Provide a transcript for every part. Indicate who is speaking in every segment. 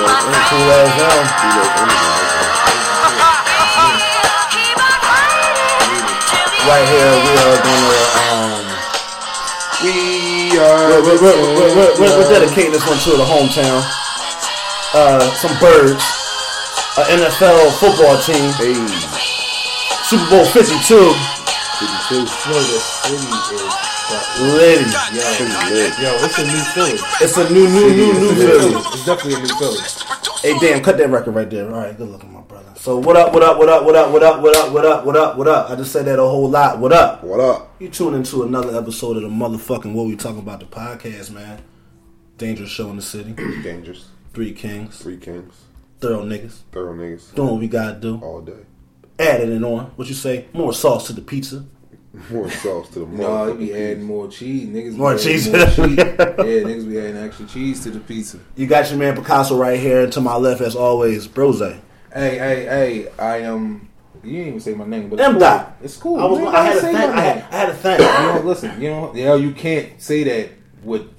Speaker 1: and cool ass down. Right here, we are gonna um.
Speaker 2: We
Speaker 1: We're,
Speaker 2: are.
Speaker 1: we're, we're, we're, we're, we're, we're dedicating this one to the hometown. Uh, some birds. An NFL football team.
Speaker 2: Hey,
Speaker 1: Super Bowl 52.
Speaker 2: 52.
Speaker 3: Yo, the city is fucking.
Speaker 1: Liddy.
Speaker 2: Pretty lit.
Speaker 3: Yo, it's a new Philly.
Speaker 1: It's a new, new, new, new Philly.
Speaker 3: It's definitely a new Philly.
Speaker 1: Hey, damn, cut that record right there. All right, good looking, my brother. So, what up, what up, what up, what up, what up, what up, what up, what up, what up? I just said that a whole lot. What up?
Speaker 2: What up?
Speaker 1: You tune into another episode of the motherfucking What We Talking About the podcast, man. Dangerous show in the city.
Speaker 2: Dangerous.
Speaker 1: Three kings,
Speaker 2: Three kings.
Speaker 1: thorough niggas.
Speaker 2: Thorough niggas.
Speaker 1: Doing what we gotta do.
Speaker 2: All day.
Speaker 1: Adding it on. What you say? More sauce to the pizza.
Speaker 2: More sauce to the
Speaker 3: No, you
Speaker 2: motherfucking
Speaker 3: be adding more cheese, niggas. be
Speaker 1: More
Speaker 3: adding
Speaker 1: cheese.
Speaker 3: more cheese. yeah, niggas be adding extra cheese to the pizza.
Speaker 1: You got your man Picasso right here, and to my left, as always, Brose.
Speaker 3: Hey, hey, hey! I um, you didn't even say my name, but
Speaker 1: M.
Speaker 3: it's
Speaker 1: Dot.
Speaker 3: Cool. It's cool.
Speaker 1: I, was,
Speaker 3: You ain't
Speaker 1: I had
Speaker 3: gotta
Speaker 1: a
Speaker 3: say
Speaker 1: thing.
Speaker 3: nothing.
Speaker 1: I had, I had a
Speaker 3: You
Speaker 1: thing.
Speaker 3: don't listen. You don't. You know, you can't say that with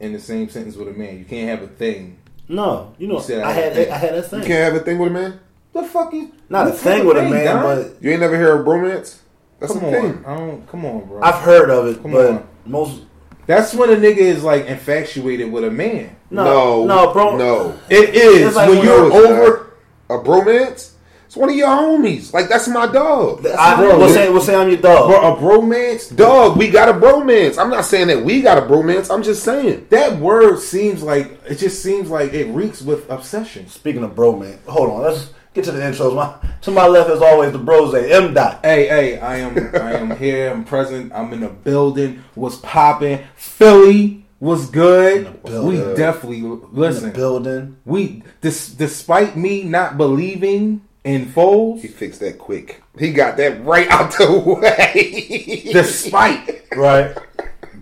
Speaker 3: in the same sentence with a man. You can't have a thing.
Speaker 1: No, you know,
Speaker 3: You said
Speaker 1: I had, I had a
Speaker 2: You
Speaker 1: thing.
Speaker 2: can't have a thing with a man?
Speaker 3: The fuck you?
Speaker 1: Not a
Speaker 3: what
Speaker 1: thing
Speaker 3: fucking
Speaker 1: with a man,
Speaker 3: Don?
Speaker 1: but
Speaker 2: You ain't never hear of bromance? That's
Speaker 3: come
Speaker 2: a
Speaker 3: on,
Speaker 2: thing.
Speaker 3: I don't. Come on, bro.
Speaker 1: I've heard of it,
Speaker 3: Come
Speaker 1: but
Speaker 3: on.
Speaker 1: most
Speaker 3: That's when a nigga is like infatuated with a man.
Speaker 1: no, no, bro,
Speaker 2: No.
Speaker 3: It is
Speaker 1: It's like
Speaker 3: when
Speaker 1: when
Speaker 3: you're
Speaker 2: No, it's
Speaker 3: over.
Speaker 2: not. a bromance. It's one of your homies. Like that's my dog. That's
Speaker 1: I,
Speaker 2: my dog.
Speaker 1: we'll say we'll say I'm your dog.
Speaker 3: Bro, a bromance.
Speaker 2: dog. We got a bromance. I'm not saying that we got a bromance. I'm just saying.
Speaker 3: That word seems like it just seems like it reeks with obsession.
Speaker 1: Speaking of bro, man, hold on, let's get to the intros. My to my left, as always, the Brose M dot.
Speaker 3: Hey, hey, I am I am here, I'm present, I'm in the building, what's popping. Philly was good. We
Speaker 1: building.
Speaker 3: definitely
Speaker 1: in the
Speaker 3: listen.
Speaker 1: building.
Speaker 3: We dis, despite me not believing in Foles,
Speaker 2: He fixed that quick. He got that right out the way.
Speaker 3: despite
Speaker 1: Right.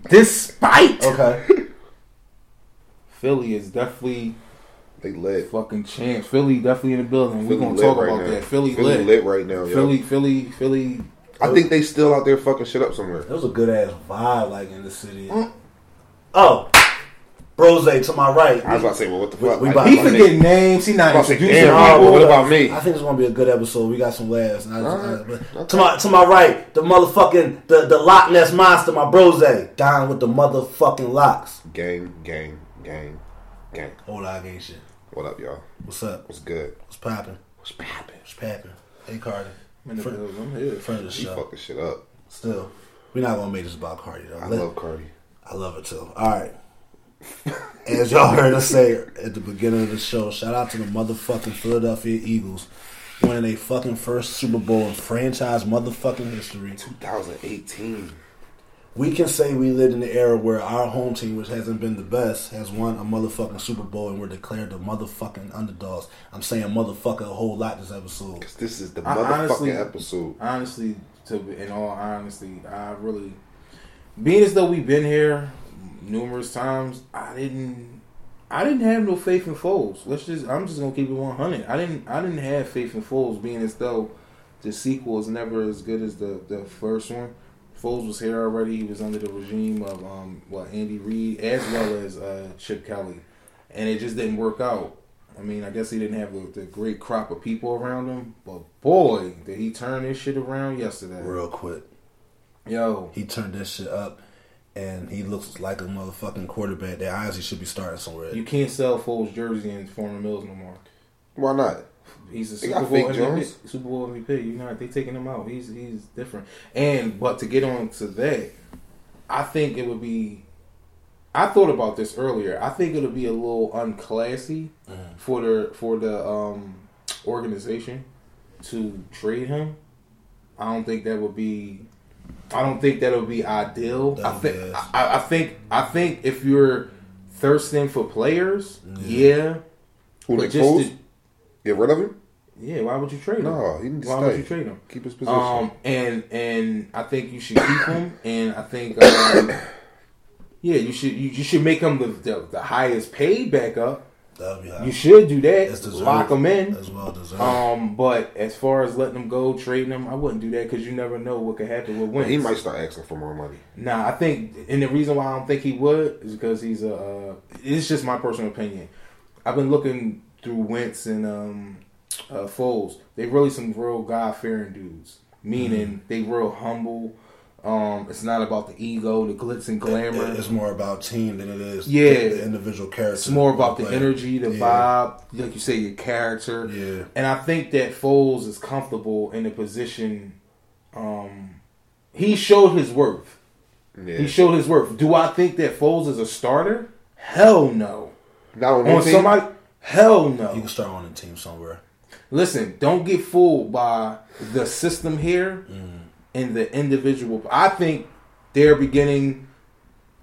Speaker 3: despite
Speaker 1: Okay.
Speaker 3: Philly is definitely
Speaker 2: they lit.
Speaker 3: fucking champs. Philly definitely in the building. We're
Speaker 2: Philly
Speaker 3: gonna
Speaker 2: lit
Speaker 3: talk
Speaker 2: right
Speaker 3: about
Speaker 2: now.
Speaker 3: that. Philly,
Speaker 2: Philly
Speaker 3: lit.
Speaker 2: lit right now, yo.
Speaker 3: Philly, Philly, Philly.
Speaker 2: I think they still out there fucking shit up somewhere.
Speaker 1: It was a good ass vibe, like in the city.
Speaker 2: Mm.
Speaker 1: Oh, Brose to my right.
Speaker 2: I was about to say, well, what the
Speaker 1: We-
Speaker 2: fuck?
Speaker 1: we
Speaker 2: Like,
Speaker 1: about-
Speaker 3: He
Speaker 2: my
Speaker 1: forget-
Speaker 2: nigga-
Speaker 3: forgetting names. He not
Speaker 2: I'm about to say,
Speaker 3: introducing
Speaker 2: damn,
Speaker 3: people.
Speaker 2: what about me?
Speaker 1: I think it's gonna be a good episode. We got some laughs. And I, I-
Speaker 2: Alright.
Speaker 1: but To my to my right, the motherfucking the the Loch Ness monster, my Brose, down with the motherfucking locks.
Speaker 2: Game, game, game, game.
Speaker 1: Hold on, ain't shit.
Speaker 2: What up, y'all?
Speaker 1: What's up?
Speaker 2: What's good?
Speaker 1: What's popping?
Speaker 2: What's poppin'?
Speaker 1: What's popping? Hey, Carter.
Speaker 3: I'm in the
Speaker 1: Friend,
Speaker 3: building. I'm here.
Speaker 1: friend of the
Speaker 2: She
Speaker 1: show.
Speaker 2: fucking shit up.
Speaker 1: Still, we're not gonna make this about Cardi though.
Speaker 2: I
Speaker 1: Let-
Speaker 2: love Cardi.
Speaker 1: I love it too. All right. As y'all heard us say at the beginning of the show, shout out to the motherfucking Philadelphia Eagles winning their fucking first Super Bowl in franchise motherfucking history.
Speaker 2: 2018.
Speaker 1: We can say we lived in the era where our home team, which hasn't been the best, has won a motherfucking Super Bowl and we're declared the motherfucking underdogs. I'm saying motherfucker a whole lot this episode.
Speaker 2: This is the
Speaker 3: I
Speaker 2: motherfucking
Speaker 3: honestly-
Speaker 2: episode.
Speaker 3: honestly, to in all honesty, I really, being as though we've been here numerous times, I didn't, I didn't have no faith in Foles. Let's just, I'm just gonna keep it 100. I didn't, I didn't have faith in Foles. Being as though the sequel is never as good as the the first one. Foles was here already. He was under the regime of um, well, Andy Reid as well as uh, Chip Kelly, and it just didn't work out. I mean, I guess he didn't have the, the great crop of people around him, but boy, did he turn this shit around yesterday.
Speaker 1: Real quick.
Speaker 3: Yo,
Speaker 1: He turned this shit up and he looks like a motherfucking quarterback that honestly should be starting somewhere.
Speaker 3: you can't sell Foles jersey and former Mills no more.
Speaker 2: Why not?
Speaker 3: He's a
Speaker 2: They got
Speaker 3: Super Bowl
Speaker 2: fake
Speaker 3: MVP.
Speaker 2: Jones.
Speaker 3: Super Bowl MVP. You know they taking him out. He's he's different. And but to get on to that, I think it would be. I thought about this earlier. I think it'll be a little unclassy
Speaker 2: Mm-hmm.
Speaker 3: for the for the um, organization to trade him. I don't think that would be. I don't think that would be ideal. I
Speaker 1: That'd be
Speaker 3: think.
Speaker 1: ass.
Speaker 3: I, I think. I think if you're thirsting for players, yeah,
Speaker 2: Who
Speaker 3: but
Speaker 2: Nick
Speaker 3: just
Speaker 2: Foles?
Speaker 3: to-
Speaker 2: Get rid of him?
Speaker 3: yeah. Why would you trade him?
Speaker 2: No, he needs to
Speaker 3: Why
Speaker 2: stay.
Speaker 3: would you trade him?
Speaker 2: Keep his position.
Speaker 3: Um, and and I think you should keep him, and I think um, yeah, you should you, you should make him the, the the highest paid backup.
Speaker 1: That'd be hot.
Speaker 3: You should do
Speaker 1: It's
Speaker 3: that.
Speaker 1: deserved.
Speaker 3: Lock him in.
Speaker 1: As well deserved.
Speaker 3: Um, but as far as letting him go, trading him, I wouldn't do that because you never know what could happen with wins.
Speaker 2: he might start asking for more money.
Speaker 3: Nah, I think, and the reason why I don't think he would is because he's a. Uh, it's just my personal opinion. I've been looking through Wentz and um, uh, Foles. They really some real God fearing dudes. Meaning
Speaker 1: Mm-hmm.
Speaker 3: they real humble. Um, it's not about the ego, the glitz and glamour.
Speaker 1: It- It's more about team than it is
Speaker 3: Yeah.
Speaker 1: the, the individual character.
Speaker 3: It's more about the
Speaker 1: Like,
Speaker 3: energy, the
Speaker 1: yeah.
Speaker 3: vibe, like you say, your character.
Speaker 1: Yeah.
Speaker 3: And I think that Foles is comfortable in the position. Um, he showed his worth. He
Speaker 2: Yeah.
Speaker 3: showed his worth. Do I think that Foles is a starter? Hell no.
Speaker 2: Not on,
Speaker 3: On
Speaker 2: this team.
Speaker 3: somebody? Hell
Speaker 1: You
Speaker 3: no.
Speaker 1: can start on a team somewhere.
Speaker 3: Listen, don't get fooled by the system here and the individual. I think they're beginning.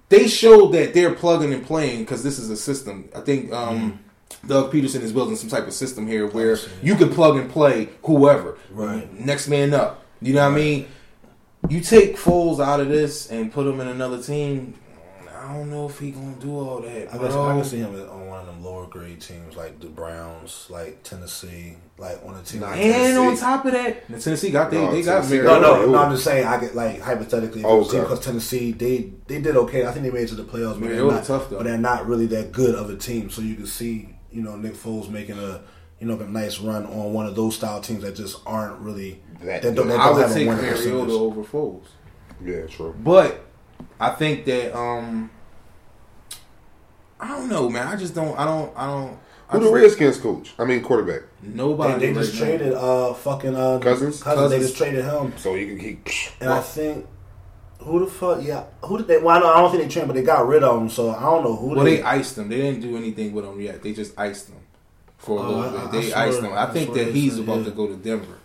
Speaker 3: They showed that they're plugging and playing because this is a system. I think um, Doug Peterson is building some type of system here where you can plug and play whoever.
Speaker 1: Right.
Speaker 3: Next man up. You know what I mean? You take Foles out of this and put him in another team. I don't know if he gonna do all that.
Speaker 1: I guess
Speaker 3: bro.
Speaker 1: I can see him on one of them lower grade teams like the Browns, like Tennessee, like on a team.
Speaker 2: Nah,
Speaker 1: like
Speaker 2: yeah.
Speaker 3: And on
Speaker 2: Tennessee.
Speaker 3: top of that, Tennessee got they
Speaker 2: No,
Speaker 3: they got
Speaker 2: Tennessee
Speaker 3: married.
Speaker 1: No, no,
Speaker 2: Ooh.
Speaker 1: no. I'm just saying. I get like hypothetically
Speaker 2: Oh,
Speaker 1: because
Speaker 2: okay.
Speaker 1: Tennessee they they did okay. I think they made it to the playoffs, but
Speaker 3: Yeah,
Speaker 1: they're,
Speaker 3: they were
Speaker 1: not,
Speaker 3: tough, though.
Speaker 1: but they're not really that good of a team. So you can see, you know, Nick Foles making a you know a nice run on one of those style teams that just aren't really
Speaker 2: That-
Speaker 1: that, don't, that
Speaker 3: I
Speaker 1: don't
Speaker 3: would
Speaker 1: have a
Speaker 3: take
Speaker 1: winning
Speaker 3: Mariota
Speaker 1: percentage.
Speaker 3: over Foles,
Speaker 2: Yeah, true.
Speaker 3: but I think that um, I don't know, man. I just don't. I don't. I don't. I
Speaker 2: Who the
Speaker 3: just-
Speaker 2: Redskins coach? I mean, quarterback.
Speaker 1: They,
Speaker 3: Nobody.
Speaker 1: they just
Speaker 3: right now.
Speaker 1: traded uh fucking uh,
Speaker 2: Cousins?
Speaker 1: Cousins. They
Speaker 3: Cousins.
Speaker 1: just traded him.
Speaker 2: So he he. psh,
Speaker 1: And I think who the fuck? Yeah, who did they? Well, I, know, I don't think they traded, but they got rid of him. So I don't know who.
Speaker 3: Well, they iced him. They didn't do anything with him yet. They just iced him for a
Speaker 1: Oh, I-
Speaker 3: little bit.
Speaker 1: I
Speaker 3: They
Speaker 1: swear-
Speaker 3: iced him. I,
Speaker 1: I
Speaker 3: think
Speaker 1: swear
Speaker 3: that
Speaker 1: they
Speaker 3: he's
Speaker 1: said,
Speaker 3: about
Speaker 1: yeah.
Speaker 3: to go to Denver.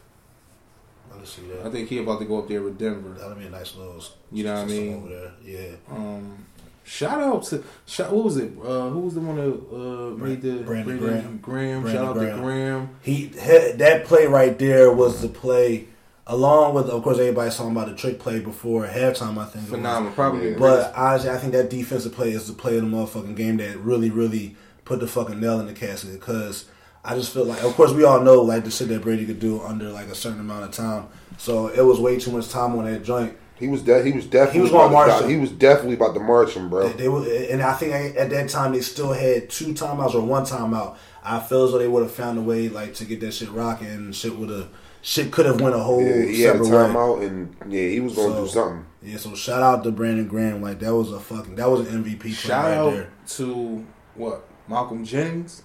Speaker 1: I can see
Speaker 3: I
Speaker 1: that.
Speaker 3: think he about to go up there with Denver.
Speaker 1: That'll be a nice little.
Speaker 3: You know what I
Speaker 1: system
Speaker 3: mean?
Speaker 1: Over there. Yeah.
Speaker 3: Um, shout out to shout. What was it? Uh, who was the one that uh, made the
Speaker 1: Brandon Graham.
Speaker 3: Graham.
Speaker 1: Brandon
Speaker 3: shout out to
Speaker 1: Graham.
Speaker 3: Graham.
Speaker 1: He he- that play right there was the play, along with of course everybody's talking about the trick play before halftime. I think it was.
Speaker 3: Phenomenal. Probably.
Speaker 2: Yeah.
Speaker 3: the
Speaker 1: But honestly, I think that defensive play is the play of the motherfucking game that really, really put the fucking nail in the casket. Because I just feel like, of course, we all know like the shit that Brady could do under like a certain amount of time. So it was way too much time on that joint.
Speaker 2: He was de- he was definitely
Speaker 1: He was gonna
Speaker 2: about to
Speaker 1: march
Speaker 2: stop-
Speaker 1: him.
Speaker 2: He was definitely about to march him, bro.
Speaker 1: They, they were, and I think at that time they still had two timeouts or one timeout. I feel as though they would have found a way like to get that shit rocking. and Shit would have, shit could have went a whole
Speaker 2: Yeah, he had a
Speaker 1: separate way.
Speaker 2: timeout, and yeah, he was gonna
Speaker 1: So-
Speaker 2: do something.
Speaker 1: Yeah, so shout out to Brandon Graham. Like that was a fucking that was an MVP play
Speaker 3: Shout
Speaker 1: right
Speaker 3: out
Speaker 1: there.
Speaker 3: to what Malcolm Jennings.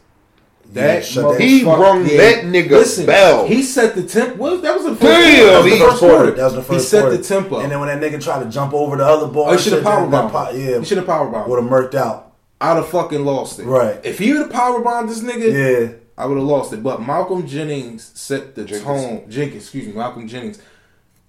Speaker 1: Yeah,
Speaker 3: That
Speaker 1: shut that-
Speaker 3: motherfucker-
Speaker 2: He rung that nigga bell.
Speaker 3: He set the temp. What that was the first,
Speaker 2: Damn,
Speaker 3: that was
Speaker 2: he-
Speaker 3: the first quarter.
Speaker 1: That was the first
Speaker 3: He set
Speaker 1: quarter.
Speaker 3: the tempo.
Speaker 1: And then when that nigga tried to jump over the other ball,
Speaker 3: oh, he should have
Speaker 1: shit, that-
Speaker 3: power
Speaker 1: that po-
Speaker 3: bombed.
Speaker 1: Yeah,
Speaker 3: he should have power bombed.
Speaker 1: would have murked out.
Speaker 3: I'd have fucking lost it.
Speaker 1: Right.
Speaker 3: If he would have power bombed this nigga,
Speaker 1: Yeah,
Speaker 3: I would have lost it. But Malcolm Jennings set the
Speaker 2: Jenkins.
Speaker 3: tone. Jenkins, excuse me, Malcolm Jennings.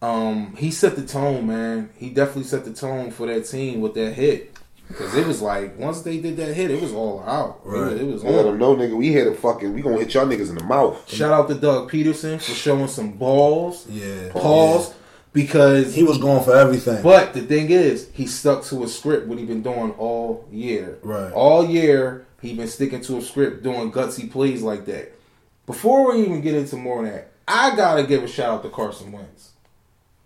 Speaker 3: Um, he set the tone, man. He definitely set the tone for that team with that hit. Cause it was like once they did that hit, it was all out. It was-
Speaker 1: Right.
Speaker 3: It was,
Speaker 2: I let
Speaker 3: on.
Speaker 2: him know, nigga, we had a fucking. We gonna hit y'all niggas in the mouth.
Speaker 3: Shout out to Doug Peterson for showing some balls.
Speaker 1: yeah.
Speaker 3: Pause. Because
Speaker 1: He was going for everything.
Speaker 3: but the thing is, he stuck to a script what he been doing all year.
Speaker 1: Right.
Speaker 3: All year he been sticking to a script doing gutsy plays like that. Before we even get into more of that, I gotta give a shout out to Carson Wentz.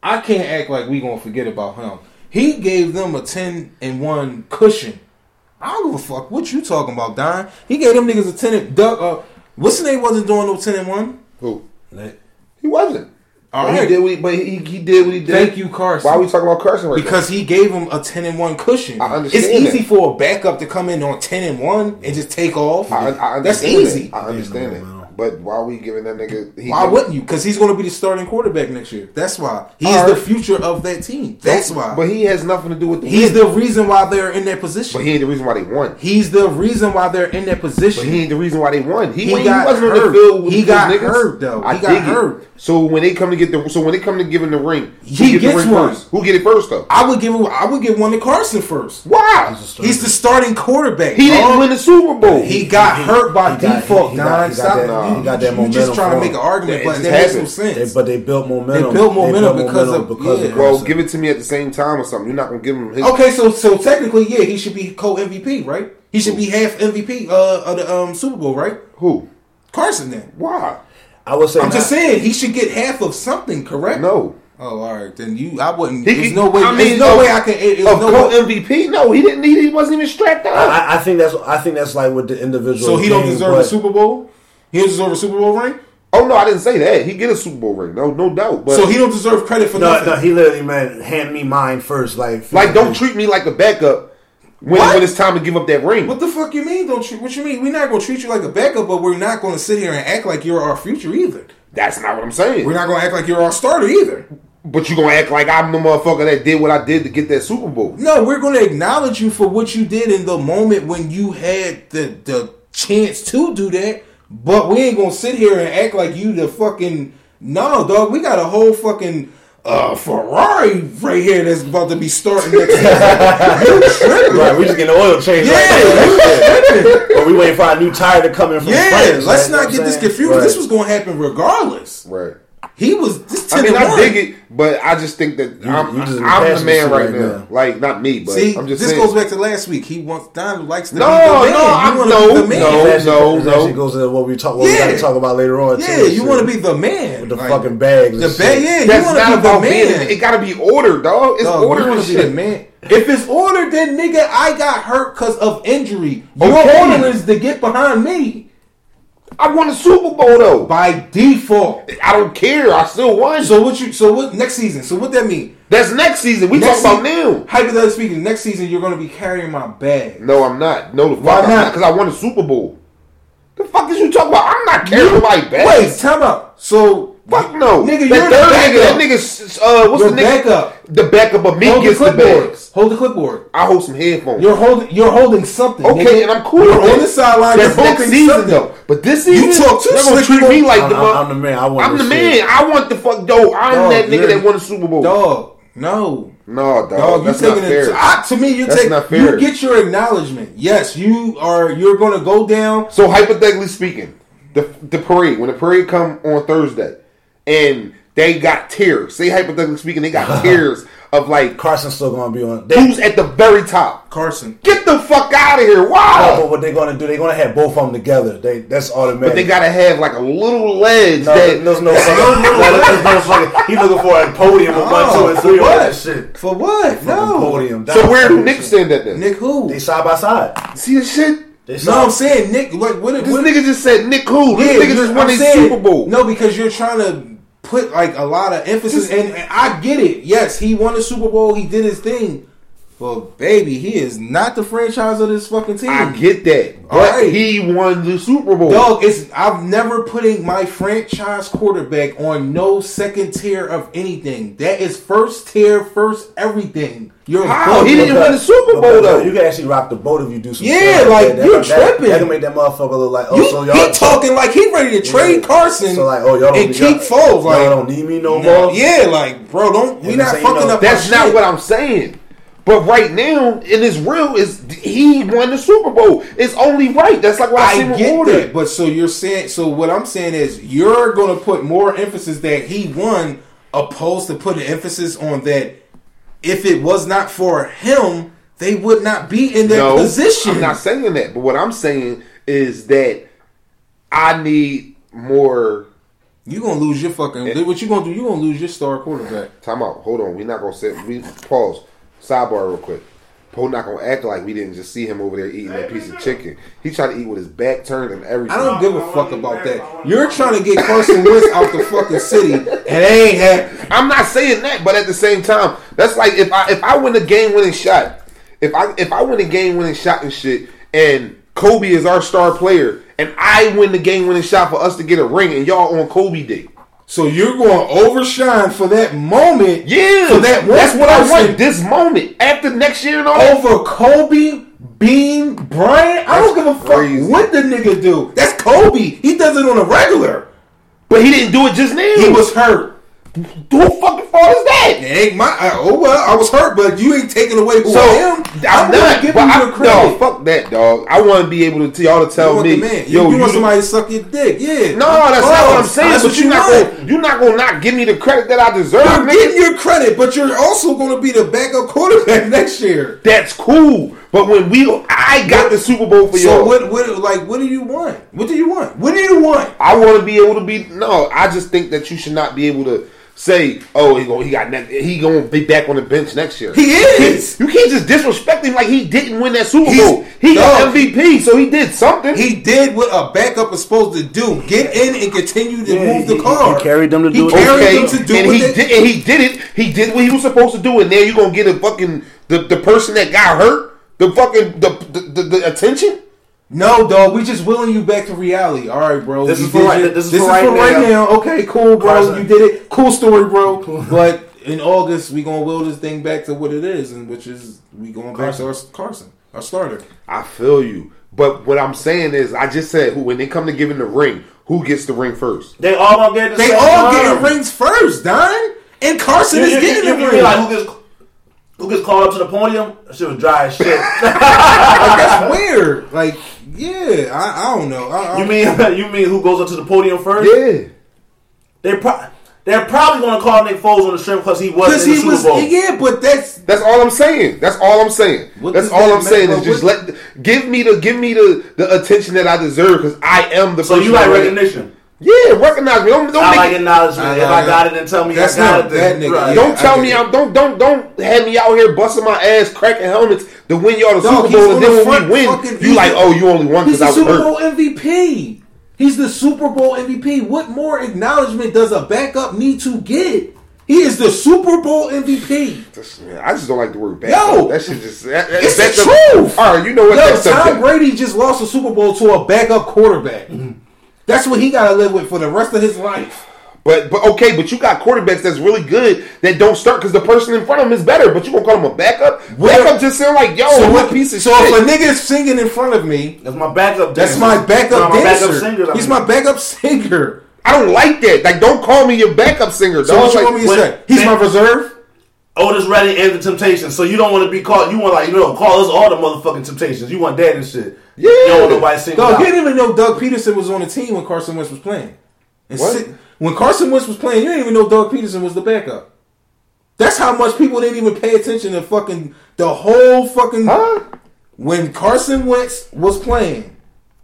Speaker 3: I can't act like we gonna forget about him. He gave them a ten and one cushion. I don't give a fuck what you talking about, Don. He gave them niggas a ten. And, Doug, uh, what's his name wasn't doing no ten and one.
Speaker 2: Who?
Speaker 1: Nick,
Speaker 2: He wasn't.
Speaker 3: All
Speaker 2: but
Speaker 3: right.
Speaker 2: he did. What he, but he, he did what he did.
Speaker 3: Thank you, Carson.
Speaker 2: Why are we talking about Carson right
Speaker 3: because he gave him a ten and one cushion.
Speaker 2: I understand
Speaker 3: It's easy
Speaker 2: that.
Speaker 3: for a backup to come in on ten and one and just take off.
Speaker 2: now? I, I
Speaker 3: That's
Speaker 2: understand
Speaker 3: easy.
Speaker 2: It. I understand
Speaker 1: Yeah,
Speaker 2: it.
Speaker 1: no, no.
Speaker 2: But why are we giving that nigga? He
Speaker 3: why
Speaker 2: did-
Speaker 3: wouldn't you? Because he's going to be the starting quarterback next year. That's why he's
Speaker 2: All
Speaker 3: the
Speaker 2: right.
Speaker 3: future of that team. That's why
Speaker 2: But he has nothing to do with the.
Speaker 3: he's
Speaker 2: win.
Speaker 3: the reason why they're in that position.
Speaker 2: But he ain't the reason why they won.
Speaker 3: he's the reason why they're in that
Speaker 2: But
Speaker 3: position.
Speaker 2: he ain't the reason why they won. He,
Speaker 3: He
Speaker 2: when
Speaker 3: got
Speaker 2: he wasn't on
Speaker 3: hurt.
Speaker 2: the field. With
Speaker 3: He
Speaker 2: those
Speaker 3: got
Speaker 2: niggas,
Speaker 3: hurt, though. He got
Speaker 2: dig it.
Speaker 3: hurt.
Speaker 2: So when they come to get the, so when they come to give him the ring,
Speaker 3: He
Speaker 2: who get
Speaker 3: gets
Speaker 2: the ring
Speaker 3: one.
Speaker 2: first. Who get it first though?
Speaker 3: I would give I would give one to Carson first.
Speaker 2: Why?
Speaker 1: he's a
Speaker 3: He's the starting quarterback.
Speaker 2: He
Speaker 3: dog.
Speaker 2: didn't win the Super Bowl.
Speaker 3: He got hurt by
Speaker 1: he got-
Speaker 3: default.
Speaker 1: he got-
Speaker 3: Don,
Speaker 1: he got
Speaker 3: stop.
Speaker 1: that-
Speaker 2: nah,
Speaker 3: you,
Speaker 2: he uh,
Speaker 1: got that
Speaker 3: you just
Speaker 1: momentum
Speaker 3: trying to
Speaker 1: for
Speaker 3: make
Speaker 1: him.
Speaker 3: an argument,
Speaker 2: It
Speaker 3: but
Speaker 2: just
Speaker 3: that makes no
Speaker 2: happened.
Speaker 3: sense.
Speaker 1: they, but they built momentum.
Speaker 3: They built momentum because of- yeah.
Speaker 2: Well,
Speaker 1: Carson.
Speaker 2: give it to me at the same time or something. You're not gonna give him his.
Speaker 3: Okay, so so technically, yeah, he should be co MVP, right? He should be half MVP uh, of the um, Super Bowl, right?
Speaker 2: Who?
Speaker 3: Carson, then.
Speaker 2: Why?
Speaker 1: I would say
Speaker 3: I'm just
Speaker 1: not-
Speaker 3: saying he should get half of something, correct?
Speaker 2: No.
Speaker 3: Oh, all right. Then you, I wouldn't. There's
Speaker 2: could-
Speaker 3: no way.
Speaker 2: I mean,
Speaker 3: there's no
Speaker 2: of-
Speaker 3: way I can. It,
Speaker 2: Of
Speaker 3: no
Speaker 2: course,
Speaker 3: way,
Speaker 2: MVP. No, he didn't. He, he wasn't even strapped up.
Speaker 1: I, I think that's I think that's like with the individual.
Speaker 3: so he don't
Speaker 1: game,
Speaker 3: deserve
Speaker 1: but-
Speaker 3: a Super Bowl. He don't deserve a Super Bowl ring.
Speaker 2: Oh no, I didn't say that. He get a Super Bowl ring. No, no doubt. But
Speaker 3: so he don't deserve credit for
Speaker 1: No,
Speaker 3: nothing.
Speaker 1: no, he literally meant hand me mine first. Like,
Speaker 2: like, don't treat me like a backup when,
Speaker 3: What?
Speaker 2: when it's time to give up that ring.
Speaker 3: What the fuck you mean? Don't treat? What you mean? We're not gonna treat you like a backup, but we're not gonna sit here and act like you're our future either.
Speaker 2: That's not what I'm saying.
Speaker 3: We're not gonna act like you're our starter either.
Speaker 2: But you gonna act like I'm the motherfucker that did what I did to get that Super Bowl.
Speaker 3: No, we're gonna acknowledge you for what you did in the moment when you had the the chance to do that. But we ain't gonna sit here and act like you the fucking no, dog. We got a whole fucking uh, Ferrari right here that's about to be starting next season. You tripping?
Speaker 1: Right, we just getting an oil change.
Speaker 3: Yeah,
Speaker 1: right now. but we waiting for our new tire to come in from
Speaker 3: Yeah,
Speaker 1: France. like, you
Speaker 3: let's not
Speaker 1: know
Speaker 3: get
Speaker 1: what I'm
Speaker 3: this
Speaker 1: saying?
Speaker 3: confused.
Speaker 1: Right.
Speaker 3: This was gonna happen regardless.
Speaker 2: Right.
Speaker 3: He was this
Speaker 2: I
Speaker 3: ten
Speaker 2: mean,
Speaker 3: to
Speaker 2: I
Speaker 3: one.
Speaker 2: dig it, but I just think that I'm,
Speaker 1: you just
Speaker 2: I'm the
Speaker 1: passionate
Speaker 2: man right,
Speaker 1: right
Speaker 2: now.
Speaker 1: now.
Speaker 2: Like, not me, but
Speaker 3: See,
Speaker 2: I'm
Speaker 3: this
Speaker 2: just saying.
Speaker 3: goes back to last week. He wants Don likes to
Speaker 2: No,
Speaker 3: be the man.
Speaker 2: no, I'm-
Speaker 3: you wanna be
Speaker 2: no,
Speaker 3: the man.
Speaker 2: no.
Speaker 1: That shit-
Speaker 2: no,
Speaker 1: that
Speaker 2: no.
Speaker 1: shit goes into what we talk. What we
Speaker 3: Yeah.
Speaker 1: got to talk about later on.
Speaker 3: Yeah, you want to be the man
Speaker 1: with the
Speaker 3: Like,
Speaker 1: fucking bags.
Speaker 3: The
Speaker 1: and
Speaker 3: bag,
Speaker 1: shit.
Speaker 3: yeah, you
Speaker 2: That's
Speaker 3: want to
Speaker 2: not
Speaker 3: be the
Speaker 2: about
Speaker 3: man.
Speaker 2: being. It gotta be ordered, dog. It's
Speaker 3: Dog, you
Speaker 2: ordered
Speaker 3: wanna be
Speaker 2: shit.
Speaker 3: the man. If it's ordered, then nigga, I got hurt because of injury.
Speaker 2: Okay.
Speaker 3: Your order is to get behind me
Speaker 2: I won a Super Bowl though.
Speaker 3: by default.
Speaker 2: I don't care. I still won.
Speaker 3: So what you? So what? Next season. So what that mean?
Speaker 2: That's next season. We
Speaker 3: Next
Speaker 2: talk about
Speaker 3: season-
Speaker 2: now.
Speaker 3: Hypothetically speaking, next season you're going to be carrying my bag.
Speaker 2: No, I'm not. No, the fuck
Speaker 3: Why
Speaker 2: I'm
Speaker 3: not?
Speaker 2: not. Because I won a Super Bowl. The fuck is you talking about? I'm not carrying my bag.
Speaker 3: Wait, time out. So
Speaker 2: Fuck no.
Speaker 3: nigga,
Speaker 2: that
Speaker 3: you're
Speaker 2: third
Speaker 3: the backup.
Speaker 2: nigga, that nigga, uh, what's
Speaker 3: You're
Speaker 2: the nigga?
Speaker 3: backup.
Speaker 2: The backup of me
Speaker 3: Hold the
Speaker 2: gets the
Speaker 3: clipboard.
Speaker 2: bags.
Speaker 3: Hold the clipboard.
Speaker 2: I hold some headphones.
Speaker 3: You're holding. You're holding something.
Speaker 2: okay,
Speaker 3: nigga.
Speaker 2: and I'm cool.
Speaker 3: You're
Speaker 2: with
Speaker 3: on
Speaker 2: that.
Speaker 3: the sideline.
Speaker 2: That's
Speaker 3: you're
Speaker 2: next
Speaker 3: holding
Speaker 2: season
Speaker 3: something.
Speaker 2: though. But this season,
Speaker 3: talk too
Speaker 2: they're gonna
Speaker 3: slick,
Speaker 2: treat
Speaker 3: bro.
Speaker 2: me like
Speaker 1: I'm,
Speaker 2: the
Speaker 1: I'm, I'm
Speaker 2: mother-
Speaker 1: the man. I want
Speaker 2: I'm the
Speaker 1: this
Speaker 2: man.
Speaker 1: shit.
Speaker 2: I want the fuck. Yo, I'm
Speaker 3: Dog,
Speaker 2: that nigga
Speaker 3: you're-
Speaker 2: that won the Super Bowl.
Speaker 3: Dog, no.
Speaker 2: No, dog,
Speaker 3: Dog,
Speaker 2: that's
Speaker 3: Oh,
Speaker 2: not
Speaker 3: you taking it
Speaker 2: fair.
Speaker 3: to, I- to me. You're
Speaker 2: That's
Speaker 3: taking.
Speaker 2: not fair.
Speaker 3: You get your acknowledgement. Yes, you are. You're going to go down.
Speaker 2: So hypothetically speaking, the the parade when the parade come on Thursday, and they got tears. Say hypothetically speaking, they got tears of like
Speaker 1: Carson's still gonna be on. They,
Speaker 2: who's at the very top.
Speaker 3: Carson.
Speaker 2: Get the fuck out of here! Wow.
Speaker 1: but what they're gonna do? They're gonna have both of them together. They that's automatic.
Speaker 2: But they gotta have like a little ledge
Speaker 1: no,
Speaker 2: that
Speaker 1: there's no fucking. no, there's no fucking. He looking for a podium with one, two, and three on that shit.
Speaker 3: For what? No.
Speaker 1: Podium.
Speaker 2: So where do Nick stand at then?
Speaker 3: Nick who?
Speaker 1: They side by side.
Speaker 2: See this shit?
Speaker 1: They
Speaker 3: no,
Speaker 1: side.
Speaker 3: I'm saying Nick. Like what?
Speaker 2: This
Speaker 3: what
Speaker 2: nigga just said Nick who? This nigga
Speaker 3: you-
Speaker 2: just won
Speaker 3: I'm
Speaker 2: a
Speaker 3: saying-
Speaker 2: Super Bowl.
Speaker 3: No, because you're trying to put like a lot of emphasis, and, and I get it. Yes, he won the Super Bowl. He did his thing. But baby, he is not the franchise of this fucking team.
Speaker 2: I get that. But
Speaker 3: Alright.
Speaker 2: he won the Super Bowl.
Speaker 3: Dog, oh, it's I'm never putting my franchise quarterback on no second tier of anything. That is first tier, first everything. You're
Speaker 2: How?
Speaker 3: good.
Speaker 2: He didn't win the Super Bowl, though.
Speaker 1: You can actually rock the boat if you do some.
Speaker 3: Yeah,
Speaker 1: shit
Speaker 3: like,
Speaker 1: that. That-
Speaker 3: you're
Speaker 1: that- that-
Speaker 3: tripping.
Speaker 1: That can make that motherfucker look like oh,
Speaker 3: You-
Speaker 1: so y'all
Speaker 3: he talking like he ready to trade Carson
Speaker 1: So like oh y'all don't
Speaker 3: and
Speaker 1: need- y'all-
Speaker 3: keep Foles. Like
Speaker 1: y'all don't need me no
Speaker 3: Nah,
Speaker 1: more.
Speaker 3: Yeah, like bro, don't we
Speaker 1: And
Speaker 3: not
Speaker 1: this ain't
Speaker 3: fucking
Speaker 1: no-
Speaker 3: up.
Speaker 2: That's
Speaker 3: our
Speaker 2: not
Speaker 3: shit.
Speaker 2: what I'm saying. But right now, and it's real, is he won the Super Bowl. It's only right. That's like what I,
Speaker 3: I
Speaker 2: see with
Speaker 3: get
Speaker 2: Orton.
Speaker 3: that, but so you're saying. So what I'm saying is you're going to put more emphasis that he won, opposed to putting emphasis on that. If it was not for him, they would not be in that
Speaker 2: No,
Speaker 3: position.
Speaker 2: I'm not saying that. But what I'm saying is that I need more
Speaker 3: You're gonna lose your fucking. what you gonna do? You're gonna lose your star quarterback.
Speaker 2: Time out. Hold on. We're not gonna sit. We pause. Sidebar real quick. Poe not gonna act like we didn't just see him over there eating that piece of chicken. He tried to eat with his back turned and everything.
Speaker 3: I don't give a fuck about that. You're trying to get Carson Wentz out the fucking city, and they ain't happening.
Speaker 2: I'm not saying that, but at the same time, that's like if I if I win a game winning shot, if I if I win a game winning shot and shit, and Kobe is our star player, and I win the game winning shot for us to get a ring, and y'all on Kobe day.
Speaker 3: So you're going to overshine for that moment.
Speaker 2: Yeah,
Speaker 3: For that one
Speaker 2: that's what I
Speaker 3: person.
Speaker 2: want. This moment, after next year and all. that.
Speaker 3: over Kobe, Bean, Bryant. I don't give a fuck
Speaker 2: crazy.
Speaker 3: what the nigga do. That's Kobe. He does it on a regular.
Speaker 2: but he didn't do it just now.
Speaker 3: He was hurt.
Speaker 2: who the fucking fault is that?
Speaker 3: It ain't my. I, oh well, I was hurt, but you ain't taking away who
Speaker 2: So
Speaker 3: I am.
Speaker 2: I'm,
Speaker 3: gonna
Speaker 2: not
Speaker 3: give
Speaker 2: but
Speaker 3: you
Speaker 2: I-
Speaker 3: your credit.
Speaker 2: No, fuck that, dog. I want to be able to tell y'all to tell
Speaker 3: you want
Speaker 2: me,
Speaker 3: the man.
Speaker 2: yo,
Speaker 3: you, you
Speaker 2: you
Speaker 3: want somebody to suck your dick? Yeah.
Speaker 2: No, that's not what I'm
Speaker 3: Oh,
Speaker 2: saying.
Speaker 3: That's
Speaker 2: but
Speaker 3: what
Speaker 2: you're
Speaker 3: you
Speaker 2: not
Speaker 3: want.
Speaker 2: gonna, you're not gonna not give me the credit that I deserve,
Speaker 3: I'm
Speaker 2: nigga.
Speaker 3: getting your credit, but you're also going to be the backup quarterback next year.
Speaker 2: That's cool. But when we, I got the Super Bowl for
Speaker 3: So
Speaker 2: y'all.
Speaker 3: what? What? Like, what do you want? What do you want? What do you want?
Speaker 2: I want to be able to be. No, I just think that you should not be able to say, "Oh, he go, he got next, he going to be back on the bench next year."
Speaker 4: He is.
Speaker 2: You can't just disrespect him like he didn't win that Super
Speaker 4: He's-
Speaker 2: Bowl. He got
Speaker 4: No.
Speaker 2: MVP, so he did something.
Speaker 4: He did what a backup is supposed to do: get in and continue to
Speaker 1: Yeah,
Speaker 4: move the
Speaker 1: he-
Speaker 4: car.
Speaker 1: he carried them to do
Speaker 4: He
Speaker 1: it.
Speaker 4: carried
Speaker 2: okay,
Speaker 4: them to do
Speaker 2: and
Speaker 4: what
Speaker 2: he
Speaker 4: they-
Speaker 2: did, and he did it. He did what he was supposed to do, and now you're gonna get a fucking the, the person that got hurt the fucking the the, the, the attention.
Speaker 3: No, dog. We just willing you back to reality. All right, bro.
Speaker 1: This
Speaker 3: You
Speaker 1: is for
Speaker 3: did
Speaker 1: right-
Speaker 3: your-
Speaker 1: this is for right now.
Speaker 3: Okay, cool, bro.
Speaker 1: Carson.
Speaker 3: You did it. Cool story, bro. but in August, we gonna will this thing back to what it is, and which is we going back to our s- Carson, our starter.
Speaker 2: I feel you, but what I'm saying is, I just said who when they come to giving the ring, who gets the ring first?
Speaker 1: They all gonna get the
Speaker 4: They
Speaker 1: same
Speaker 4: all
Speaker 1: time.
Speaker 4: getting rings first, Don, and Carson
Speaker 1: You-
Speaker 4: is
Speaker 1: you-
Speaker 4: getting
Speaker 1: you-
Speaker 4: a
Speaker 1: you
Speaker 4: ring.
Speaker 1: realize who gets who gets called up to the podium? That shit was dry as shit.
Speaker 3: Like, that's weird. Like, yeah, I, I don't know. I, I,
Speaker 1: you mean you mean who goes up to the podium first?
Speaker 2: Yeah,
Speaker 1: They pro- they're probably gonna call Nick Foles on the strength because he was
Speaker 4: Because
Speaker 1: in the
Speaker 4: he
Speaker 1: Super
Speaker 4: was,
Speaker 1: Bowl.
Speaker 4: yeah, but that's
Speaker 2: that's all I'm saying. That's all I'm saying.
Speaker 3: What
Speaker 2: that's
Speaker 3: does
Speaker 2: all
Speaker 3: that
Speaker 2: I'm saying
Speaker 3: matter?
Speaker 2: is just
Speaker 3: What-
Speaker 2: let give me the give me the the attention that I deserve because I am the.
Speaker 1: So you
Speaker 2: person
Speaker 1: like
Speaker 2: that-
Speaker 1: recognition?
Speaker 2: Yeah, recognize me. Don't, don't
Speaker 1: I
Speaker 2: make
Speaker 1: like
Speaker 2: it-
Speaker 1: acknowledgement.
Speaker 3: I
Speaker 1: if
Speaker 3: like
Speaker 1: I got it, then tell me
Speaker 3: That's
Speaker 1: I got
Speaker 3: not
Speaker 1: it. Then,
Speaker 3: that nigga.
Speaker 1: Right.
Speaker 3: Yeah,
Speaker 2: Don't tell
Speaker 3: I
Speaker 2: me
Speaker 3: get
Speaker 2: I'm don't don't don't have me out here busting my ass, cracking helmets to win y'all the
Speaker 3: Dog,
Speaker 2: Super
Speaker 3: he's
Speaker 2: Bowl,
Speaker 3: on
Speaker 2: and
Speaker 3: the
Speaker 2: then
Speaker 3: front
Speaker 2: when we
Speaker 3: fucking-
Speaker 2: win, you
Speaker 3: he's
Speaker 2: like,
Speaker 3: the-
Speaker 2: oh, you only won
Speaker 3: He's
Speaker 2: because I
Speaker 3: the
Speaker 2: was
Speaker 3: Super
Speaker 2: hurt.
Speaker 3: Bowl MVP. He's the Super Bowl MVP. What more acknowledgement does a backup need to get? He is the Super Bowl MVP.
Speaker 2: This- man, I just don't like the word back.
Speaker 3: Yo!
Speaker 2: that shit just that, that,
Speaker 3: It's the
Speaker 2: that's
Speaker 3: truth!
Speaker 2: All right, you know what?
Speaker 3: Yo,
Speaker 2: that's
Speaker 3: Tom
Speaker 2: something.
Speaker 3: Brady just lost a Super Bowl to a backup quarterback.
Speaker 2: Mm-hmm.
Speaker 3: That's what he got to live with for the rest of his life.
Speaker 2: But but okay, but you got quarterbacks that's really good that don't start because the person in front of him is better. But you gonna call him a backup?
Speaker 3: What-
Speaker 2: Backup just sound like yo,
Speaker 3: so
Speaker 2: Oh, what
Speaker 3: what,
Speaker 2: piece of
Speaker 3: so
Speaker 2: shit?
Speaker 3: if a nigga is singing in front of me,
Speaker 1: That's my backup.
Speaker 3: that's
Speaker 1: dancer.
Speaker 3: my backup
Speaker 1: my
Speaker 3: dancer.
Speaker 1: backup singer.
Speaker 3: He's my backup singer.
Speaker 2: I don't like that. Like, don't call me your backup singer.
Speaker 3: So
Speaker 2: dog.
Speaker 3: what you
Speaker 2: Like,
Speaker 3: want me to
Speaker 1: when-
Speaker 3: say? He's my
Speaker 1: when-
Speaker 3: reserve.
Speaker 1: Otis Redding and the Temptations. So you don't want to be called. You want like you know call us all the motherfucking Temptations. You want that and shit.
Speaker 2: Yeah.
Speaker 1: You don't want nobody single.
Speaker 3: Dog,
Speaker 1: out.
Speaker 3: he didn't even know Doug Peterson was on the team when Carson Wentz was playing. And
Speaker 2: What?
Speaker 3: si- when Carson Wentz was playing, you didn't even know Doug Peterson was the backup. That's how much people didn't even pay attention to fucking the whole fucking
Speaker 2: huh?
Speaker 3: when Carson Wentz was playing.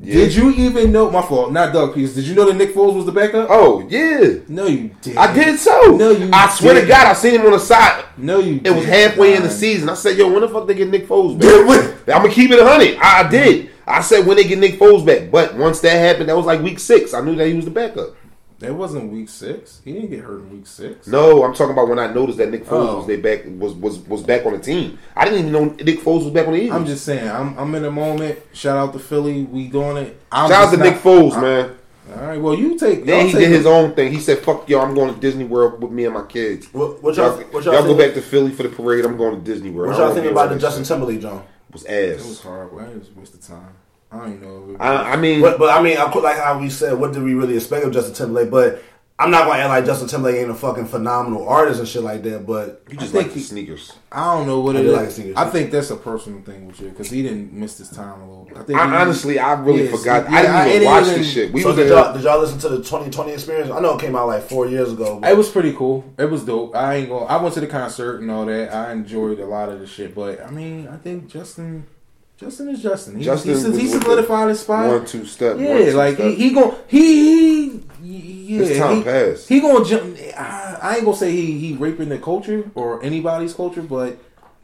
Speaker 3: Did you even know? My fault, not Doug Peterson. Did you know that Nick Foles was the backup?
Speaker 2: Oh yeah.
Speaker 3: No, you did.
Speaker 2: I did so.
Speaker 3: No, you
Speaker 2: I swear to
Speaker 3: didn't.
Speaker 2: God, I seen him on the side.
Speaker 3: No, you.
Speaker 2: It was halfway in the season. I said, "Yo, when the fuck they get Nick Foles
Speaker 3: Did
Speaker 2: back?" I'm gonna keep it hundred. I did. I said when they get Nick Foles back, but once that happened, that was like week six. I knew that he was the backup.
Speaker 3: That wasn't week six. He didn't get hurt in week six.
Speaker 2: No, I'm talking about when I noticed that Nick Foles
Speaker 3: Oh.
Speaker 2: was they back was, was was back on the team. I didn't even know Nick Foles was back on the Eagles.
Speaker 3: I'm just saying. I'm, I'm in a moment. Shout out to Philly. We doing it. I'm
Speaker 2: Shout out
Speaker 3: just
Speaker 2: to
Speaker 3: not-
Speaker 2: Nick Foles,
Speaker 3: I-
Speaker 2: man.
Speaker 3: All right. Well, you take.
Speaker 2: Then
Speaker 3: y'all
Speaker 2: he
Speaker 3: take
Speaker 2: did
Speaker 3: it.
Speaker 2: his own thing. He said, "Fuck y'all, I'm going to Disney World with me and my kids."
Speaker 1: What, what y'all,
Speaker 2: Y'all,
Speaker 1: what
Speaker 2: y'all
Speaker 1: y'all,
Speaker 2: go
Speaker 1: think,
Speaker 2: back to Philly for the parade. I'm going to Disney World.
Speaker 1: What
Speaker 2: I
Speaker 1: y'all
Speaker 2: don't
Speaker 1: think
Speaker 2: wanna be
Speaker 1: about the Justin
Speaker 2: around that shit.
Speaker 1: Timberlake John?
Speaker 3: It was
Speaker 2: was ass.
Speaker 3: horrible. It was a waste of time. I don't even know.
Speaker 2: I, I mean,
Speaker 1: But, but I mean, I, like how we said, what did we really expect of Justin Timberlake? But I'm not gonna act like Justin Timberlake ain't a fucking phenomenal artist and shit like that. But
Speaker 2: You just
Speaker 3: I think
Speaker 2: like the
Speaker 3: he-
Speaker 2: sneakers.
Speaker 3: I don't know what
Speaker 1: I
Speaker 3: it
Speaker 1: do
Speaker 3: is.
Speaker 1: like singers.
Speaker 3: I think that's a personal thing with you because he didn't miss this time a little. I think he-
Speaker 2: I honestly, I really
Speaker 3: Yes.
Speaker 2: forgot.
Speaker 3: Yeah,
Speaker 2: I didn't
Speaker 3: I- it
Speaker 2: even
Speaker 3: didn't
Speaker 2: watch
Speaker 3: even-
Speaker 2: this shit. We
Speaker 1: so
Speaker 2: was
Speaker 1: did
Speaker 2: in
Speaker 1: y'all, did y'all listen to the 2020 experience? I know it came out like four years ago. but-
Speaker 3: It was pretty cool. It was dope. I ain't going. to I went to the concert and all that. I enjoyed a lot of the shit, but I mean, I think Justin, Justin is Justin. He,
Speaker 2: Justin
Speaker 3: Justin he,
Speaker 2: was
Speaker 3: he
Speaker 2: with
Speaker 3: solidified his spot.
Speaker 2: one two step.
Speaker 3: yeah,
Speaker 2: one, two
Speaker 3: like
Speaker 2: step.
Speaker 3: he, he gon' he, he yeah.
Speaker 2: His time
Speaker 3: he,
Speaker 2: passed.
Speaker 3: He gonna jump. I, I ain't gonna say he he raping the culture or anybody's culture, but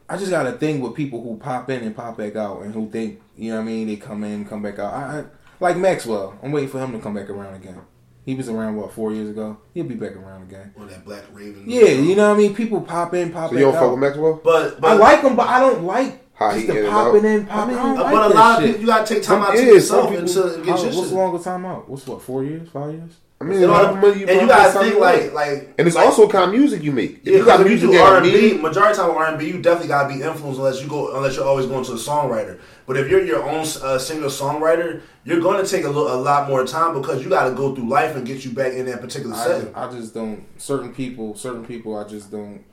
Speaker 3: I just got a thing with people who pop in and pop back out and who think you know what I mean. They come in, come back out. I, I like Maxwell. I'm waiting for him to come back around again. He was around what four years ago. He'll be back around again.
Speaker 1: Or that Black Raven.
Speaker 3: Yeah, you know what I mean. People pop in, pop
Speaker 2: so
Speaker 3: back
Speaker 2: you don't
Speaker 3: out.
Speaker 2: fuck with Maxwell?
Speaker 1: But but
Speaker 3: I like him, but I don't like
Speaker 2: How
Speaker 3: just
Speaker 2: he in
Speaker 3: the
Speaker 2: and
Speaker 3: popping
Speaker 2: out.
Speaker 3: in, popping out. I
Speaker 1: but
Speaker 3: like
Speaker 1: a
Speaker 3: that
Speaker 1: lot
Speaker 3: shit.
Speaker 1: of people, you gotta take time out to
Speaker 2: Yeah, some
Speaker 1: yourself
Speaker 2: people-
Speaker 1: until it gets
Speaker 3: How-
Speaker 1: your
Speaker 3: what's
Speaker 1: shit.
Speaker 3: longer time out? What's what? Four years? Five years?
Speaker 2: I
Speaker 1: You
Speaker 2: mean,
Speaker 1: know,
Speaker 2: how much money
Speaker 1: and you
Speaker 2: probably
Speaker 1: gotta
Speaker 2: spend
Speaker 1: think
Speaker 2: on
Speaker 1: like
Speaker 2: that?
Speaker 1: like
Speaker 2: and it's
Speaker 1: like,
Speaker 2: also kind of music you make.
Speaker 1: Yeah,
Speaker 2: you
Speaker 1: because
Speaker 2: got
Speaker 1: if you
Speaker 2: music
Speaker 1: do
Speaker 2: that
Speaker 1: R
Speaker 2: I
Speaker 1: and B,
Speaker 2: need.
Speaker 1: majority of the time with R and B, you definitely gotta be influenced unless you go unless you're always going to a songwriter. But if you're your own uh, singer songwriter, you're going to take a, lo- a lot more time because you gotta go through life and get you back in that particular setting.
Speaker 3: I, I just don't. Certain people, certain people, I just don't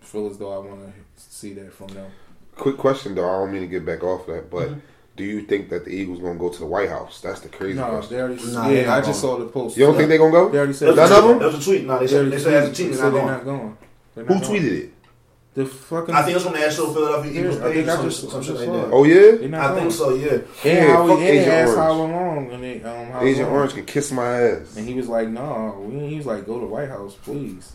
Speaker 3: feel as though I want to see that from them.
Speaker 2: Quick question though. I don't mean to get back off that, but
Speaker 1: Mm-hmm.
Speaker 2: do you think that the Eagles gonna go to the White House? That's the crazy
Speaker 3: No,
Speaker 2: question.
Speaker 3: they already.
Speaker 1: Nah, they
Speaker 3: yeah,
Speaker 1: not
Speaker 3: I just saw the post.
Speaker 2: You don't think they gonna go?
Speaker 3: They already
Speaker 1: That
Speaker 3: said
Speaker 1: was a
Speaker 2: None
Speaker 1: tweet.
Speaker 2: of them?
Speaker 1: That was a tweet. No, they
Speaker 3: They
Speaker 1: said
Speaker 3: already
Speaker 1: they said as a
Speaker 3: tweet-
Speaker 1: team
Speaker 3: they
Speaker 1: they're not
Speaker 3: said they're
Speaker 1: going.
Speaker 3: not going. They're
Speaker 2: Who
Speaker 3: not going.
Speaker 2: tweeted it?
Speaker 3: The fucking.
Speaker 1: I think it's from the actual Philadelphia Eagles
Speaker 3: Yeah, I
Speaker 1: page
Speaker 3: think
Speaker 1: or
Speaker 3: I
Speaker 1: some,
Speaker 3: just-
Speaker 1: some
Speaker 3: I
Speaker 1: shit
Speaker 3: just
Speaker 1: like
Speaker 3: saw
Speaker 1: that.
Speaker 3: it.
Speaker 2: Oh yeah,
Speaker 3: They're not
Speaker 1: I
Speaker 3: going.
Speaker 1: think so. Yeah.
Speaker 3: And
Speaker 2: Yeah,
Speaker 3: Howie,
Speaker 2: fuck
Speaker 3: and
Speaker 2: Agent
Speaker 3: they
Speaker 2: Orange.
Speaker 3: asked how long, and they um. How
Speaker 2: Agent
Speaker 3: long.
Speaker 2: Orange can kiss my ass.
Speaker 3: And he was like, "No, we." He was like, "Go to White House, please."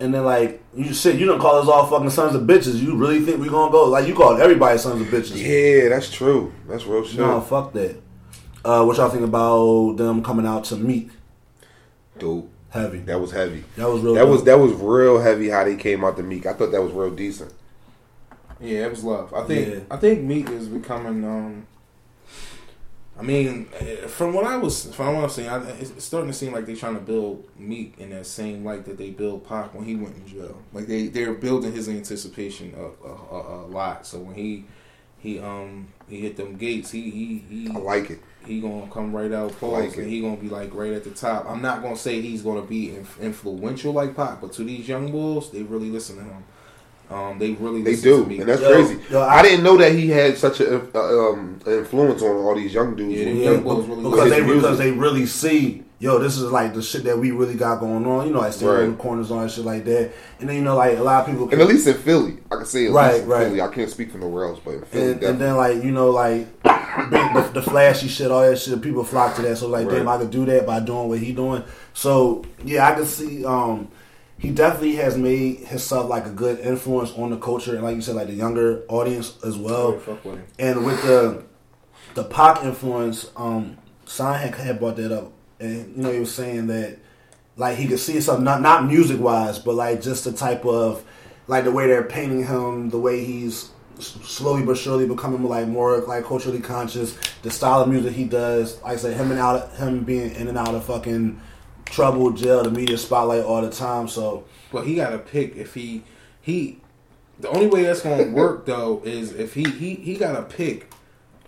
Speaker 1: And then like you shit, you don't call us all fucking sons of bitches. You really think we gonna go like you called everybody sons of bitches?
Speaker 2: Yeah, that's true. That's real shit.
Speaker 1: No, fuck that. Uh, what y'all think about them coming out to meet
Speaker 2: Dope.
Speaker 1: heavy?
Speaker 2: That was heavy.
Speaker 1: That was real.
Speaker 2: That was
Speaker 1: dope.
Speaker 2: that was real heavy how they came out to Meek. I thought that was real decent.
Speaker 3: Yeah, it was love. I think
Speaker 1: Yeah.
Speaker 3: I think Meek is becoming. Um, I mean, eh, from what I was from what I'm seeing, I, it's it's starting to seem like they're trying to build Meek in that same light that they built Pac when he went in jail. Like they they're building his anticipation of a, a, a lot. So when he he um he hit them gates, he he he
Speaker 2: I like it.
Speaker 3: he gonna come right out post
Speaker 2: Like it.
Speaker 3: and he gonna be like right at the top. I'm not gonna say he's gonna be inf- influential like Pac, but to these young bulls, they really listen to him. Um, they really
Speaker 2: They
Speaker 3: listen
Speaker 2: do,
Speaker 3: to me.
Speaker 2: and that's
Speaker 1: Yo,
Speaker 2: crazy.
Speaker 1: yo,
Speaker 2: I,
Speaker 1: I-
Speaker 2: didn't know that he had such an um, influence on all these young dudes. with
Speaker 3: Yeah, yeah.
Speaker 2: him.
Speaker 1: Yeah,
Speaker 3: Young Bucks really
Speaker 1: because
Speaker 2: was
Speaker 1: they
Speaker 2: music.
Speaker 1: because they really see yo, this is like the shit that we really got going on. You know, like standing
Speaker 2: Right.
Speaker 1: on the corners on and shit like that. And then you know, like a lot of people.
Speaker 2: And at least in Philly, I can say at
Speaker 1: Right,
Speaker 2: least in
Speaker 1: right.
Speaker 2: Philly. I can't speak for nowhere else, but in Philly,
Speaker 1: and, and
Speaker 2: definitely.
Speaker 1: then like you know like big- the, the flashy shit, all that shit, people flock to that. So like,
Speaker 2: Right.
Speaker 1: damn, I could do that by doing what he doing. So yeah, I can see. um He definitely has made himself like a good influence on the culture, and like you said, like the younger audience as well.
Speaker 3: Yeah, fuck with him.
Speaker 1: And with the the Pac influence, um, Sign had, had brought that up, and you know he was saying that like he could see something not not music wise, but like just the type of like the way they're painting him, the way he's s- slowly but surely becoming like more like culturally conscious, the style of music he does, like I said, him and out him being in and out of fucking trouble, jail, the media spotlight all the time. So
Speaker 3: But he gotta pick if he he. The only way that's gonna work though is if he he he gotta pick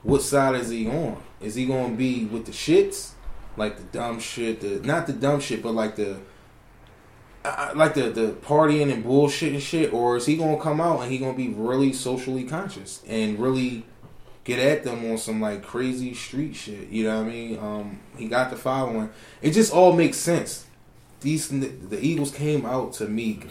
Speaker 3: what side is he on. Is he gonna be with the shits, like the dumb shit, the not the dumb shit, but like the. I- I- Like the, the partying and bullshit and shit, or is he gonna come out and he gonna be really socially conscious and really get at them on some like crazy street shit? You know what I mean? Um, he got the following. It just all makes sense these n- the Eagles came out to Meek.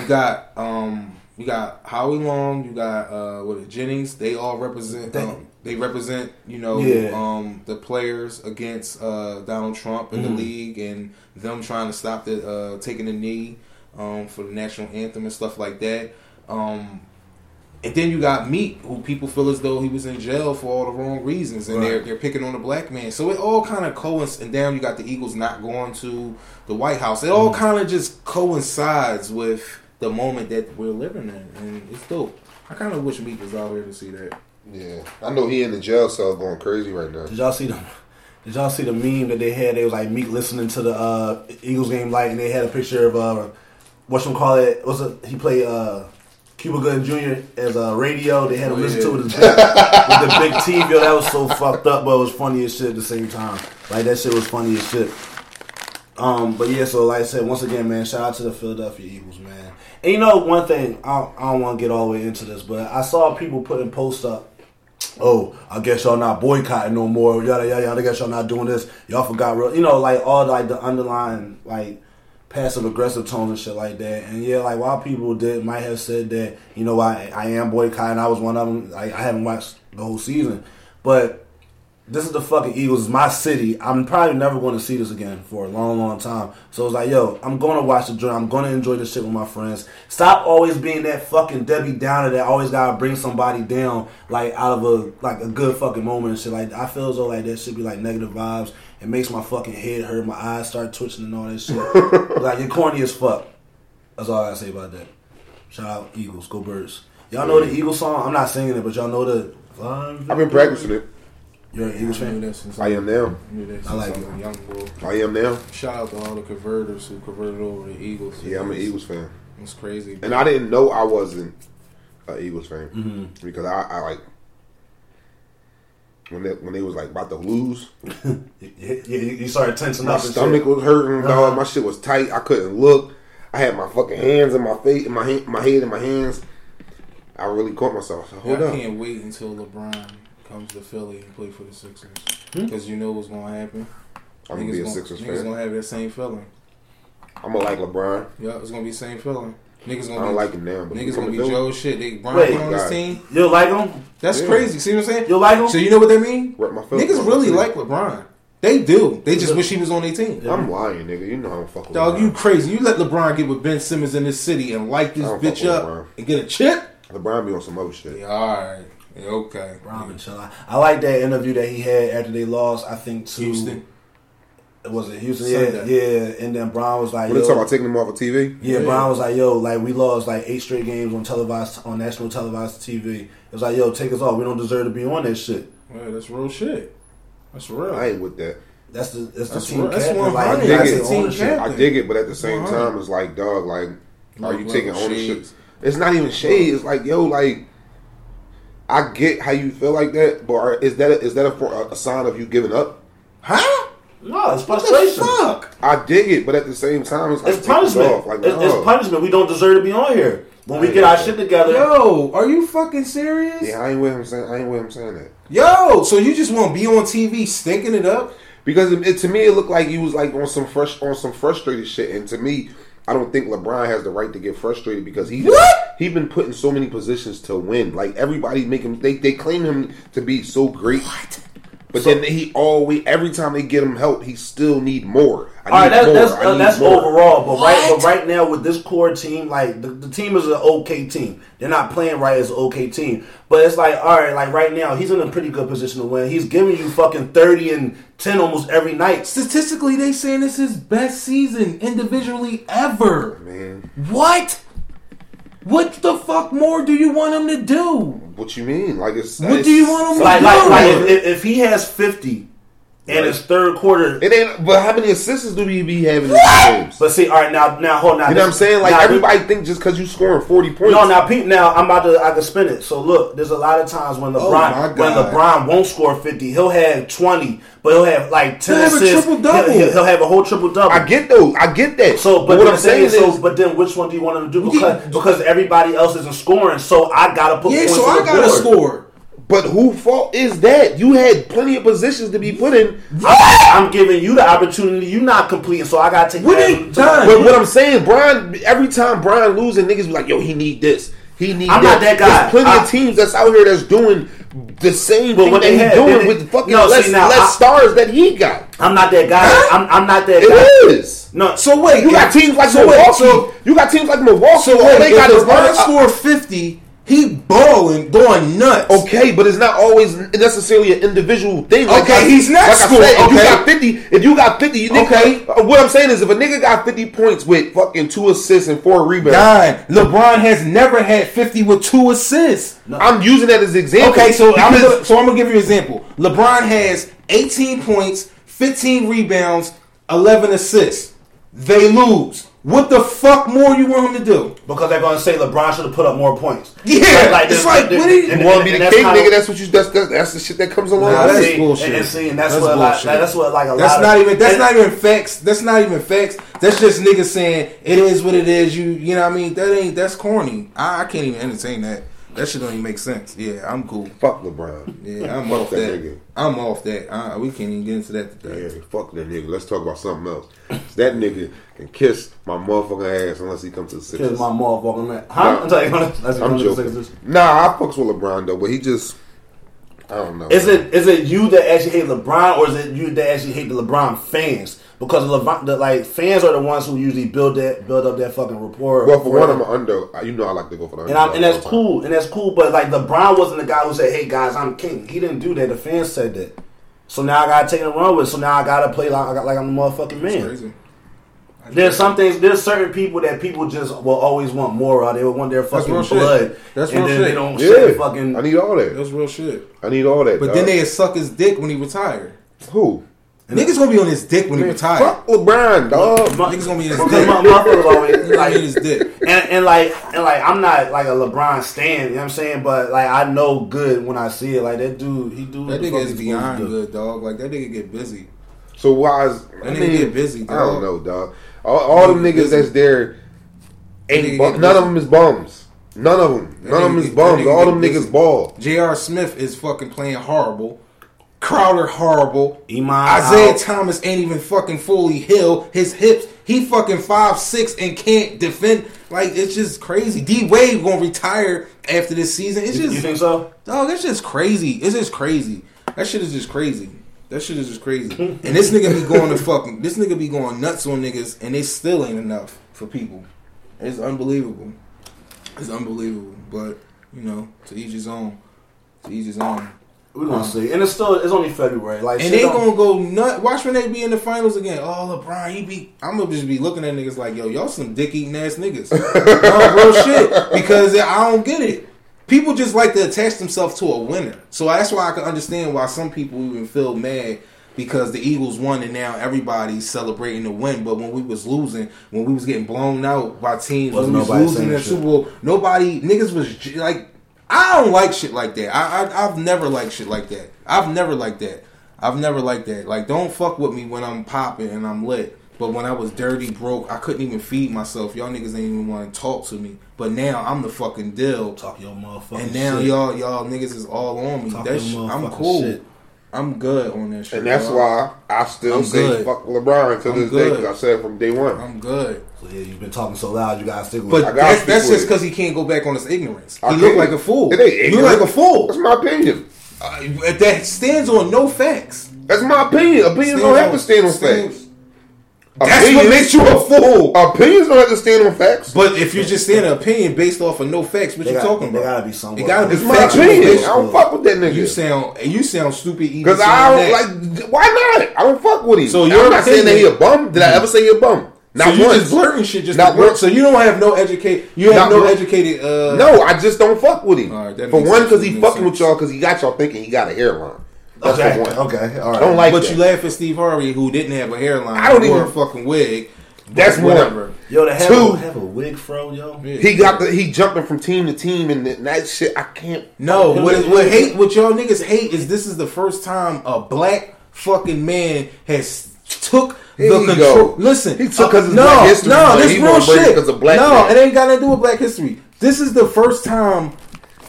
Speaker 3: You got um you got Howie Long, you got uh what is it, Jennings, they all represent um, they represent, you know,
Speaker 1: Yeah.
Speaker 3: um the players against uh Donald Trump and the league and them trying to stop the uh taking the knee um for the national anthem and stuff like that. Um and then you got Meek, who people feel as though he was in jail for all the wrong reasons, and they're
Speaker 1: Right.
Speaker 3: they're picking on the black man. So it all kind of coincides. And then you got the Eagles not going to the White House. It all
Speaker 2: Mm-hmm.
Speaker 3: kind of just coincides with the moment that we're living in, and it's dope. I kind of wish Meek was out here to see that.
Speaker 2: yeah, I know he in the jail cell going crazy right now.
Speaker 1: Did y'all see the Did y'all see the meme that they had? They was like Meek listening to the uh, Eagles game light, and they had a picture of uh, what you call it? What's it? He played uh, Cuba Gooding Jr. as a radio. They had him
Speaker 3: Oh,
Speaker 1: listen
Speaker 3: yeah.
Speaker 1: to it with, his big, with the big TV. Yo, that was so fucked up, but it was funny as shit at the same time. Like that shit was funny as shit. Um, but yeah, so like I said, once again, man, shout out to the Philadelphia Eagles, man. And you know, one thing I, I don't want to get all the way into this, but I saw people putting posts up oh, I guess y'all not boycotting no more. Yada yada yada. I guess y'all not doing this. Y'all forgot real. You know, like all like the underlying like passive aggressive tones and shit like that. And yeah, like while people did might have said that, you know, I I am boycotting. I was one of them. I, I haven't watched the whole season, but this is the fucking Eagles. It's my city. I'm probably never going to see this again for a long, long time. So it's like, yo, I'm going to watch the joint. I'm going to enjoy this shit with my friends. Stop always being that fucking Debbie Downer that always gotta bring somebody down, like out of a like a good fucking moment and shit. Like I feel as though like that should be like negative vibes. It makes my fucking head hurt. My eyes start twitching and all that shit. like you're corny as fuck. That's all I gotta say about that. Shout out Eagles, go Birds. Y'all know the Eagles song. I'm not singing it, but y'all know the.
Speaker 2: I've been practicing it.
Speaker 1: You're an Eagles
Speaker 3: I knew
Speaker 1: fan.
Speaker 3: that since
Speaker 2: I am now.
Speaker 3: knew that since
Speaker 1: I like
Speaker 3: I was
Speaker 1: it.
Speaker 3: a young boy.
Speaker 2: I am now.
Speaker 3: Shout out to all the converters who converted over to Eagles.
Speaker 2: Yeah, I'm an Eagles fan,
Speaker 3: It's crazy.
Speaker 2: and I didn't know I wasn't an Eagles fan
Speaker 3: Mm-hmm.
Speaker 2: because I, I like when they when they was like about to lose,
Speaker 1: Yeah, yeah, you you started tensing
Speaker 2: my
Speaker 1: up. and
Speaker 2: stomach
Speaker 1: shit.
Speaker 2: was hurting. dog.
Speaker 1: Uh-huh.
Speaker 2: My shit was tight. I couldn't look. I had my fucking hands in my face, in my hand, my head in my hands. I really caught myself. I said,
Speaker 3: I
Speaker 2: Hold up.
Speaker 3: can't wait until LeBron comes to Philly and play for the Sixers
Speaker 2: Hmm?
Speaker 3: because you know what's gonna happen.
Speaker 2: I'm gonna be a
Speaker 3: gonna-
Speaker 2: Sixers
Speaker 3: niggas
Speaker 2: fan.
Speaker 3: gonna have that same feeling.
Speaker 2: I'm gonna like LeBron.
Speaker 3: Yeah, it's gonna be the same feeling. Niggas
Speaker 2: I
Speaker 3: gonna
Speaker 2: don't
Speaker 3: be,
Speaker 2: like him now, but
Speaker 3: niggas gonna be
Speaker 2: Joe.
Speaker 3: Joe shit. They Brian
Speaker 1: Wait.
Speaker 3: on this
Speaker 2: God.
Speaker 3: team.
Speaker 1: You like him?
Speaker 3: That's
Speaker 2: Yeah.
Speaker 3: crazy. See what I'm saying?
Speaker 1: You like him?
Speaker 3: So you know what that mean?
Speaker 2: Rep my Philly.
Speaker 3: Niggas really like LeBron. They do. They just wish he was on their team.
Speaker 2: I'm lying, nigga. You know I don't fuck with
Speaker 3: Dog,
Speaker 2: LeBron.
Speaker 3: you crazy. You let LeBron get with Ben Simmons in this city and light this
Speaker 2: I don't
Speaker 3: bitch
Speaker 2: fuck with
Speaker 3: up
Speaker 2: LeBron.
Speaker 3: and get a chip?
Speaker 2: LeBron be on some other shit.
Speaker 3: Yeah, all right. Yeah, okay.
Speaker 1: Brown and chill out. I like that interview that he had after they lost. I think to
Speaker 3: Houston.
Speaker 1: Was it Houston?
Speaker 3: Sunday.
Speaker 1: Yeah, yeah. And then Brown was like,
Speaker 2: What are you
Speaker 1: yo-
Speaker 2: talking about taking him off of TV?
Speaker 1: Yeah,
Speaker 3: Yeah.
Speaker 1: Brown was like, "Yo, like we lost like eight straight games on televised on national televised TV." It was like, "Yo, take us off. We don't deserve to be on that shit."
Speaker 3: Yeah, that's real shit. That's real.
Speaker 2: I ain't with that.
Speaker 1: That's the that's the
Speaker 3: That's
Speaker 1: team
Speaker 3: real- that's
Speaker 1: captain.
Speaker 3: one
Speaker 1: Like,
Speaker 3: hundred.
Speaker 1: you gotta
Speaker 2: That's
Speaker 1: take
Speaker 3: team
Speaker 1: ownership.
Speaker 3: captain.
Speaker 2: I dig it, but at the same
Speaker 3: 100.
Speaker 2: time, it's like, dog, like, are you
Speaker 3: Look,
Speaker 2: taking
Speaker 3: look,
Speaker 2: ownership?
Speaker 3: shades.
Speaker 2: It's not even shade. It's like, yo, like, I get how you feel like that, but are, is that a, is that a, for- a sign of you giving up?
Speaker 3: Huh?
Speaker 1: No, it's
Speaker 3: What the
Speaker 1: frustration.
Speaker 3: fuck?
Speaker 2: I dig it, but at the same time, it's like
Speaker 1: It's
Speaker 2: take this
Speaker 1: punishment.
Speaker 2: off. Like,
Speaker 1: it's, it's
Speaker 2: no.
Speaker 1: punishment. We don't deserve to be on here. When we
Speaker 2: I
Speaker 1: get our
Speaker 2: hear
Speaker 1: shit together,
Speaker 3: Yo, are you fucking serious?
Speaker 2: Yeah, I ain't with him saying. I ain't with him saying that
Speaker 3: Yo, so you just want to be on TV stinking it up?
Speaker 2: because it, it- to me, it looked like you was like on some fresh on some frustrated shit, and to me. I don't think LeBron has the right to get frustrated because he
Speaker 3: What?
Speaker 2: he been put in so many positions to win. Like everybody make him they, they claim him to be so great. But then he always every time they get him help, he still need more. I
Speaker 1: All right,
Speaker 2: need
Speaker 1: that,
Speaker 2: more.
Speaker 1: that's
Speaker 2: I
Speaker 1: uh,
Speaker 2: need
Speaker 1: that's
Speaker 2: more.
Speaker 1: overall, but right, but right now with this core team, like the, the team is an okay team. They're not playing right as an okay team, but it's like all right, like right now he's in a pretty good position to win. He's giving you fucking thirty and ten almost every night.
Speaker 3: Statistically, they saying this is his best season individually ever.
Speaker 2: Man,
Speaker 3: What? What the fuck more do you want him to do?
Speaker 2: what you mean? Like it's
Speaker 3: What
Speaker 2: it's-
Speaker 3: do you want him to
Speaker 1: Like like,
Speaker 3: Dude.
Speaker 1: like if, if- if he has fifty in his third quarter,
Speaker 2: It ain't. But how many assists do we be having in these games?
Speaker 1: but see, all right, now now hold on, now
Speaker 2: You know what I'm
Speaker 1: this-
Speaker 2: saying? Like
Speaker 1: now this-
Speaker 2: everybody think just because you scoring 40 points.
Speaker 1: No, now Pete. Now I'm about to. I can spin it. So look, there's a lot of times when
Speaker 3: Oh my
Speaker 1: LeBron, when
Speaker 3: God.
Speaker 1: LeBron won't score 50, he'll have 20, but he'll have like 10
Speaker 3: He'll have a
Speaker 1: assists.
Speaker 3: triple-double.
Speaker 1: He'll, he'll- he'll have a whole triple double.
Speaker 2: I get those. I get that.
Speaker 1: so, but,
Speaker 2: what
Speaker 1: then
Speaker 2: I'm
Speaker 1: the thing
Speaker 2: saying
Speaker 1: is, so,
Speaker 2: is,
Speaker 1: but then which one do you want him to do?
Speaker 3: You
Speaker 1: Because
Speaker 3: get-
Speaker 1: because everybody else isn't scoring, so I gotta put.
Speaker 3: Yeah,
Speaker 1: points
Speaker 3: so
Speaker 1: on
Speaker 3: I
Speaker 1: the
Speaker 3: gotta
Speaker 1: board.
Speaker 3: score.
Speaker 2: but who fault is that? You had plenty of positions to be put in.
Speaker 1: I'm, I'm giving you the opportunity. You're not completing, so I gotta take.
Speaker 3: What
Speaker 1: that-
Speaker 3: ain't done?
Speaker 2: But what I'm saying, Brian, every time Brian losing, niggas be like, yo, he need this. He need
Speaker 1: I'm not
Speaker 2: that.
Speaker 1: that guy.
Speaker 2: There's plenty
Speaker 1: I-
Speaker 2: of teams that's out here that's doing the same
Speaker 1: But
Speaker 2: thing
Speaker 1: what
Speaker 2: that
Speaker 1: they
Speaker 2: he
Speaker 1: had,
Speaker 2: doing
Speaker 1: they-
Speaker 2: with fucking
Speaker 1: No, see,
Speaker 2: less,
Speaker 1: now,
Speaker 2: less
Speaker 1: I-
Speaker 2: stars that he got.
Speaker 1: I'm not that guy. I'm, I'm not that
Speaker 2: It
Speaker 1: guy.
Speaker 2: is.
Speaker 1: No,
Speaker 3: So wait,
Speaker 2: You got
Speaker 3: if-
Speaker 2: teams like
Speaker 3: so wait,
Speaker 2: Milwaukee.
Speaker 3: so-
Speaker 2: you got teams like Milwaukee.
Speaker 3: So
Speaker 2: all
Speaker 3: wait,
Speaker 2: they
Speaker 3: if
Speaker 2: got is
Speaker 3: LeBron
Speaker 2: Brian-
Speaker 3: scored fifty, he balling, going nuts.
Speaker 2: Okay, but it's not always necessarily an individual thing.
Speaker 3: Okay, he's not
Speaker 2: I
Speaker 3: scoring,
Speaker 2: said, if you
Speaker 3: okay.
Speaker 2: got fifty, if you got fifty, you think,
Speaker 3: Okay.
Speaker 2: uh, what I'm saying is, if a nigga got fifty points with fucking two assists and four rebounds,
Speaker 3: God, LeBron has never had fifty with two assists.
Speaker 2: I'm using that as an example.
Speaker 3: Okay, so I'm
Speaker 2: because-
Speaker 3: gonna, so I'm gonna give you an example. LeBron has 18 points, 15 rebounds, 11 assists. They lose. What the fuck more you want him to do?
Speaker 1: because they're gonna say LeBron should have put up more points.
Speaker 3: Yeah, it's
Speaker 1: this-
Speaker 3: like,
Speaker 1: this-
Speaker 3: what are you-
Speaker 1: and-
Speaker 2: you want to be
Speaker 1: and
Speaker 2: the
Speaker 1: that's
Speaker 2: king,
Speaker 1: kinda-
Speaker 2: nigga? That's what you. That's that's, that's the shit that comes along.
Speaker 3: Nah,
Speaker 2: with
Speaker 3: that's
Speaker 2: it.
Speaker 1: See,
Speaker 3: bullshit.
Speaker 1: And, and see, and that's,
Speaker 3: That's
Speaker 1: what
Speaker 3: bullshit.
Speaker 1: a lot. That's what like a lot.
Speaker 3: That's
Speaker 1: of-
Speaker 3: not even. That's
Speaker 1: and-
Speaker 3: not even facts. That's not even facts. That's just niggas saying it is what it is. You, you know what I mean? That ain't. That's corny. I, I can't even entertain that. That shit don't even make sense. Yeah, I'm cool.
Speaker 2: Fuck LeBron.
Speaker 3: Yeah, I'm
Speaker 2: Fuck
Speaker 3: off
Speaker 2: that
Speaker 3: that.
Speaker 2: nigga.
Speaker 3: I'm off that. Uh, we can't even get into that today.
Speaker 2: Yeah, fuck that nigga. Let's talk about something else. That nigga can kiss my motherfucking ass unless he comes to the
Speaker 1: Kiss
Speaker 2: Sixers.
Speaker 1: my motherfucking man. Huh? I'm talking about- that's
Speaker 2: I'm
Speaker 1: what I'm
Speaker 2: joking.
Speaker 1: saying.
Speaker 2: Nah, I fucks with LeBron though, but he just I don't know.
Speaker 1: Is
Speaker 2: man.
Speaker 1: it is it you that actually hate LeBron, or is it you that actually hate the LeBron fans? Because LeBron, the, like fans are the ones who usually build that build up that fucking rapport.
Speaker 2: Well, for one, I'm an under. Uh, You know, I like to go for the under.
Speaker 1: and I'm, and that's cool, and that's cool. But like LeBron wasn't the guy who said, "Hey guys, I'm king." He didn't do that. The fans said that. So now I gotta take it and run with. it. So now I gotta play like, like I'm the motherfucking man.
Speaker 3: Crazy.
Speaker 1: There's some things. There's certain people that people just will always want more of. They will want their fucking
Speaker 3: real shit.
Speaker 1: blood.
Speaker 3: That's
Speaker 1: and
Speaker 3: real
Speaker 1: then
Speaker 3: shit.
Speaker 1: They don't
Speaker 2: Yeah,
Speaker 1: share fucking.
Speaker 2: I need all that.
Speaker 3: That's real shit.
Speaker 2: I need all that.
Speaker 3: But
Speaker 2: dog.
Speaker 3: then they suck his dick when he retired.
Speaker 2: who?
Speaker 3: Niggas gonna be on his dick when he retired.
Speaker 2: Fuck LeBron, dog.
Speaker 1: my,
Speaker 3: Niggas gonna be in his
Speaker 1: because
Speaker 3: dick.
Speaker 1: my motherfuckers always
Speaker 3: Niggas gonna be in his
Speaker 1: like.
Speaker 3: dick.
Speaker 1: And, and like and like I'm not like a LeBron stan, you know what I'm saying? But like I know good when I see it. Like that dude, he do what
Speaker 3: That
Speaker 1: the
Speaker 3: nigga
Speaker 1: fuck he's supposed
Speaker 3: is
Speaker 1: to
Speaker 3: beyond
Speaker 1: do.
Speaker 3: good, dog. Like that nigga get busy.
Speaker 2: So why is I
Speaker 3: nigga
Speaker 2: mean,
Speaker 3: get busy,
Speaker 2: I don't
Speaker 3: dog.
Speaker 2: know, dog. All, all them
Speaker 3: Nigga
Speaker 2: niggas
Speaker 3: busy.
Speaker 2: that's there
Speaker 3: Nigga
Speaker 2: ain't bu-
Speaker 3: get
Speaker 2: none
Speaker 3: busy.
Speaker 2: of them is bums. None of them. None of
Speaker 3: nigga
Speaker 2: them is
Speaker 3: get- that
Speaker 2: bums.
Speaker 3: nigga
Speaker 2: All
Speaker 3: get
Speaker 2: them
Speaker 3: busy.
Speaker 2: niggas ball.
Speaker 3: J.R. Smith is fucking playing horrible. Crowder horrible.
Speaker 1: Iman
Speaker 3: Isaiah
Speaker 1: out.
Speaker 3: Thomas ain't even fucking fully healed. His hips, he fucking five six and can't defend. Like it's just crazy. D Wade gonna retire after this season. It's
Speaker 1: You
Speaker 3: just
Speaker 1: think so?
Speaker 3: dog. It's just crazy. It's just crazy. That shit is just crazy. That shit is just crazy. And this nigga be going to fucking this nigga be going nuts on niggas and they still ain't enough for people. It's unbelievable. It's unbelievable. But, you know, to each his own. To each his own.
Speaker 1: We're gonna see, and it's still it's only February. Like shit
Speaker 3: And they
Speaker 1: don't-
Speaker 3: gonna go nut. Watch when they be in the finals again. Oh, LeBron, he be. I'm gonna just be looking at niggas like, yo, y'all some dick eating ass niggas. no, real shit. Because I don't get it. People just like to attach themselves to a winner. So that's why I can understand why some people even feel mad because the Eagles won and now everybody's celebrating the win. But when we was losing, when we was getting blown out by teams,
Speaker 1: Wasn't
Speaker 3: when we was
Speaker 1: nobody
Speaker 3: losing
Speaker 1: saying
Speaker 3: in the
Speaker 1: shit.
Speaker 3: Super Bowl, nobody niggas was j- like. I don't like shit like that. I, I I've never liked shit like that. I've never liked that. I've never liked that. Like, don't fuck with me when I'm popping and I'm lit. But when I was dirty, broke, I couldn't even feed myself. Y'all niggas ain't even want to talk to me. But now I'm the fucking deal.
Speaker 1: talk your motherfucking
Speaker 3: And now
Speaker 1: shit.
Speaker 3: y'all y'all niggas is all on me.
Speaker 1: Talk your
Speaker 3: That shit, I'm
Speaker 1: motherfucking
Speaker 3: cool.
Speaker 1: shit.
Speaker 3: I'm good on that shit.
Speaker 2: And that's
Speaker 3: y'all.
Speaker 2: why I still
Speaker 3: I'm
Speaker 2: say
Speaker 3: good.
Speaker 2: fuck LeBron to
Speaker 3: I'm
Speaker 2: this day
Speaker 3: good.
Speaker 2: because I said it from day one.
Speaker 3: I'm good.
Speaker 1: So, yeah, you've been talking so loud, you gotta stick with
Speaker 3: But
Speaker 1: it.
Speaker 2: gotta
Speaker 3: that's,
Speaker 2: speak
Speaker 3: that's
Speaker 2: with
Speaker 3: just
Speaker 2: it.
Speaker 3: because he can't go back on his ignorance.
Speaker 2: I
Speaker 3: he look
Speaker 2: can't.
Speaker 3: like a fool.
Speaker 2: It ain't
Speaker 3: You
Speaker 2: ignorant.
Speaker 3: like a
Speaker 2: That's
Speaker 3: fool.
Speaker 2: my opinion.
Speaker 3: Uh, that stands on no facts.
Speaker 2: That's my opinion. Opinions don't have to stand on facts.
Speaker 3: That's what
Speaker 2: Opinions-
Speaker 3: makes you a fool.
Speaker 2: Opinions don't have to stand on facts.
Speaker 3: But if you're just saying an opinion based off of no facts, what
Speaker 1: They
Speaker 3: you
Speaker 1: got-
Speaker 3: talking
Speaker 1: they
Speaker 3: about?
Speaker 1: gotta be somewhat-
Speaker 3: It gotta be
Speaker 2: it's my
Speaker 3: factual.
Speaker 2: opinion. I
Speaker 3: based-
Speaker 2: don't fuck with that nigga.
Speaker 3: You sound you sound stupid. even
Speaker 2: Because I
Speaker 3: saying
Speaker 2: don't
Speaker 3: that.
Speaker 2: like. Why not? I don't fuck with him.
Speaker 3: So
Speaker 2: So
Speaker 3: your
Speaker 2: you're not saying that he
Speaker 3: opinion-
Speaker 2: a bum. Did I ever say he a bum? Not
Speaker 3: so you
Speaker 2: once.
Speaker 3: just blurting shit just
Speaker 2: Not
Speaker 3: to blurt.
Speaker 2: once.
Speaker 3: So you don't have no educate. You
Speaker 2: Not
Speaker 3: have no
Speaker 2: once.
Speaker 3: educated. Uh,
Speaker 2: no, I just don't fuck with him.
Speaker 3: Alright, that
Speaker 2: for
Speaker 3: makes
Speaker 2: one,
Speaker 3: sense.
Speaker 2: because he
Speaker 3: That
Speaker 2: fucking
Speaker 3: makes
Speaker 2: with y'all because he got y'all thinking he got a hairline. That's
Speaker 1: okay,
Speaker 2: for one.
Speaker 1: okay, all
Speaker 2: I
Speaker 1: right.
Speaker 2: don't like
Speaker 3: but
Speaker 2: that.
Speaker 3: you laugh at Steve Harvey who didn't have a hairline.
Speaker 2: I don't
Speaker 3: wore
Speaker 2: even-
Speaker 3: a fucking wig. but
Speaker 2: That's more-
Speaker 1: yo, to have,
Speaker 2: Two.
Speaker 1: A, have a wig fro, yo.
Speaker 3: Yeah.
Speaker 2: he got the he jumping from team to team and th- that shit. I can't.
Speaker 3: No, what, is, what hate what y'all niggas hate is this is the first time a black fucking man has took
Speaker 2: Here
Speaker 3: the
Speaker 2: he
Speaker 3: control.
Speaker 2: go.
Speaker 3: Listen, uh,
Speaker 2: He took 'cause it's Black History
Speaker 3: no,
Speaker 2: Month.
Speaker 3: this
Speaker 2: He
Speaker 3: real
Speaker 2: wanna bring it
Speaker 3: shit.
Speaker 2: 'cause of black
Speaker 3: no,
Speaker 2: men.
Speaker 3: it ain't got nothing to do with Black History. This is the first time,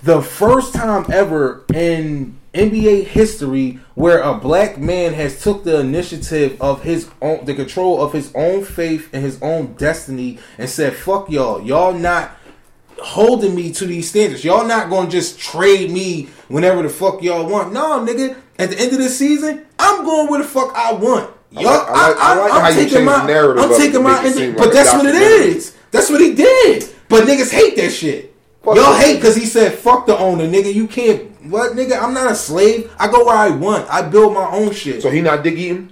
Speaker 3: the first time ever in NBA history where a black man has took the initiative of his own, the control of his own faith and his own destiny, and said, "Fuck y'all, y'all not." holding me to these standards. Y'all not gonna just trade me whenever the fuck y'all want. No, nigga. At the end of this season, I'm going where the fuck I want. Y'all,
Speaker 2: like- I like- I like how
Speaker 3: am
Speaker 2: you
Speaker 3: taking
Speaker 2: changed
Speaker 3: my,
Speaker 2: the narrative
Speaker 3: I'm
Speaker 2: up to
Speaker 3: taking
Speaker 2: make
Speaker 3: my,
Speaker 2: it seem like
Speaker 3: but
Speaker 2: a
Speaker 3: that's what it
Speaker 2: documentary.
Speaker 3: is. That's what he did. But niggas hate that shit.
Speaker 2: Fuck
Speaker 3: Y'all
Speaker 2: it.
Speaker 3: hate because he said, "Fuck the owner, nigga. You can't." What, nigga? I'm not a slave. I go where I want. I build my own shit.
Speaker 2: So he not dig eating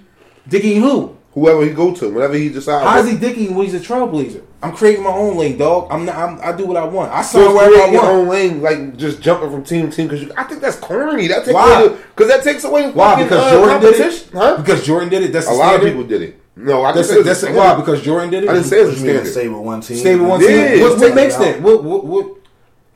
Speaker 3: Digging who?
Speaker 2: whoever he go to whenever he decides.
Speaker 3: How is he digging when he's a trailblazer? I'm creating my own lane, dog. I'm not. I'm, I do what I want. I sign
Speaker 2: So
Speaker 3: wherever I
Speaker 2: creating your
Speaker 3: want.
Speaker 2: own lane, like just jumping from team to team, because I think that's corny. That takes
Speaker 3: Why?
Speaker 2: away because that takes away. the
Speaker 3: Why?
Speaker 2: fucking,
Speaker 3: Because
Speaker 2: uh,
Speaker 3: Jordan did it.
Speaker 2: competition, Huh?
Speaker 3: Because Jordan did it. That's the
Speaker 2: a lot of
Speaker 3: standard?
Speaker 2: people did it. No, I
Speaker 3: That's
Speaker 2: didn't
Speaker 3: it.
Speaker 2: say it's
Speaker 3: That's
Speaker 2: a
Speaker 3: it.
Speaker 2: standard.
Speaker 3: Why? Because Jordan did it.
Speaker 2: I didn't say it's a
Speaker 1: What you mean,
Speaker 2: standard.
Speaker 1: stay with one team?
Speaker 3: Stay with one
Speaker 2: Yeah,
Speaker 3: team. What,
Speaker 2: it's
Speaker 3: what makes
Speaker 1: taken out.
Speaker 3: that? What, what, what?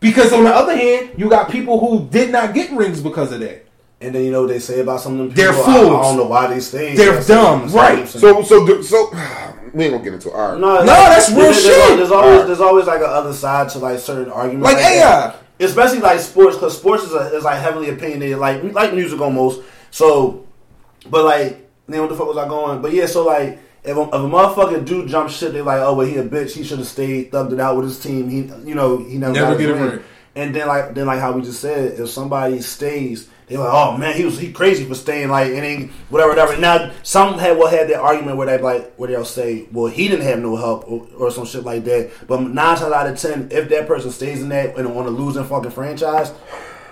Speaker 3: Because on the other hand, you got people who did not get rings because of that.
Speaker 1: And then you know what they say about some of them people.
Speaker 3: They're
Speaker 1: I, I
Speaker 3: fools.
Speaker 1: don't know why they stay.
Speaker 3: They're
Speaker 1: That's-
Speaker 3: dumb,
Speaker 1: that's what I'm
Speaker 3: right.
Speaker 1: saying.
Speaker 2: So so do- so we ain't gonna get into it. All right.
Speaker 1: No,
Speaker 3: that's real
Speaker 1: there's,
Speaker 3: shit.
Speaker 1: There's always there's always like a other side to like certain arguments,
Speaker 3: Like
Speaker 1: that.
Speaker 3: AI.
Speaker 1: especially like sports, because sports is, a, is like heavily opinionated, like like music almost. So, but like, then what the fuck was I going? But yeah, so like. If a, if a motherfucker do jump shit, they like, oh, well, he a bitch. He should have stayed, thugged it out with his team. He, you know, he never,
Speaker 3: Never
Speaker 1: got his
Speaker 3: get a
Speaker 1: ring.
Speaker 3: ring.
Speaker 1: And then like, then like how we just said, if somebody stays, they like, oh man, he was he crazy for staying, like, and then whatever, whatever. Now some had will had that argument where they like, where they'll say, well, he didn't have no help or, or some shit like that. But nine times out of ten, if that person stays in that and on a losing fucking franchise,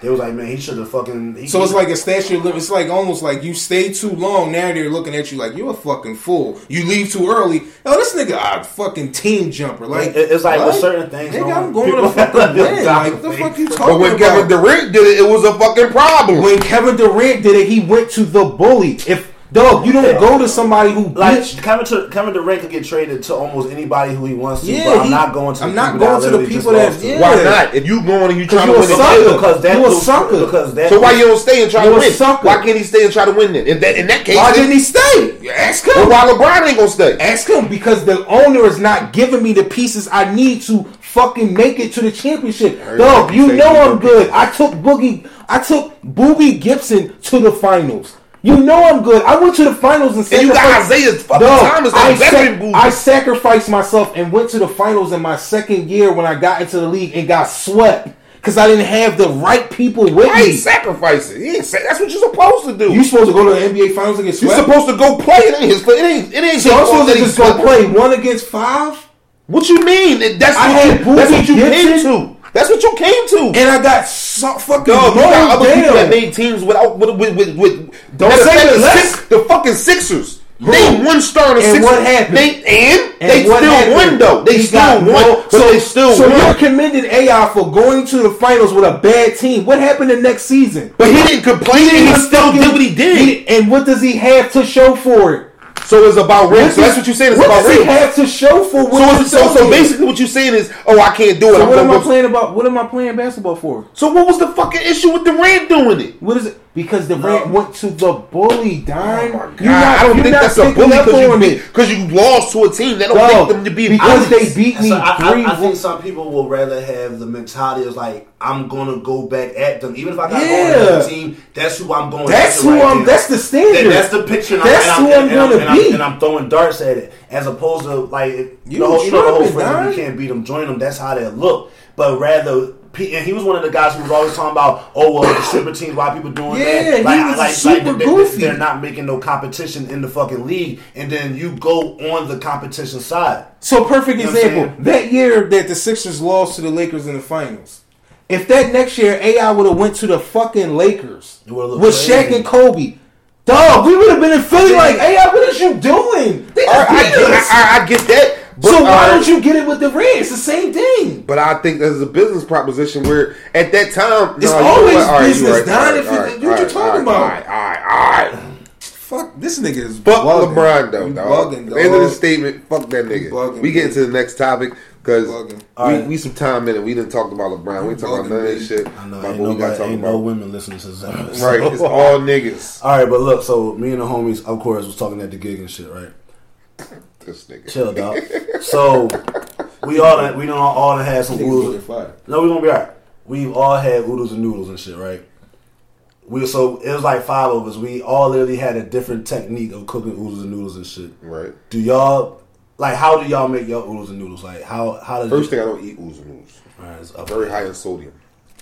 Speaker 1: they was like, man, he should have fucking. He,
Speaker 3: So it's like a statute of limits. It's like almost like you stay too long. Now they're looking at you like you're a fucking fool. You leave too early. Oh, this nigga a fucking team jumper. Like
Speaker 1: It- it's like with
Speaker 3: what?
Speaker 1: certain things
Speaker 3: Nigga,
Speaker 1: going-
Speaker 3: I'm going
Speaker 1: people
Speaker 3: to
Speaker 1: have
Speaker 3: fucking
Speaker 1: to
Speaker 3: win.
Speaker 1: adopt
Speaker 3: Like the
Speaker 1: things.
Speaker 3: fuck you talking
Speaker 2: But when
Speaker 3: about?
Speaker 2: Kevin Durant did it, it was a fucking problem.
Speaker 3: when Kevin Durant did it, he went to the bully. If dog, you don't go to somebody who
Speaker 1: Like
Speaker 3: bitch.
Speaker 1: Kevin, to, Kevin Durant could get traded to almost anybody who he wants to,
Speaker 3: Yeah,
Speaker 1: but I'm
Speaker 3: he-
Speaker 1: not going to.
Speaker 3: I'm not
Speaker 1: people that I
Speaker 3: going to the
Speaker 1: literally just
Speaker 3: people that-
Speaker 1: lost to.
Speaker 3: yeah.
Speaker 2: why not? If you going and you trying to
Speaker 3: you
Speaker 2: win
Speaker 3: a sucker.
Speaker 2: the game,
Speaker 1: Because that
Speaker 3: You a
Speaker 1: lose-
Speaker 3: sucker.
Speaker 1: Because that
Speaker 2: so why you don't stay and try
Speaker 3: You
Speaker 2: to
Speaker 3: a
Speaker 2: win?
Speaker 3: sucker.
Speaker 2: Why can't he stay and try to win then? If that in that case,
Speaker 3: Why didn't
Speaker 2: then-
Speaker 3: he stay? Ask him.
Speaker 2: Well, why LeBron ain't gonna stay?
Speaker 3: Ask him because the owner is not giving me the pieces I need to fucking make it to the championship. Dog, you
Speaker 2: say
Speaker 3: know
Speaker 2: you
Speaker 3: I'm
Speaker 2: don't
Speaker 3: good. I took Boogie, I took Boogie Gibson to the finals. You know I'm good. I went to the finals and said,
Speaker 2: And you got Isaiah fucking Thomas, that
Speaker 3: I,
Speaker 2: veteran
Speaker 3: sac-
Speaker 2: boost.
Speaker 3: I sacrificed myself and went to the finals in my second year when I got into the league and got swept.
Speaker 5: because I didn't have the right people with
Speaker 2: I ain't
Speaker 5: me.
Speaker 2: sacrificing. He ain't sa- that's what you're supposed to do.
Speaker 5: You supposed to go to the NBA Finals and get
Speaker 2: You're
Speaker 5: swept.
Speaker 2: supposed to go play. It ain't his. It ain't. It ain't.
Speaker 5: so
Speaker 2: his
Speaker 5: I'm
Speaker 2: fault
Speaker 5: supposed
Speaker 2: that
Speaker 5: to
Speaker 2: he
Speaker 5: just go
Speaker 2: swept.
Speaker 5: play one against five,
Speaker 2: What you mean? That's
Speaker 5: I had
Speaker 2: what, you, that's what you
Speaker 5: Boogie
Speaker 2: came
Speaker 5: Gibson.
Speaker 2: to. That's what you came to.
Speaker 5: and I got so fucking
Speaker 2: Dog, you
Speaker 5: blown
Speaker 2: got other people that
Speaker 5: down.
Speaker 2: made teams without with with with. with
Speaker 5: Don't
Speaker 2: matter of
Speaker 5: say
Speaker 2: fact,
Speaker 5: that.
Speaker 2: the,
Speaker 5: Let's-
Speaker 2: six, the fucking Sixers. They one star in the
Speaker 5: And
Speaker 2: Sixers.
Speaker 5: what happened?
Speaker 2: They and,
Speaker 5: And
Speaker 2: they
Speaker 5: what
Speaker 2: still
Speaker 5: happened?
Speaker 2: won though. They
Speaker 5: He
Speaker 2: still
Speaker 5: got
Speaker 2: won,
Speaker 5: no-
Speaker 2: but they still
Speaker 5: so
Speaker 2: won.
Speaker 5: you're commending AI for going to the finals with a bad team. What happened the next season?
Speaker 2: But he didn't complain. He, still did what he did.
Speaker 5: He- and what does he have to show for it?
Speaker 2: so it's about rings.
Speaker 5: does-
Speaker 2: that's what you're saying. It's
Speaker 5: what
Speaker 2: about
Speaker 5: does he
Speaker 2: rings.
Speaker 5: have to show for what
Speaker 2: So,
Speaker 5: he
Speaker 2: it's- so,
Speaker 5: showed
Speaker 2: so
Speaker 5: me?
Speaker 2: basically, what you're saying is, oh, I can't do it.
Speaker 5: So what am
Speaker 2: gonna
Speaker 5: I
Speaker 2: go-
Speaker 5: playing about? What am I playing basketball for?
Speaker 2: So what was the fucking issue with Durant doing it?
Speaker 5: What is it? Because the rant went to the bully, Dime.
Speaker 2: Oh my God, I don't think that's a bully because you because you lost to a team. They don't
Speaker 5: Dog,
Speaker 2: think them to be
Speaker 5: because
Speaker 2: bullies.
Speaker 5: they beat me
Speaker 1: So I,
Speaker 5: three.
Speaker 1: I, I think some people will rather have the mentality of like I'm gonna go back at them, even if I got to go on
Speaker 5: Yeah.
Speaker 1: another team. That's who I'm going.
Speaker 5: that's
Speaker 1: after
Speaker 5: who
Speaker 1: right
Speaker 5: I'm.
Speaker 1: now.
Speaker 5: That's the standard.
Speaker 1: That- that's the picture. and
Speaker 5: That's
Speaker 1: and
Speaker 5: who I'm
Speaker 1: and
Speaker 5: gonna
Speaker 1: and I'm-
Speaker 5: be.
Speaker 1: and I'm throwing darts at it, as opposed to like it-
Speaker 5: You
Speaker 1: the whole, you know, the whole
Speaker 5: tripping,
Speaker 1: phrase,
Speaker 5: dog.
Speaker 1: "You can't beat them, join them." That's how they look. But rather, P- and he was one of the guys who was always talking about, "Oh well, the super teams, why people doing
Speaker 5: Yeah,
Speaker 1: that?"
Speaker 5: he
Speaker 1: Like,
Speaker 5: was
Speaker 1: like,
Speaker 5: super
Speaker 1: like, they-
Speaker 5: goofy.
Speaker 1: They're not making no competition in the fucking league, and then you go on the competition side.
Speaker 5: So perfect
Speaker 1: know what I'm
Speaker 5: example. That year that the Sixers lost to the Lakers in the finals. If that next year AI would have went to the fucking Lakers
Speaker 1: It would've looked
Speaker 5: with Shaq
Speaker 1: crazy.
Speaker 5: and Kobe, dog, we would have been in Philly like AI. What is you doing? They
Speaker 2: All
Speaker 5: just
Speaker 2: right, I,
Speaker 5: beat us.
Speaker 2: I, I, I get that. But,
Speaker 5: so why
Speaker 2: uh,
Speaker 5: don't you get it with the Reds? It's the same thing.
Speaker 2: But I think that's a business proposition where at that time
Speaker 5: It's
Speaker 2: you know
Speaker 5: always
Speaker 2: what? All you
Speaker 5: business, Don,
Speaker 2: all
Speaker 5: if you-
Speaker 2: all
Speaker 5: what you
Speaker 2: all
Speaker 5: talking
Speaker 2: all
Speaker 5: about?
Speaker 2: All right, all right, all right.
Speaker 3: Fuck, this nigga is
Speaker 2: Fuck
Speaker 3: bugging.
Speaker 2: LeBron though,
Speaker 3: You
Speaker 2: dog.
Speaker 3: bugging,
Speaker 2: At the end of the
Speaker 3: dog.
Speaker 2: statement, fuck that nigga.
Speaker 3: bugging,
Speaker 2: we get
Speaker 3: dude.
Speaker 2: into the next topic because
Speaker 3: Bugging.
Speaker 2: we,
Speaker 1: Alright.
Speaker 2: we some time in it. We didn't talk about LeBron. We ain't talking about
Speaker 3: bugging,
Speaker 2: none of this
Speaker 3: dude.
Speaker 2: shit.
Speaker 1: I know,
Speaker 2: about
Speaker 1: ain't
Speaker 2: what we gotta
Speaker 1: nobody,
Speaker 2: talk
Speaker 1: ain't
Speaker 2: about.
Speaker 1: no women listening to this episode.
Speaker 2: Right, it's all niggas.
Speaker 1: All right, but look, so me and the homies, of course, was talking at the gig and shit, right?
Speaker 2: This nigga.
Speaker 1: Chill, dog. So we all done, we done all done had some oodles. No, we gonna be alright. We've all had oodles and noodles and shit, right? We so it was like five of us. We all literally had a different technique of cooking oodles and noodles and shit.
Speaker 2: Right.
Speaker 1: Do y'all like how do y'all make your oodles and noodles? Like how how does
Speaker 2: First thing I don't eat oodles and noodles.
Speaker 1: All right, it's up.
Speaker 2: Very high in sodium.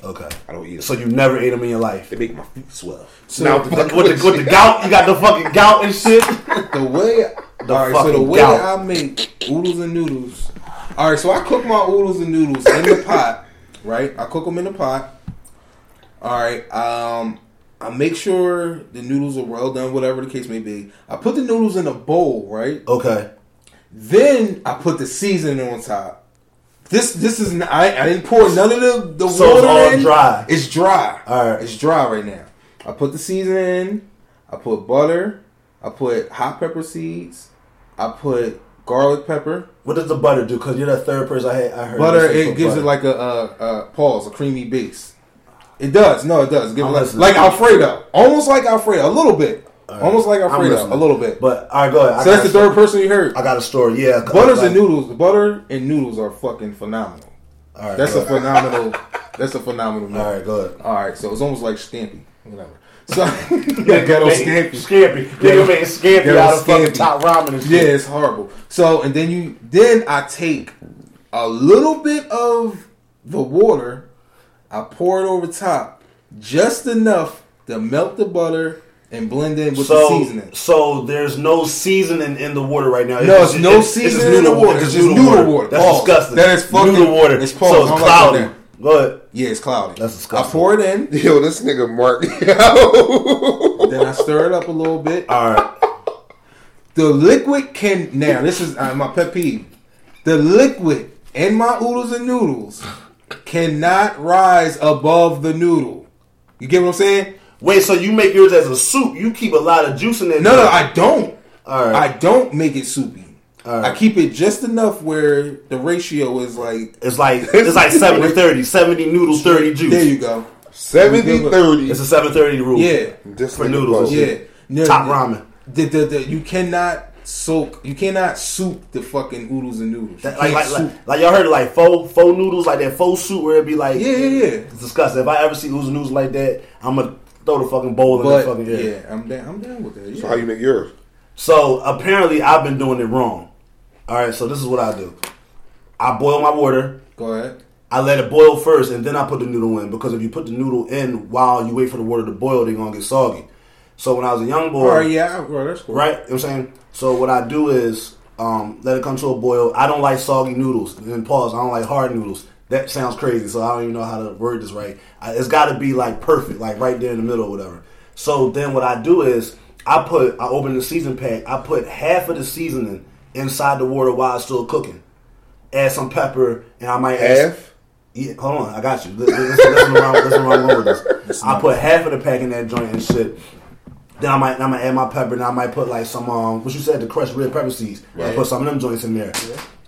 Speaker 1: Okay.
Speaker 2: I don't eat it.
Speaker 1: So you never ate them in your life.
Speaker 2: they make my feet swell.
Speaker 1: So with, the, with, the, with the gout, you got the fucking gout and shit.
Speaker 3: The way, all right, so the
Speaker 1: fucking
Speaker 3: way
Speaker 1: gout.
Speaker 3: I make oodles and noodles. All right, so I cook my oodles and noodles in the pot, right? I cook them in the pot. All right, um, I make sure the noodles are well done, whatever the case may be. I put the noodles in a bowl, right?
Speaker 1: Okay.
Speaker 3: Then I put the seasoning on top. This this is not, I, I didn't pour none of the the
Speaker 1: So it's
Speaker 3: water
Speaker 1: all
Speaker 3: in.
Speaker 1: dry.
Speaker 3: It's dry.
Speaker 1: All right.
Speaker 3: it's dry right now. I put the seasoning. I put butter. I put hot pepper seeds. I put garlic pepper.
Speaker 1: What does the butter do? Because you're the third person I had. I heard
Speaker 3: Butter.
Speaker 1: you say
Speaker 3: It
Speaker 1: put
Speaker 3: gives
Speaker 1: butter.
Speaker 3: it like a, uh uh pause, a creamy base. It does. No, it does. Give it
Speaker 1: I'm
Speaker 3: like,
Speaker 1: listening.
Speaker 3: like Alfredo, almost like Alfredo, a little bit, almost like
Speaker 1: I'm
Speaker 3: Alfredo,
Speaker 1: listening.
Speaker 3: a little bit.
Speaker 1: But all right, go ahead. I
Speaker 3: so that's
Speaker 1: got
Speaker 3: the
Speaker 1: a
Speaker 3: third
Speaker 1: story.
Speaker 3: person you heard.
Speaker 1: I got a story. Yeah,
Speaker 3: Butters
Speaker 1: like-
Speaker 3: and noodles. Butter and noodles are fucking phenomenal.
Speaker 1: All right,
Speaker 3: That's
Speaker 1: go
Speaker 3: a phenomenal. That's a phenomenal.
Speaker 1: ahead.
Speaker 3: meal.
Speaker 1: All right, go ahead.
Speaker 3: All right, so it's almost like Stampy, whatever. So
Speaker 1: Ghetto Scampi. Nigga made Scampi
Speaker 3: Ghetto
Speaker 1: out of fucking
Speaker 3: scampi.
Speaker 1: top ramen and
Speaker 3: Yeah,
Speaker 1: shit.
Speaker 3: it's horrible. So and then you then I take a little bit of the water, I pour it over top, just enough to melt the butter and blend in with the
Speaker 1: So,
Speaker 3: seasoning.
Speaker 1: so there's no seasoning in the water right now.
Speaker 3: No, it's
Speaker 1: just-
Speaker 3: no
Speaker 1: just
Speaker 3: seasoning in the
Speaker 1: noodle
Speaker 3: water. It's just noodle water.
Speaker 1: That's
Speaker 3: Pause.
Speaker 1: disgusting.
Speaker 3: That is fucking-
Speaker 1: noodle water.
Speaker 3: it's pause.
Speaker 1: so it's
Speaker 3: I'm like
Speaker 1: cloudy.
Speaker 3: that.
Speaker 1: Go ahead.
Speaker 3: Yeah, it's cloudy.
Speaker 1: That's disgusting.
Speaker 3: I pour it in,
Speaker 2: Yo, this nigga Mark. Yo.
Speaker 3: then I stir it up a little bit.
Speaker 1: All right.
Speaker 3: The liquid can now. This is uh, my pet peeve. The liquid in my oodles and noodles cannot rise above the noodle. You get what I'm saying?
Speaker 1: Wait, so you make yours as a soup? You keep a lot of juice in there.
Speaker 3: No, no, I don't.
Speaker 1: All right.
Speaker 3: I don't make it soupy.
Speaker 1: Alright.
Speaker 3: I keep it just enough where the ratio is like.
Speaker 1: It's like it's like 70 30, 70 noodles, 30 juice.
Speaker 3: There you go.
Speaker 2: 70 30.
Speaker 1: It's a 730 rule.
Speaker 3: Yeah,
Speaker 2: Just
Speaker 1: For
Speaker 2: like
Speaker 1: noodles.
Speaker 2: the
Speaker 3: yeah.
Speaker 2: Pope.
Speaker 3: No,
Speaker 1: Top
Speaker 3: no.
Speaker 1: ramen.
Speaker 3: The, the, the, you cannot soak. You cannot soup the fucking oodles and noodles. You
Speaker 1: That- like,
Speaker 3: can't
Speaker 1: like,
Speaker 3: soup.
Speaker 1: like, like y'all heard of like faux faux noodles, like that faux soup where it'd be like
Speaker 3: Yeah, yeah, yeah.
Speaker 1: It's disgusting. If I ever see oozing noodles like that, I'm gonna throw the fucking bowl in the
Speaker 3: but
Speaker 1: fucking
Speaker 3: yeah.
Speaker 1: air.
Speaker 3: I'm down. I'm down with that. Yeah.
Speaker 2: So how you make yours?
Speaker 1: So apparently I've been doing it wrong. All right, so this is what I do. I boil my water.
Speaker 3: go ahead.
Speaker 1: I let it boil first, and then I put the noodle in because if you put the noodle in while you wait for the water to boil, they're gonna get soggy. So when I was a young boy,
Speaker 3: All right, yeah, I- well, that's cool.
Speaker 1: Right? You know what I'm saying? So what I do is um, let it come to a boil. I don't like soggy noodles. And then pause. I don't like hard noodles. That sounds crazy, so I don't even know how to word this right. I, it's got to be like perfect, like right there in the middle or whatever. So then what I do is I put, I open the season pack. I put half of the seasoning inside the water while it's still cooking. Add some pepper, and I might add
Speaker 2: Half.
Speaker 1: yeah, hold on, I got you. Li- li- Listen, listen, around, listen around over this. I put half of the pack in that joint and shit. Then I might, I might add my pepper. Then I might put like some, um, what you said, the crushed red pepper seeds. I put some of them joints in there.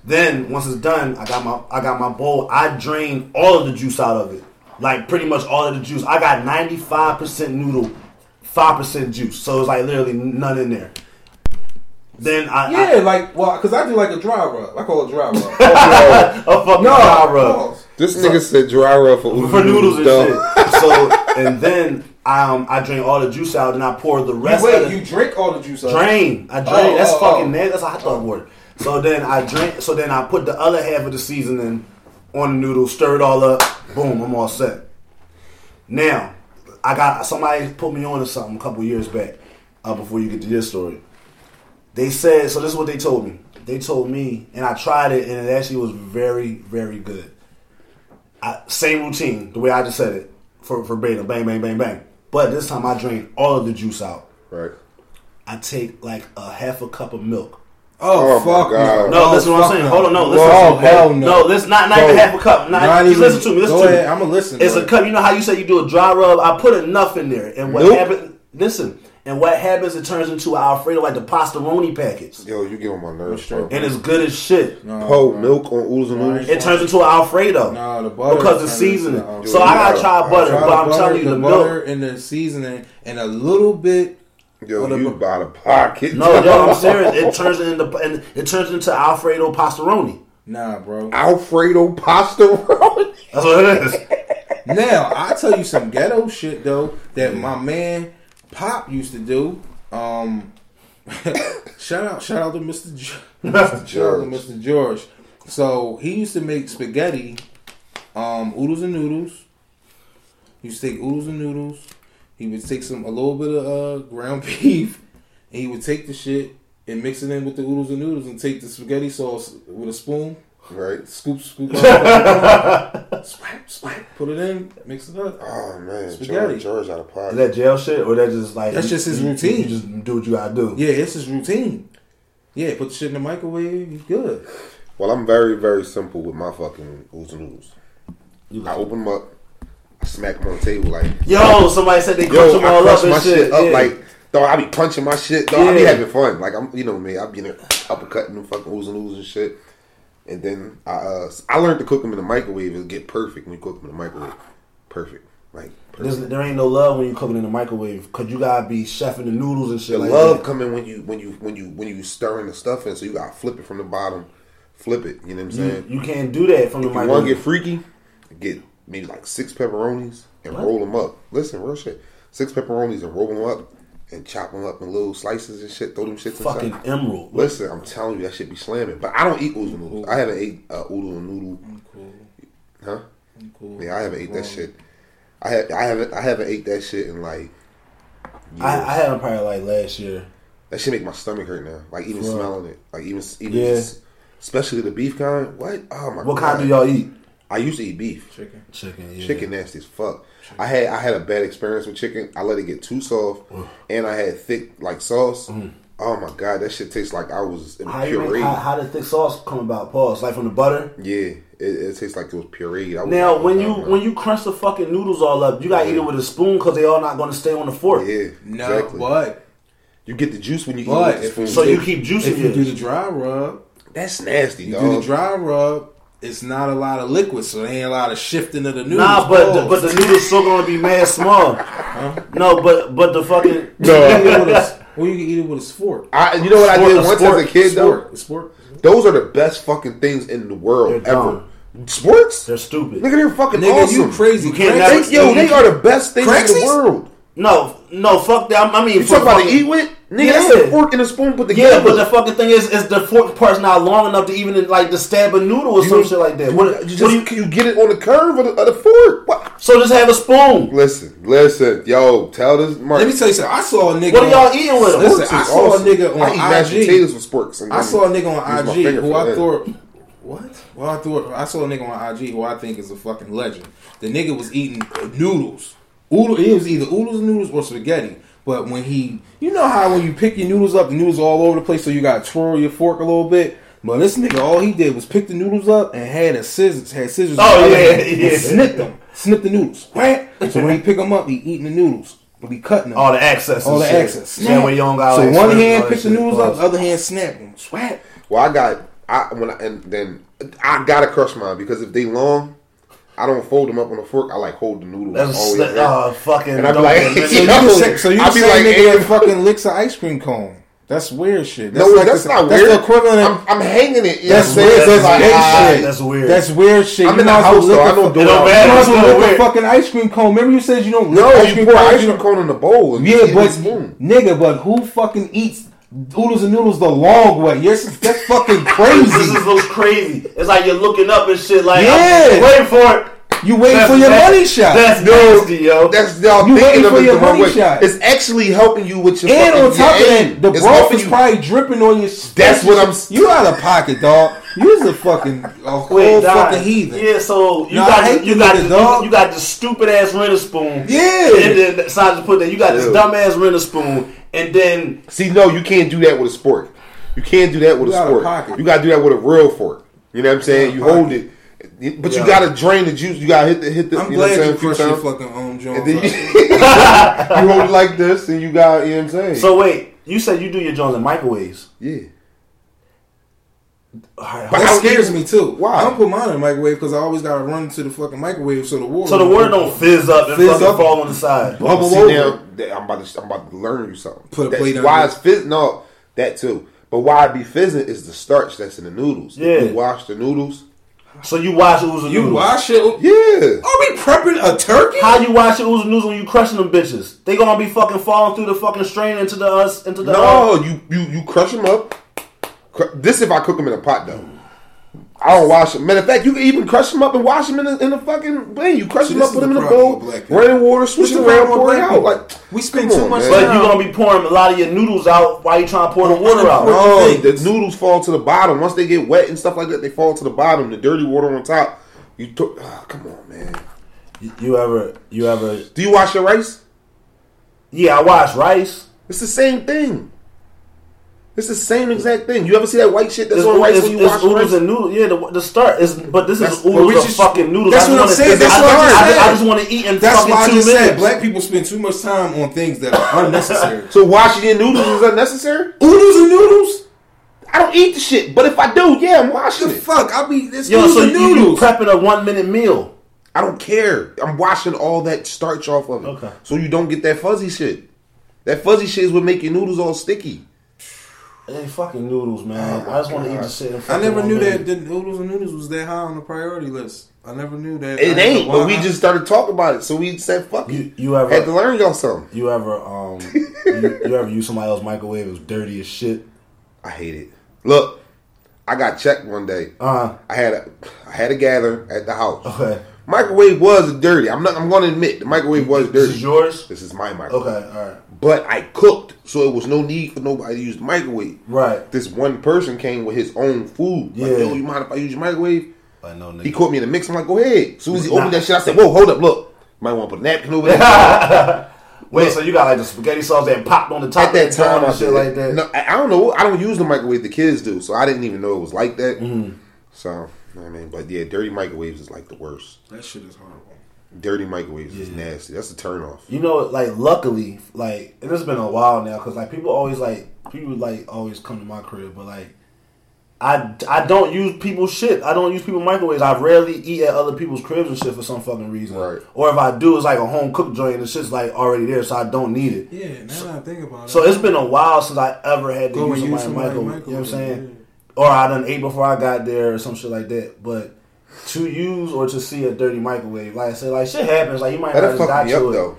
Speaker 1: Then once it's done, I got my, I got my bowl. I drained all of the juice out of it, like pretty much all of the juice. I got ninety five percent noodle, five percent juice. So it's like literally none in there. Then I, I
Speaker 3: Yeah, like well, because I do like a dry rub. I call it dry rub.
Speaker 1: a fucking
Speaker 3: No,
Speaker 1: dry rub.
Speaker 3: pause.
Speaker 2: This nigga said dry rub for oodles,
Speaker 1: for noodles and
Speaker 2: dog.
Speaker 1: shit. So and then um, I drink all the juice out and I pour the rest.
Speaker 3: Wait,
Speaker 1: of the,
Speaker 3: you drink all the juice out?
Speaker 1: drain. I drain.
Speaker 3: Oh,
Speaker 1: that's
Speaker 3: oh,
Speaker 1: fucking
Speaker 3: oh.
Speaker 1: nasty. That's a hot dog water. So then I drink. So then I put the other half of the seasoning on the noodles, stir it all up. Boom, I'm all set. Now, I got somebody put me on to something a couple years back. Uh, before you get to your story, they said so. This is what they told me. They told me, and I tried it, and it actually was very, very good. I, same routine, the way I just said it, for verbatim, bang, bang, bang, bang. But this time I drained all of the juice out.
Speaker 2: Right.
Speaker 1: I take like a half a cup of milk.
Speaker 3: Oh,
Speaker 2: Oh, my
Speaker 3: fuck
Speaker 2: God.
Speaker 3: no!
Speaker 1: No, listen to what I'm
Speaker 3: fuck
Speaker 1: saying.
Speaker 3: no.
Speaker 1: Hold on, no, listen.
Speaker 3: Well,
Speaker 1: to me.
Speaker 3: hell no.
Speaker 1: no, listen, not not even
Speaker 2: Bro.
Speaker 1: half a cup. Not,
Speaker 3: Not
Speaker 1: just
Speaker 3: even-
Speaker 1: listen to me. Listen
Speaker 3: go
Speaker 1: to me.
Speaker 3: ahead, I'ma listen,
Speaker 1: It's
Speaker 3: bro.
Speaker 1: a cup. You know how you say you do a dry rub. I put enough in there, and what
Speaker 2: Nope.
Speaker 1: happens? Listen, and what happens? It turns into an Alfredo, like the pastaroni packets,
Speaker 2: Yo, you get on my nerves, bro.
Speaker 3: Straight.
Speaker 1: and it's good as shit.
Speaker 3: No,
Speaker 2: Pour milk on oodles and noodles.
Speaker 1: It turns into an Alfredo
Speaker 3: No, the butter
Speaker 1: because the
Speaker 3: turns
Speaker 1: seasoning.
Speaker 3: into an
Speaker 1: So I gotta
Speaker 2: Alfredo.
Speaker 1: try butter,
Speaker 3: Try
Speaker 1: but I'm telling you,
Speaker 3: the
Speaker 1: the
Speaker 3: butter
Speaker 1: milk.
Speaker 3: and the seasoning and a little bit.
Speaker 2: Yo,
Speaker 3: Hold
Speaker 2: you
Speaker 3: up.
Speaker 2: by the pocket.
Speaker 1: No, yo, I'm serious. It turns into and it turns into Alfredo pastaroni.
Speaker 3: Nah, bro.
Speaker 2: Alfredo pasta roll.
Speaker 1: That's what it is.
Speaker 3: now I tell you some ghetto shit though that my man Pop used to do. Um, shout out, shout out to Mister Shout out to
Speaker 2: George.
Speaker 3: Mr. George. So he used to make spaghetti, um, oodles and noodles. He used to take oodles and noodles. He would take some a little bit of uh, ground beef, and he would take the shit and mix it in with the oodles and noodles, and take the spaghetti sauce with a spoon,
Speaker 2: Right.
Speaker 3: scoop, scoop, up, swipe, swipe, put it in, mix it up.
Speaker 2: Oh man,
Speaker 3: Spaghetti.
Speaker 2: George, George out of
Speaker 1: Is
Speaker 2: pocket.
Speaker 1: that jail shit, or that just like
Speaker 3: That's
Speaker 1: you-
Speaker 3: just his
Speaker 1: you-
Speaker 3: routine.
Speaker 1: You just do what you gotta do.
Speaker 3: Yeah, it's his routine. Yeah, put the shit in the microwave. You good?
Speaker 2: Well, I'm very, very simple with my fucking oodles and noodles. I open them up, I smack them on the table like,
Speaker 1: Yo, somebody said they crunch
Speaker 2: yo,
Speaker 1: them
Speaker 2: I
Speaker 1: all
Speaker 2: crush
Speaker 1: up
Speaker 2: my
Speaker 1: and
Speaker 2: shit,
Speaker 1: shit.
Speaker 2: up
Speaker 1: yeah.
Speaker 2: like, dog. I be punching my shit, dog. I be
Speaker 1: Yeah.
Speaker 2: having fun, like I'm, you know me. I be in there uppercutting them fucking oodles and noodles and shit. And then I, uh, I learned to cook them in the microwave. It get perfect when you cook them in the microwave. Perfect, like perfect.
Speaker 1: There's- there ain't no love when you cooking in the microwave, cause you gotta be chefing the noodles and shit.
Speaker 2: The
Speaker 1: like
Speaker 2: love
Speaker 1: that.
Speaker 2: coming when you when you when you when you stirring the stuff in, so you gotta flip it from the bottom, flip it. You know what I'm saying?
Speaker 1: You, you can't do that from the
Speaker 2: If you want to get
Speaker 1: microwave.
Speaker 2: freaky, get maybe like six pepperonis and roll them up. Listen, real shit. Six pepperonis and roll them up and chop them up in little slices and shit. Throw them shits
Speaker 1: Fucking
Speaker 2: inside.
Speaker 1: emerald.
Speaker 2: Listen, I'm telling you, that should be slamming. But I don't eat oodles and noodles. I haven't ate uh, oodle and noodle,
Speaker 3: Cool.
Speaker 2: huh?
Speaker 3: Cool.
Speaker 2: Yeah, I haven't ate that shit. I ha- I haven't I haven't ate that shit in like. Years.
Speaker 1: I, I had them probably like last year.
Speaker 2: that shit make my stomach hurt now. Like even
Speaker 1: Bruh.
Speaker 2: smelling it, like even even
Speaker 1: Yeah.
Speaker 2: just- especially the beef kind. What? Oh my god!
Speaker 1: What kind do y'all eat?
Speaker 2: I used to eat beef.
Speaker 3: Chicken.
Speaker 1: Chicken. Yeah.
Speaker 2: Chicken nasty as fuck. I had I had a bad experience with chicken. I let it get too soft, and I had thick like sauce. Oh my god, that shit tastes like I was it was
Speaker 1: Mm. How you make,
Speaker 2: pureed.
Speaker 1: how, how did thick sauce come about? Pause. Like from the butter.
Speaker 2: yeah, it, it tastes like it was pureed. I was
Speaker 1: Now
Speaker 2: like,
Speaker 1: when
Speaker 2: oh,
Speaker 1: you
Speaker 2: no.
Speaker 1: when you crunch the fucking noodles all up, you gotta eat it with a spoon, cause they all not gonna stay on the fork.
Speaker 2: yeah
Speaker 3: No,
Speaker 2: exactly.
Speaker 3: but
Speaker 2: you get the juice when you eat
Speaker 3: But
Speaker 2: it with the
Speaker 3: if-
Speaker 2: spoon.
Speaker 1: So you keep juicing
Speaker 3: if you do the
Speaker 1: it.
Speaker 3: dry rub,
Speaker 2: that's nasty,
Speaker 3: you
Speaker 2: dog.
Speaker 3: do the dry rub. It's not a lot of liquid, so there ain't a lot of shifting of the noodles.
Speaker 1: Nah, but the, but
Speaker 3: Pause.
Speaker 1: the noodles still gonna be mad small. No, but but the fucking
Speaker 3: You
Speaker 2: No.
Speaker 3: can eat it with a s- or you can eat it with a fork.
Speaker 2: I, you know what I
Speaker 1: Sport-
Speaker 2: did once
Speaker 1: sport-
Speaker 2: as a kid
Speaker 3: Spork. Spork.
Speaker 2: though. Those are the best fucking things in the world
Speaker 1: They're
Speaker 2: ever.
Speaker 1: dumb.
Speaker 2: Sports,
Speaker 1: they're stupid.
Speaker 2: nigga, they're fucking
Speaker 3: Nigga,
Speaker 2: awesome.
Speaker 3: you crazy?
Speaker 1: You can't
Speaker 3: Craig?
Speaker 1: never-
Speaker 2: They, yo, they are the best things in
Speaker 3: Craigslist?
Speaker 2: the world.
Speaker 1: No, no, fuck that. I mean,
Speaker 2: You talking about to
Speaker 1: fucking-
Speaker 2: eat with? Nigga, that's a
Speaker 1: Yeah.
Speaker 2: fork and a spoon put together.
Speaker 1: Yeah, but the fucking thing is, is the fork part's not long enough to even like to stab a noodle or some shit like that. What,
Speaker 2: you,
Speaker 1: what
Speaker 2: just,
Speaker 1: do you,
Speaker 2: can you get it on the curve of the, of the fork? What?
Speaker 1: so just have a spoon.
Speaker 2: Listen, listen, yo, tell this. Mark,
Speaker 3: Let me tell you something. I saw a nigga.
Speaker 1: What are y'all
Speaker 3: on-
Speaker 1: eating with them?
Speaker 3: Listen, I saw a nigga on
Speaker 2: I eat mashed
Speaker 3: IG.
Speaker 2: potatoes with sporks.
Speaker 3: I saw a nigga on
Speaker 2: Use my
Speaker 3: IG
Speaker 2: finger
Speaker 3: who
Speaker 2: for
Speaker 3: I
Speaker 2: that.
Speaker 3: thought. What? Well, I thought I saw a nigga on IG who I think is a fucking legend. The nigga was eating noodles. Oodle, it was either oodles, noodles, or spaghetti. But when he, you know how when you pick your noodles up, the noodles all over the place, so you gotta twirl your fork a little bit. But this nigga, all he did was pick the noodles up and had a scissors, had scissors.
Speaker 1: Oh,
Speaker 3: in the
Speaker 1: yeah,
Speaker 3: other hand
Speaker 1: yeah.
Speaker 3: And snipped them, snipped the noodles. Right. So when he pick them up, he eating the noodles, but he cutting them.
Speaker 1: All the access.
Speaker 3: All
Speaker 1: and
Speaker 3: the
Speaker 1: shit.
Speaker 3: access.
Speaker 1: That way you don't got.
Speaker 3: so
Speaker 1: like,
Speaker 3: one
Speaker 1: slippers,
Speaker 3: hand
Speaker 1: all that
Speaker 3: pick the
Speaker 1: shit.
Speaker 3: noodles up, the other hand snap them. Swat.
Speaker 2: Well, I got I when I, and then I gotta crush mine because if they long, I don't fold them up on a fork. I like hold the noodle.
Speaker 1: That's
Speaker 2: always
Speaker 1: that,
Speaker 2: there.
Speaker 1: oh fucking.
Speaker 2: And I'm
Speaker 1: don't
Speaker 2: like,
Speaker 1: get-
Speaker 3: So you
Speaker 2: Yo,
Speaker 3: the sa- so you the
Speaker 2: I be
Speaker 3: same
Speaker 2: like,
Speaker 3: nigga
Speaker 2: hey,
Speaker 3: that fucking licks an ice cream cone. That's weird shit.
Speaker 2: no,
Speaker 3: like
Speaker 2: that's
Speaker 3: the-
Speaker 2: not
Speaker 3: that's
Speaker 2: weird.
Speaker 3: The equivalent of,
Speaker 2: I'm, I'm hanging it. You
Speaker 3: that's
Speaker 2: know what I'm
Speaker 3: weird.
Speaker 2: saying?
Speaker 3: That's,
Speaker 2: Like,
Speaker 3: gay
Speaker 2: ah,
Speaker 3: shit.
Speaker 1: that's weird.
Speaker 3: That's weird shit.
Speaker 2: I'm
Speaker 3: You
Speaker 2: in the
Speaker 3: might
Speaker 2: house,
Speaker 3: as well lick
Speaker 2: though.
Speaker 3: a
Speaker 2: I don't
Speaker 3: fuck-
Speaker 2: do
Speaker 1: it.
Speaker 3: you might
Speaker 1: It don't
Speaker 3: as well
Speaker 1: matter.
Speaker 3: lick a
Speaker 1: It's
Speaker 3: fucking ice cream cone. Remember you said Oh, you don't lick
Speaker 2: No,
Speaker 3: ice
Speaker 2: you
Speaker 3: cream
Speaker 2: pour
Speaker 3: cones?
Speaker 2: ice cream cone in the bowl. And you eat
Speaker 3: Yeah,
Speaker 2: it
Speaker 3: but
Speaker 2: with a spoon.
Speaker 3: nigga, but who fucking eats oodles and noodles the long way? Yes, that's fucking
Speaker 1: This
Speaker 3: crazy.
Speaker 1: is looks crazy. It's like you're looking up and shit. Like,
Speaker 3: Yeah.
Speaker 1: I'm waiting for it.
Speaker 3: You waiting for your
Speaker 1: that-
Speaker 3: money shot.
Speaker 1: That's nasty, yo.
Speaker 2: That's y'all
Speaker 3: You waiting
Speaker 2: thinking of
Speaker 3: for
Speaker 2: it
Speaker 3: your
Speaker 2: the wrong
Speaker 3: money
Speaker 2: way.
Speaker 3: shot.
Speaker 2: It's actually helping you with your.
Speaker 3: And
Speaker 2: fucking-
Speaker 3: on top of
Speaker 2: your
Speaker 3: that,
Speaker 2: aim.
Speaker 3: the
Speaker 2: It's
Speaker 3: broth
Speaker 2: helping
Speaker 3: is
Speaker 2: you.
Speaker 3: probably dripping on your.
Speaker 2: That's what I'm-
Speaker 3: You out of pocket, dog. You's a fucking a whole
Speaker 1: Wait, nah.
Speaker 3: fucking heathen.
Speaker 1: Yeah, so you
Speaker 3: Nah, I
Speaker 1: got
Speaker 3: hate
Speaker 1: you
Speaker 3: you
Speaker 1: got
Speaker 3: niggas,
Speaker 1: this,
Speaker 3: dog.
Speaker 1: you, you got this stupid ass rental spoon.
Speaker 3: Yeah.
Speaker 1: and then decided to put that you got this
Speaker 2: Yeah.
Speaker 1: dumb ass rental spoon, and then
Speaker 2: See, no, you can't do that with a sport. You can't do that with
Speaker 3: You
Speaker 2: a
Speaker 3: gotta
Speaker 2: sport.
Speaker 3: pocket.
Speaker 2: You gotta do that with a real fork. You know what I'm saying? You hold it, but
Speaker 1: Yeah.
Speaker 2: you gotta drain the juice. You gotta hit the hit the.
Speaker 3: I'm
Speaker 2: you know what I'm
Speaker 3: glad
Speaker 2: saying?
Speaker 3: you
Speaker 2: a few
Speaker 3: crushed your
Speaker 2: times.
Speaker 3: fucking own
Speaker 2: And
Speaker 3: joint.
Speaker 2: then you, you hold it like this, and you got. You know what I'm saying?
Speaker 1: so wait, you said you do your Jones in microwaves.
Speaker 2: yeah,
Speaker 1: All right,
Speaker 2: But
Speaker 1: hold
Speaker 3: That
Speaker 1: on.
Speaker 2: how-
Speaker 3: scares me too.
Speaker 2: Why?
Speaker 3: I don't put mine in the microwave because I always gotta run to the fucking microwave so the water.
Speaker 1: so the water don't fizz up and
Speaker 3: Fizz
Speaker 1: fucking
Speaker 3: up.
Speaker 1: fall on the side.
Speaker 3: bubble
Speaker 2: See,
Speaker 3: over.
Speaker 2: now, that- I'm about to. I'm about to learn you something.
Speaker 3: Put a
Speaker 2: That's
Speaker 3: plate on
Speaker 2: Why
Speaker 3: it.
Speaker 2: it's fizz? No, that too. But why it be fizzing is the starch that's in the noodles.
Speaker 1: Yeah.
Speaker 2: If you wash the noodles.
Speaker 1: So you wash the oozing
Speaker 3: You
Speaker 1: noodles.
Speaker 3: wash it. Are
Speaker 2: Yeah.
Speaker 3: we prepping a turkey?
Speaker 1: How you wash the oozing noodles when you crushing them bitches? They gonna be fucking falling through the fucking strain into the us into the. uh,
Speaker 2: No, you you you crush them up. Cru- This if I cook them in a pot though. I don't wash them. Matter of fact, you can even crush them up and wash them in the, in the fucking thing. You crush
Speaker 3: See,
Speaker 2: them
Speaker 3: this
Speaker 2: up, put
Speaker 3: is
Speaker 2: them
Speaker 3: the
Speaker 2: in a
Speaker 3: problem
Speaker 2: bowl,
Speaker 3: with black people.
Speaker 2: running water,
Speaker 3: What's
Speaker 2: switch
Speaker 3: the
Speaker 2: it
Speaker 3: problem
Speaker 2: around,
Speaker 3: with
Speaker 2: pour it
Speaker 3: black
Speaker 2: out.
Speaker 3: people?
Speaker 2: Like
Speaker 3: We spend
Speaker 2: come
Speaker 3: too
Speaker 2: on,
Speaker 3: much
Speaker 2: man.
Speaker 1: But
Speaker 3: time-
Speaker 1: you gonna be pouring a lot of your noodles out while you trying to pour the water out.
Speaker 2: No,
Speaker 3: Things.
Speaker 2: the noodles fall to the bottom. Once they get wet and stuff like that, they fall to the bottom. The dirty water on top. You took. ah, come on, man.
Speaker 1: You ever, you ever?
Speaker 2: Do you wash your rice?
Speaker 1: Yeah, I wash rice.
Speaker 2: It's the same thing. It's the same exact thing. You ever see that white shit that's
Speaker 1: It's,
Speaker 2: on rice
Speaker 1: it's,
Speaker 2: when you
Speaker 1: it's
Speaker 2: wash
Speaker 1: oodles
Speaker 2: rice?
Speaker 1: and noodles. Yeah, the, the start is, but this
Speaker 2: That's-
Speaker 1: is oodles
Speaker 3: we
Speaker 1: of
Speaker 3: just-
Speaker 1: fucking noodles.
Speaker 3: that's
Speaker 1: I
Speaker 3: what I'm
Speaker 1: just
Speaker 3: saying,
Speaker 1: wanna-
Speaker 3: that's
Speaker 1: I,
Speaker 3: what
Speaker 1: just-
Speaker 3: I'm
Speaker 1: I just- I
Speaker 3: saying.
Speaker 1: just want to eat in
Speaker 3: That's
Speaker 1: fucking
Speaker 3: why I
Speaker 1: two
Speaker 3: just
Speaker 1: minutes.
Speaker 3: said black people spend too much time on things that are unnecessary.
Speaker 2: So washing your noodles is unnecessary.
Speaker 3: Oodles and noodles.
Speaker 2: I don't eat the shit, but if I do, yeah, I'm washing
Speaker 3: The
Speaker 2: it.
Speaker 3: fuck! I'll be this
Speaker 1: Yo,
Speaker 3: oodles
Speaker 1: so
Speaker 3: and
Speaker 1: you, you
Speaker 3: noodles.
Speaker 1: prepping a one minute meal.
Speaker 2: I don't care. I'm washing all that starch off of it,
Speaker 1: Okay.
Speaker 2: so you don't get that fuzzy shit. That fuzzy shit is what make your noodles all sticky.
Speaker 1: It ain't fucking noodles, man. I just want to eat the shit. in
Speaker 3: Oh I
Speaker 1: fucking
Speaker 3: never
Speaker 1: one
Speaker 3: knew
Speaker 1: minute.
Speaker 3: that the noodles and noodles was that high on the priority list. I never knew that.
Speaker 2: It
Speaker 3: I
Speaker 2: ain't, but we
Speaker 3: why-
Speaker 2: just started talking about it, so we said, "Fuck
Speaker 1: You,
Speaker 2: it."
Speaker 1: you ever
Speaker 2: Had to learn y'all something.
Speaker 1: you ever um you, you ever use somebody else's microwave? It was dirty as shit.
Speaker 2: I hate it. Look, I got checked one day.
Speaker 1: Uh
Speaker 2: I had a I had a gathering at the house.
Speaker 1: okay.
Speaker 2: Microwave was dirty. I'm not. I'm going to admit the microwave was dirty.
Speaker 1: This is yours.
Speaker 2: This is my microwave.
Speaker 1: Okay, all right,
Speaker 2: But I cooked, so it was no need for nobody to use the microwave.
Speaker 1: right.
Speaker 2: This one person came with his own food.
Speaker 1: Yeah.
Speaker 2: Like, yo, you mind if I use your microwave?
Speaker 1: I know, nigga.
Speaker 2: He caught me in the mix. I'm like, go ahead. As soon as he
Speaker 1: Nah.
Speaker 2: opened that shit, I said, whoa, hold up, look. Might want to put a napkin over there.
Speaker 1: Wait, so you got like the spaghetti sauce that popped on the top
Speaker 2: At that
Speaker 1: of the
Speaker 2: time,
Speaker 1: and
Speaker 2: I
Speaker 1: shit like that.
Speaker 2: No, I, I don't know. I don't use the microwave. The kids do, so I didn't even know it was like that.
Speaker 1: Mm-hmm.
Speaker 2: So I mean, but yeah, dirty microwaves is like the worst.
Speaker 3: that shit is horrible.
Speaker 2: Dirty microwaves is nasty. That's a turn off.
Speaker 1: You know, like luckily, like and it's been a while now because like people always like people like always come to my crib, but like I I don't use people's shit. I don't use people's microwaves. I rarely eat at other people's cribs and shit for some fucking reason.
Speaker 2: Right.
Speaker 1: Or if I do, it's like a home cooked joint and the shit's like already there, so I don't need it.
Speaker 3: Yeah, now that I think about it.
Speaker 1: So it's been a while since I ever had to
Speaker 3: Go
Speaker 1: use
Speaker 3: and use
Speaker 1: somebody's
Speaker 3: somebody's
Speaker 1: microwave. You know what I'm
Speaker 3: microwave,
Speaker 1: saying? Or I done ate before I got there or some shit like that. But to use or to see a dirty microwave, like I said, like shit happens. Like you might not
Speaker 2: That'll
Speaker 1: just got
Speaker 2: fuck me
Speaker 1: to
Speaker 2: up
Speaker 1: it.
Speaker 2: though.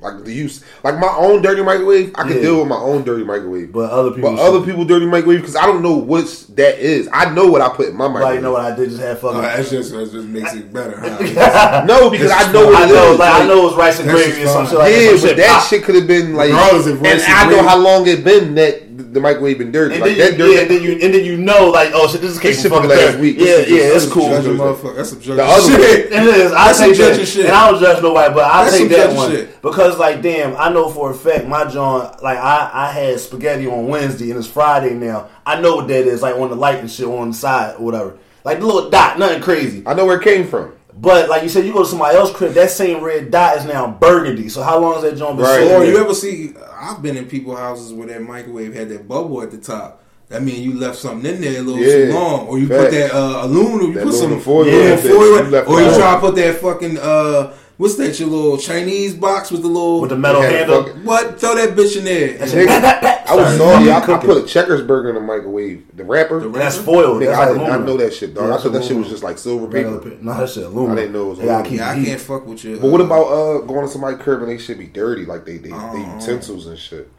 Speaker 2: Like the use, like my own dirty microwave, I can
Speaker 1: Yeah.
Speaker 2: deal with my own dirty microwave. But,
Speaker 1: But other people,
Speaker 2: other people dirty microwave, because I don't know what's that is. I know what I put in my
Speaker 1: like, you
Speaker 2: microwave.
Speaker 1: know what I did? Just have fucking.
Speaker 3: Oh, that's just that just makes it better. Huh?
Speaker 2: no, because
Speaker 3: That's
Speaker 2: I know what
Speaker 1: I
Speaker 2: it
Speaker 1: know,
Speaker 2: is.
Speaker 1: like, I know it's rice and
Speaker 3: That's
Speaker 1: gravy or some
Speaker 3: fine.
Speaker 1: shit like
Speaker 2: yeah,
Speaker 1: that. Some
Speaker 2: but that
Speaker 1: pop.
Speaker 2: shit could have been like,
Speaker 3: Regardless if
Speaker 2: and
Speaker 3: rice is
Speaker 2: I know
Speaker 3: green.
Speaker 2: how long it been that the microwave been dirty.
Speaker 1: And
Speaker 2: like
Speaker 1: then,
Speaker 2: that
Speaker 1: you,
Speaker 2: dirty.
Speaker 1: yeah, and then you and then you know like oh shit this is came
Speaker 2: This shit
Speaker 1: from fucking
Speaker 2: from last
Speaker 1: there.
Speaker 2: week.
Speaker 1: Yeah,
Speaker 2: This shit
Speaker 1: yeah,
Speaker 2: was-
Speaker 1: it's cool.
Speaker 3: Judging
Speaker 1: It
Speaker 3: motherfucker. That's some judging
Speaker 2: The other
Speaker 3: shit.
Speaker 1: is. I
Speaker 3: That's some
Speaker 1: take that,
Speaker 3: judging shit.
Speaker 1: and I don't judge nobody, but I
Speaker 3: That's
Speaker 1: take
Speaker 3: some
Speaker 1: that
Speaker 3: judging
Speaker 1: one
Speaker 3: shit.
Speaker 1: because like damn, I know for a fact my John like I I had spaghetti on Wednesday and it's Friday now. I know what that is like on the light and shit on the side or whatever. Like the little dot, nothing crazy.
Speaker 2: I know where it came from.
Speaker 1: But like you said, you go to somebody else's crib, that same red dot is now burgundy. So how long has that joint been
Speaker 2: Right.
Speaker 1: sitting
Speaker 3: Or
Speaker 1: there?
Speaker 3: you ever see? I've been in people houses where that microwave had that bubble at the top. That mean you left something in there a little too
Speaker 2: Yeah.
Speaker 3: long, or you put
Speaker 2: Facts.
Speaker 3: that uh, aluminum, you
Speaker 2: That
Speaker 3: put some
Speaker 2: aluminum foil
Speaker 1: in
Speaker 3: yeah,
Speaker 1: that
Speaker 3: foil
Speaker 2: bitch,
Speaker 3: in-
Speaker 2: you left
Speaker 3: or
Speaker 2: it
Speaker 3: you
Speaker 2: on.
Speaker 3: try to put that fucking uh, what's that? Your little Chinese box with the little
Speaker 1: with the metal
Speaker 2: Had a
Speaker 1: handle?
Speaker 2: fucking-
Speaker 3: what? Throw that bitch in there. And
Speaker 2: Nigga, I
Speaker 1: Sorry.
Speaker 2: was sorry. I, I put a Checkers burger in the microwave. The wrapper.
Speaker 3: The wrapper.
Speaker 1: That's foiled.
Speaker 2: Nigga,
Speaker 1: That's
Speaker 2: I
Speaker 1: like
Speaker 2: did not
Speaker 1: aluminum.
Speaker 2: know that shit, dog.
Speaker 1: Yeah,
Speaker 2: I thought that shit
Speaker 1: aluminum.
Speaker 2: was just like silver
Speaker 1: Regular
Speaker 2: paper.
Speaker 1: paper. No, that shit aluminum.
Speaker 2: I didn't know it was
Speaker 1: They gotta
Speaker 2: aluminum.
Speaker 1: keep
Speaker 3: yeah, I
Speaker 1: heat.
Speaker 3: can't fuck with you.
Speaker 2: But what about uh going to somebody's crib and they shit be dirty, like they they, they
Speaker 3: Oh.
Speaker 2: utensils and shit.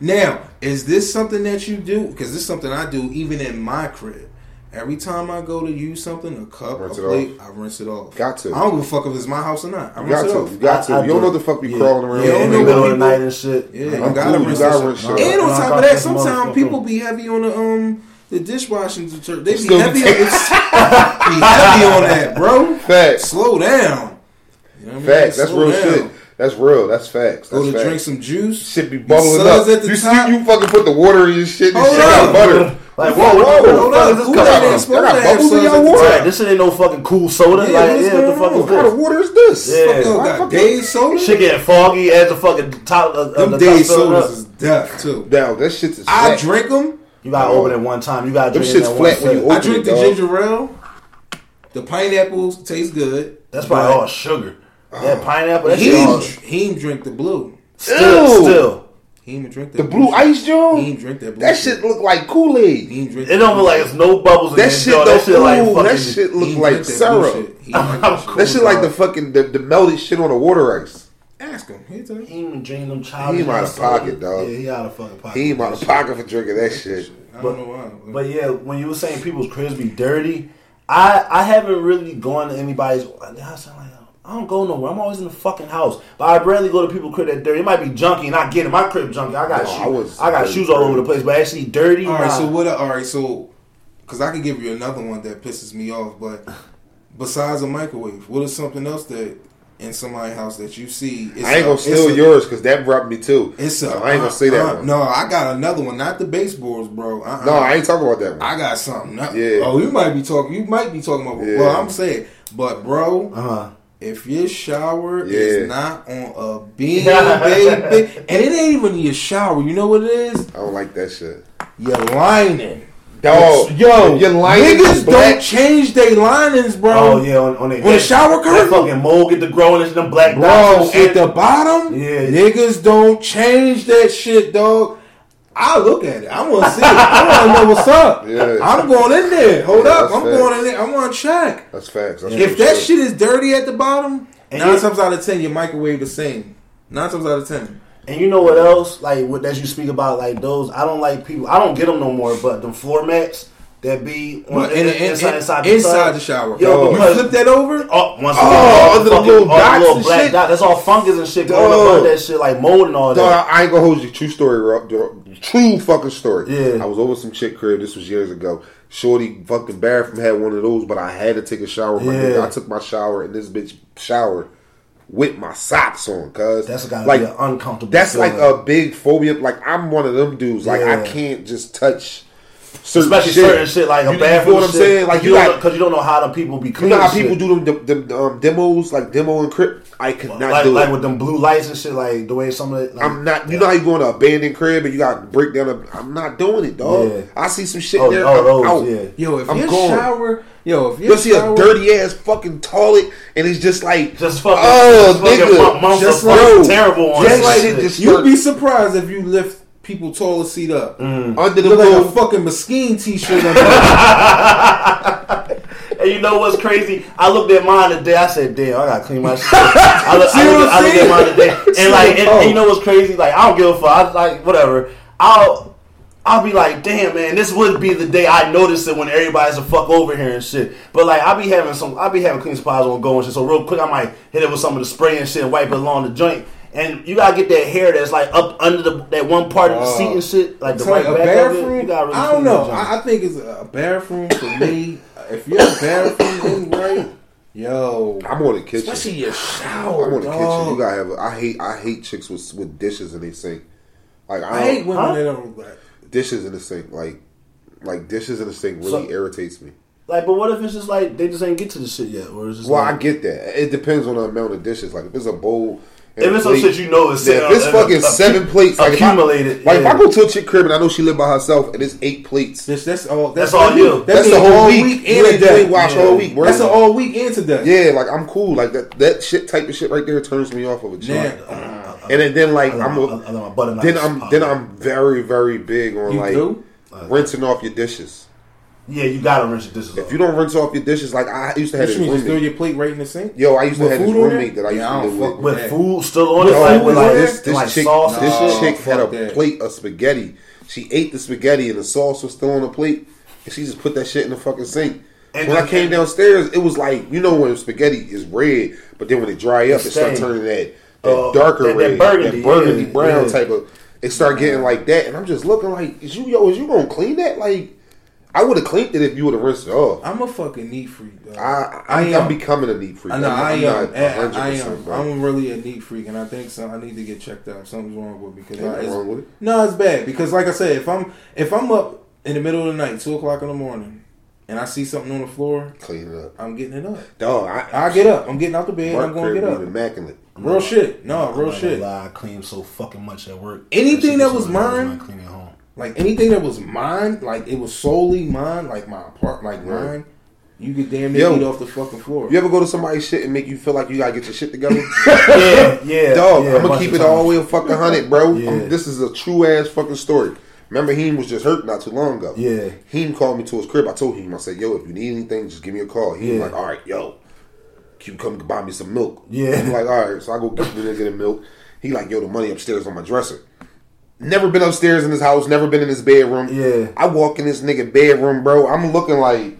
Speaker 3: Now, is this something that you do? Because this is something I do even in my crib. Every time I go to use something, a cup,
Speaker 2: Rinse
Speaker 3: a
Speaker 2: it
Speaker 3: plate, I rinse it off.
Speaker 2: Got to.
Speaker 3: I don't give a fuck if it's my house or not. I
Speaker 2: You
Speaker 3: rinse
Speaker 2: got
Speaker 3: it
Speaker 2: to,
Speaker 3: off.
Speaker 2: you got to.
Speaker 1: I- I
Speaker 2: you don't
Speaker 1: do.
Speaker 2: know what the fuck be
Speaker 1: Yeah.
Speaker 2: crawling around.
Speaker 1: Yeah,
Speaker 3: You
Speaker 1: in the middle
Speaker 3: don't know
Speaker 1: of the
Speaker 3: people-
Speaker 1: night and shit.
Speaker 3: Yeah, you
Speaker 2: I'm
Speaker 3: gotta
Speaker 2: cool,
Speaker 3: rinse
Speaker 2: you gotta
Speaker 3: this
Speaker 2: rinse
Speaker 3: off.
Speaker 2: shit
Speaker 3: And
Speaker 1: off.
Speaker 3: on
Speaker 1: Nah,
Speaker 3: top of
Speaker 1: fuck
Speaker 3: that,
Speaker 1: this
Speaker 3: sometimes
Speaker 1: motherfucker.
Speaker 3: people be heavy on the um the dishwashing detergent. They be
Speaker 2: Still
Speaker 3: heavy,
Speaker 2: the-
Speaker 3: on, it's, be heavy on that, bro.
Speaker 2: Facts,
Speaker 3: Slow down. You know what I mean?
Speaker 2: facts. That's
Speaker 3: Slow
Speaker 2: real
Speaker 3: down.
Speaker 2: shit. That's real. That's facts.
Speaker 3: Go
Speaker 2: That's
Speaker 3: to
Speaker 2: facts.
Speaker 3: drink some juice.
Speaker 2: shit be
Speaker 3: You
Speaker 2: bubbling up.
Speaker 3: suds at the
Speaker 2: You
Speaker 3: top.
Speaker 2: see, you fucking put the water in your shit. This
Speaker 3: Hold
Speaker 2: shit got
Speaker 3: up.
Speaker 2: butter.
Speaker 1: Like, whoa, whoa, whoa,
Speaker 3: Hold
Speaker 1: whoa,
Speaker 3: up.
Speaker 1: where this
Speaker 3: Who
Speaker 1: come
Speaker 3: that
Speaker 1: from?
Speaker 3: is? Supposed
Speaker 2: Y'all
Speaker 3: to
Speaker 2: got
Speaker 3: have
Speaker 2: bubbles in
Speaker 3: suds
Speaker 2: your
Speaker 3: at the
Speaker 2: water?
Speaker 1: Right, this shit ain't no fucking cool soda.
Speaker 3: Yeah, what
Speaker 1: like,
Speaker 3: is
Speaker 1: yeah, what the
Speaker 3: going
Speaker 1: fuck
Speaker 3: on?
Speaker 1: is
Speaker 2: What kind of
Speaker 1: this?
Speaker 2: water is this?
Speaker 1: Yeah.
Speaker 3: Yo,
Speaker 2: Why
Speaker 3: got
Speaker 2: fuck-
Speaker 3: day soda.
Speaker 1: Shit getting foggy as the fucking top of
Speaker 3: Them
Speaker 1: of the
Speaker 3: day
Speaker 1: cup filled
Speaker 3: sodas
Speaker 1: up.
Speaker 3: is death too.
Speaker 2: Now that shit's a
Speaker 3: I
Speaker 2: snack.
Speaker 3: drink them.
Speaker 1: You gotta
Speaker 2: Oh.
Speaker 1: open it one time. You gotta
Speaker 2: Them
Speaker 1: drink it
Speaker 2: shit's
Speaker 1: that
Speaker 2: flat
Speaker 1: one
Speaker 2: when you
Speaker 1: sip.
Speaker 2: open
Speaker 3: I drink
Speaker 2: it,
Speaker 3: the
Speaker 2: dog.
Speaker 3: ginger ale. The pineapples taste good.
Speaker 1: That's probably
Speaker 3: but
Speaker 1: all sugar. That pineapple, that
Speaker 3: He
Speaker 1: shit all
Speaker 3: ain't, he ain't drink the blue.
Speaker 1: still,
Speaker 2: Ew.
Speaker 1: still.
Speaker 3: He ain't drink that
Speaker 2: The blue ice
Speaker 3: He
Speaker 2: joint.
Speaker 3: ain't drink that blue.
Speaker 2: That shit look like Kool Aid.
Speaker 3: He ain't drink.
Speaker 1: It
Speaker 3: that
Speaker 1: don't
Speaker 3: blue
Speaker 1: look like it's no bubbles in
Speaker 2: That
Speaker 1: there,
Speaker 2: shit
Speaker 1: dog.
Speaker 2: don't.
Speaker 1: That shit like
Speaker 2: ooh,
Speaker 1: fucking.
Speaker 2: that shit
Speaker 3: He
Speaker 2: look
Speaker 3: ain't
Speaker 2: like
Speaker 3: drink that blue
Speaker 2: syrup.
Speaker 3: shit. Oh, He ain't drink
Speaker 1: Cool.
Speaker 2: That shit like
Speaker 1: dog.
Speaker 2: the fucking the, the melted shit on the water ice.
Speaker 3: Ask him. He'll tell you.
Speaker 1: He even drinking them childish.
Speaker 2: He outta
Speaker 1: ass
Speaker 2: pocket,
Speaker 1: soda.
Speaker 2: dog.
Speaker 1: Yeah, he out of fucking pocket.
Speaker 2: He ain't out of pocket for drinking that shit.
Speaker 3: I don't know why.
Speaker 1: But yeah, when you were saying people's cribs be dirty, I I haven't really gone to anybody's. I sound like I don't go nowhere. I'm always in the fucking house. But I rarely go to people's crib that dirty. It might be junky, and I get it. My crib junky. I got
Speaker 2: No, I
Speaker 1: shoes.
Speaker 2: was-
Speaker 1: I, got shoes all over the place, but actually dirty.
Speaker 3: All
Speaker 1: nah.
Speaker 3: right, so what? All right, so because I could give you another one that pisses me off, but besides a microwave, what is something else that in somebody's house that you see? It's
Speaker 2: I ain't
Speaker 3: a-
Speaker 2: gonna
Speaker 3: it's
Speaker 2: steal
Speaker 3: a-
Speaker 2: yours because that robbed me too.
Speaker 3: It's a,
Speaker 2: so I ain't gonna say that
Speaker 3: uh,
Speaker 2: one. No,
Speaker 3: No, I got another one, not the baseboards, bro. Uh-uh.
Speaker 2: I ain't talking about that one.
Speaker 3: I got something. Not,
Speaker 2: Yeah.
Speaker 3: Oh, you might be talking. You might be talking about.
Speaker 2: Yeah.
Speaker 3: Well, I'm saying, but bro,
Speaker 1: Uh-huh.
Speaker 3: if your shower
Speaker 2: Yeah.
Speaker 3: is not on a beam, baby, and it ain't even your shower, you know what it is?
Speaker 2: I don't like that shit.
Speaker 3: Your lining.
Speaker 2: Dog,
Speaker 3: yo,
Speaker 2: your lining is
Speaker 3: niggas
Speaker 2: black.
Speaker 3: don't change their linings, bro.
Speaker 1: Oh yeah, on, on they,
Speaker 3: When the shower
Speaker 1: that
Speaker 3: curtain,
Speaker 1: fucking mold get to growing into them black dots
Speaker 3: bro,
Speaker 1: and
Speaker 3: at
Speaker 1: shit.
Speaker 3: the bottom,
Speaker 1: Yeah.
Speaker 3: niggas don't change that shit, dog. I look at it. I want to see it. I want to know what's up.
Speaker 2: Yeah.
Speaker 3: I'm going in there. Hold
Speaker 2: Yeah,
Speaker 3: up.
Speaker 2: that's
Speaker 3: I'm
Speaker 2: facts.
Speaker 3: going in there. I want to check.
Speaker 2: That's facts. That's
Speaker 3: If
Speaker 2: real
Speaker 3: that shit is dirty at the bottom,
Speaker 1: And
Speaker 3: nine
Speaker 1: you-
Speaker 3: times out of ten, your microwave the same. Nine times out of ten.
Speaker 1: And you know what else? Like what that you speak about, like those. I don't like people. I don't get them no more. But them floor mats that be on,
Speaker 3: But in, in,
Speaker 1: inside,
Speaker 3: in-
Speaker 1: inside,
Speaker 3: inside
Speaker 1: tub.
Speaker 3: the shower.
Speaker 1: Yo,
Speaker 3: you
Speaker 1: because-
Speaker 3: flip that over.
Speaker 1: Oh, once
Speaker 2: Oh,
Speaker 1: oh,
Speaker 2: under the
Speaker 1: fucking,
Speaker 2: little
Speaker 1: all the
Speaker 2: dots
Speaker 1: little
Speaker 2: and
Speaker 1: black
Speaker 2: shit.
Speaker 1: dot. That's all fungus and shit going
Speaker 2: Dog.
Speaker 1: up under that shit, like mold and all
Speaker 2: No,
Speaker 1: that.
Speaker 2: I ain't gonna hold you. True story, Rob. True fucking story.
Speaker 1: Yeah.
Speaker 2: I was over some chick crib. This was years ago. Shorty fucking bathroom had one of those, but I had to take a shower. My
Speaker 1: Yeah.
Speaker 2: nigga, I took my shower, and this bitch showered with my socks on, cuz.
Speaker 1: That's gotta
Speaker 2: like,
Speaker 1: be an uncomfortable.
Speaker 2: That's like
Speaker 1: feeling.
Speaker 2: a big phobia. Like, I'm one of them dudes. Like,
Speaker 1: Yeah.
Speaker 2: I can't just touch certain
Speaker 1: especially
Speaker 2: shit.
Speaker 1: certain shit like a
Speaker 2: you,
Speaker 1: bathroom.
Speaker 2: You know what I'm
Speaker 1: shit.
Speaker 2: saying? Like, you,
Speaker 1: don't
Speaker 2: got.
Speaker 1: know- cause you don't know how the people be
Speaker 2: You
Speaker 1: clean.
Speaker 2: know how
Speaker 1: shit.
Speaker 2: people do them, them, them um, demos, like demo and crib? I could not
Speaker 1: like
Speaker 2: do it.
Speaker 1: like with them blue lights and shit, like the way some of it. Like,
Speaker 2: I'm not. You know how you go in an abandoned crib and you got to break down. A, I'm not doing it, dog.
Speaker 1: Yeah.
Speaker 2: I see some shit
Speaker 1: Oh,
Speaker 2: there.
Speaker 1: oh,
Speaker 2: I'm
Speaker 1: those,
Speaker 2: out.
Speaker 1: yeah.
Speaker 3: Yo, if
Speaker 2: I'm
Speaker 3: your
Speaker 2: going.
Speaker 3: shower, yo, if your
Speaker 2: You'll see
Speaker 3: shower,
Speaker 2: a dirty ass fucking toilet, and it's just like,
Speaker 1: just fucking.
Speaker 2: oh,
Speaker 1: just fucking
Speaker 2: nigga,
Speaker 1: mon- monster
Speaker 3: Just
Speaker 1: fucking
Speaker 2: like-
Speaker 1: terrible on
Speaker 2: just
Speaker 1: that
Speaker 2: like-
Speaker 1: shit.
Speaker 2: just-
Speaker 3: You'd be surprised if you lift people toilet seat up.
Speaker 2: Mm. under the
Speaker 3: Look like a
Speaker 2: moon.
Speaker 3: fucking Mesquite t-shirt. on.
Speaker 1: And you know what's crazy? I looked at mine today. I said, "Damn, I gotta clean my shit." I, look, I, looked, at- I looked at mine today, and like, and, and you know what's crazy? Like, I don't give a fuck. I like whatever. I'll. I'll be like, damn, man, this would be the day I notice it when everybody's a fuck over here and shit. But like, I'll be having some, I'll be having clean spots on going shit. So real quick, I might hit it with some of the spray and shit and wipe it along the joint. And you gotta get that hair that's like up under the that one part of the seat and shit, like the
Speaker 3: So
Speaker 1: right
Speaker 3: like a
Speaker 1: back of it. You
Speaker 3: bathroom,
Speaker 1: gotta really
Speaker 3: I
Speaker 1: clean
Speaker 3: don't
Speaker 1: that
Speaker 3: know.
Speaker 1: joint.
Speaker 3: I, I think it's a bathroom for me. if your bathroom ain't right, yo,
Speaker 2: I'm on the kitchen.
Speaker 3: especially your shower,
Speaker 2: I'm on the kitchen. You
Speaker 3: dog.
Speaker 2: gotta have. A, I hate. I hate chicks with with dishes in their sink. Like I,
Speaker 3: I hate
Speaker 2: hate
Speaker 3: women
Speaker 1: Huh?
Speaker 3: that don't like.
Speaker 2: dishes in the sink. Like like dishes in the sink really
Speaker 1: So-
Speaker 2: irritates me.
Speaker 1: Like, but what if it's just like they just ain't get to the shit yet, or is just
Speaker 2: Well, I
Speaker 1: like,
Speaker 2: get that. It depends on the amount of dishes. Like if it's a bowl. and
Speaker 1: if
Speaker 2: a
Speaker 1: it's some
Speaker 2: plate-
Speaker 1: shit you know is
Speaker 2: Yeah, if it's fucking seven plates, like if I-
Speaker 1: accumulated,
Speaker 2: like if
Speaker 1: yeah.
Speaker 2: I go to a chick crib and I know she live by herself and it's eight plates,
Speaker 3: That's, that's all. That's,
Speaker 1: That's all you.
Speaker 2: that's
Speaker 3: means
Speaker 2: the whole
Speaker 3: all
Speaker 2: week. you
Speaker 3: and
Speaker 2: ain't
Speaker 3: a day.
Speaker 2: drink wash
Speaker 1: Yeah.
Speaker 2: all week. bro.
Speaker 3: That's an all week and today.
Speaker 2: Yeah, like I'm cool. Like that that shit type of shit right there turns me off of a chick.
Speaker 3: Now,
Speaker 2: And then, then like
Speaker 1: I
Speaker 2: I'm
Speaker 1: love- I
Speaker 2: a,
Speaker 1: love my butternut
Speaker 2: then I'm
Speaker 1: pop.
Speaker 2: then I'm very very big on
Speaker 3: You
Speaker 2: like
Speaker 3: do?
Speaker 2: rinsing off your dishes.
Speaker 1: yeah, you gotta rinse your dishes.
Speaker 2: If you don't rinse off your dishes, like I used to have
Speaker 3: you
Speaker 2: this
Speaker 3: should just throw
Speaker 2: roommate.
Speaker 3: your plate right in the sink.
Speaker 2: Yo, I used to
Speaker 3: with
Speaker 2: have this
Speaker 3: food on
Speaker 2: roommate
Speaker 3: it?
Speaker 2: that I used
Speaker 3: Yeah, I
Speaker 2: to
Speaker 3: don't
Speaker 2: live
Speaker 3: fuck
Speaker 2: with.
Speaker 3: with
Speaker 1: with
Speaker 3: that.
Speaker 1: food still on it,
Speaker 2: Yo,
Speaker 1: like, with like,
Speaker 2: this this
Speaker 1: like
Speaker 2: chick
Speaker 1: sauce, and
Speaker 2: this
Speaker 1: shit.
Speaker 2: chick had a
Speaker 3: fuck that.
Speaker 2: plate of spaghetti. She ate the spaghetti and the sauce was still on the plate, and she just put that shit in the fucking sink.
Speaker 1: And
Speaker 2: when
Speaker 1: the-
Speaker 2: I came downstairs, it was like you know when spaghetti is red, but then when it dry up, it
Speaker 1: stained.
Speaker 2: start turning that that
Speaker 1: Uh,
Speaker 2: darker
Speaker 1: that- that
Speaker 2: red,
Speaker 1: burgundy,
Speaker 2: that burgundy
Speaker 1: yeah,
Speaker 2: brown
Speaker 1: yeah.
Speaker 2: type of. It start getting like that, and I'm just looking like, is you yo, is you gonna clean that? Like, I would have cleaned it if you would have rinsed it off.
Speaker 3: I'm a fucking neat freak. Dog.
Speaker 2: I, I, I
Speaker 3: I
Speaker 2: am
Speaker 3: am.
Speaker 2: becoming a neat freak.
Speaker 3: I know
Speaker 2: I'm-
Speaker 3: I
Speaker 2: I'm
Speaker 3: am.
Speaker 2: not
Speaker 3: I, I
Speaker 2: 100%,
Speaker 3: am.
Speaker 2: bro.
Speaker 3: I'm really a neat freak, and I think so. I need to get checked out. Something's wrong with me because
Speaker 2: Ain't
Speaker 3: I,
Speaker 2: nothing
Speaker 3: it's,
Speaker 2: wrong with it.
Speaker 3: no, it's bad. Because like I said, if I'm if I'm up in the middle of the night, two o'clock in the morning, and I see something on the floor,
Speaker 2: Clean it up,
Speaker 3: I'm getting it up.
Speaker 2: dog. I,
Speaker 3: I get up. I'm getting out the bed.
Speaker 2: Mark
Speaker 3: I'm going to
Speaker 2: crib
Speaker 3: get
Speaker 2: be
Speaker 3: up.
Speaker 2: immaculate.
Speaker 3: Real shit. No,
Speaker 1: I'm
Speaker 3: real
Speaker 1: not
Speaker 3: shit.
Speaker 1: gonna Lie, I clean so fucking much at work.
Speaker 3: Anything
Speaker 1: shit
Speaker 3: that
Speaker 1: is
Speaker 3: was
Speaker 1: so much
Speaker 3: mine-
Speaker 1: when I clean at home.
Speaker 3: Like anything that was mine, like it was solely mine, like my apart, like
Speaker 2: Right.
Speaker 3: mine. You could damn near
Speaker 2: Yo.
Speaker 3: eat off the fucking floor.
Speaker 2: You ever go to somebody's shit and make you feel like you gotta get your shit together?
Speaker 1: Yeah, yeah,
Speaker 2: Dog,
Speaker 1: yeah, a
Speaker 2: I'm gonna
Speaker 1: bunch
Speaker 2: keep
Speaker 1: of
Speaker 2: it all
Speaker 1: times.
Speaker 2: the way a fucking hundred, bro.
Speaker 1: Yeah.
Speaker 2: Um, this is a true ass fucking story. Remember, Heem was just hurt not too long ago.
Speaker 1: Yeah.
Speaker 2: Heem called me to his crib. I told him, I said, yo, if you need anything, just give me a call. He was
Speaker 1: Yeah.
Speaker 2: like, all right, yo, can you come buy me some milk?
Speaker 1: Yeah.
Speaker 2: I'm like, all right. So I go get the nigga the milk. He like, yo, the money upstairs on my dresser. Never been upstairs in his house, never been in his bedroom.
Speaker 1: Yeah.
Speaker 2: I walk in this nigga bedroom, bro. I'm looking like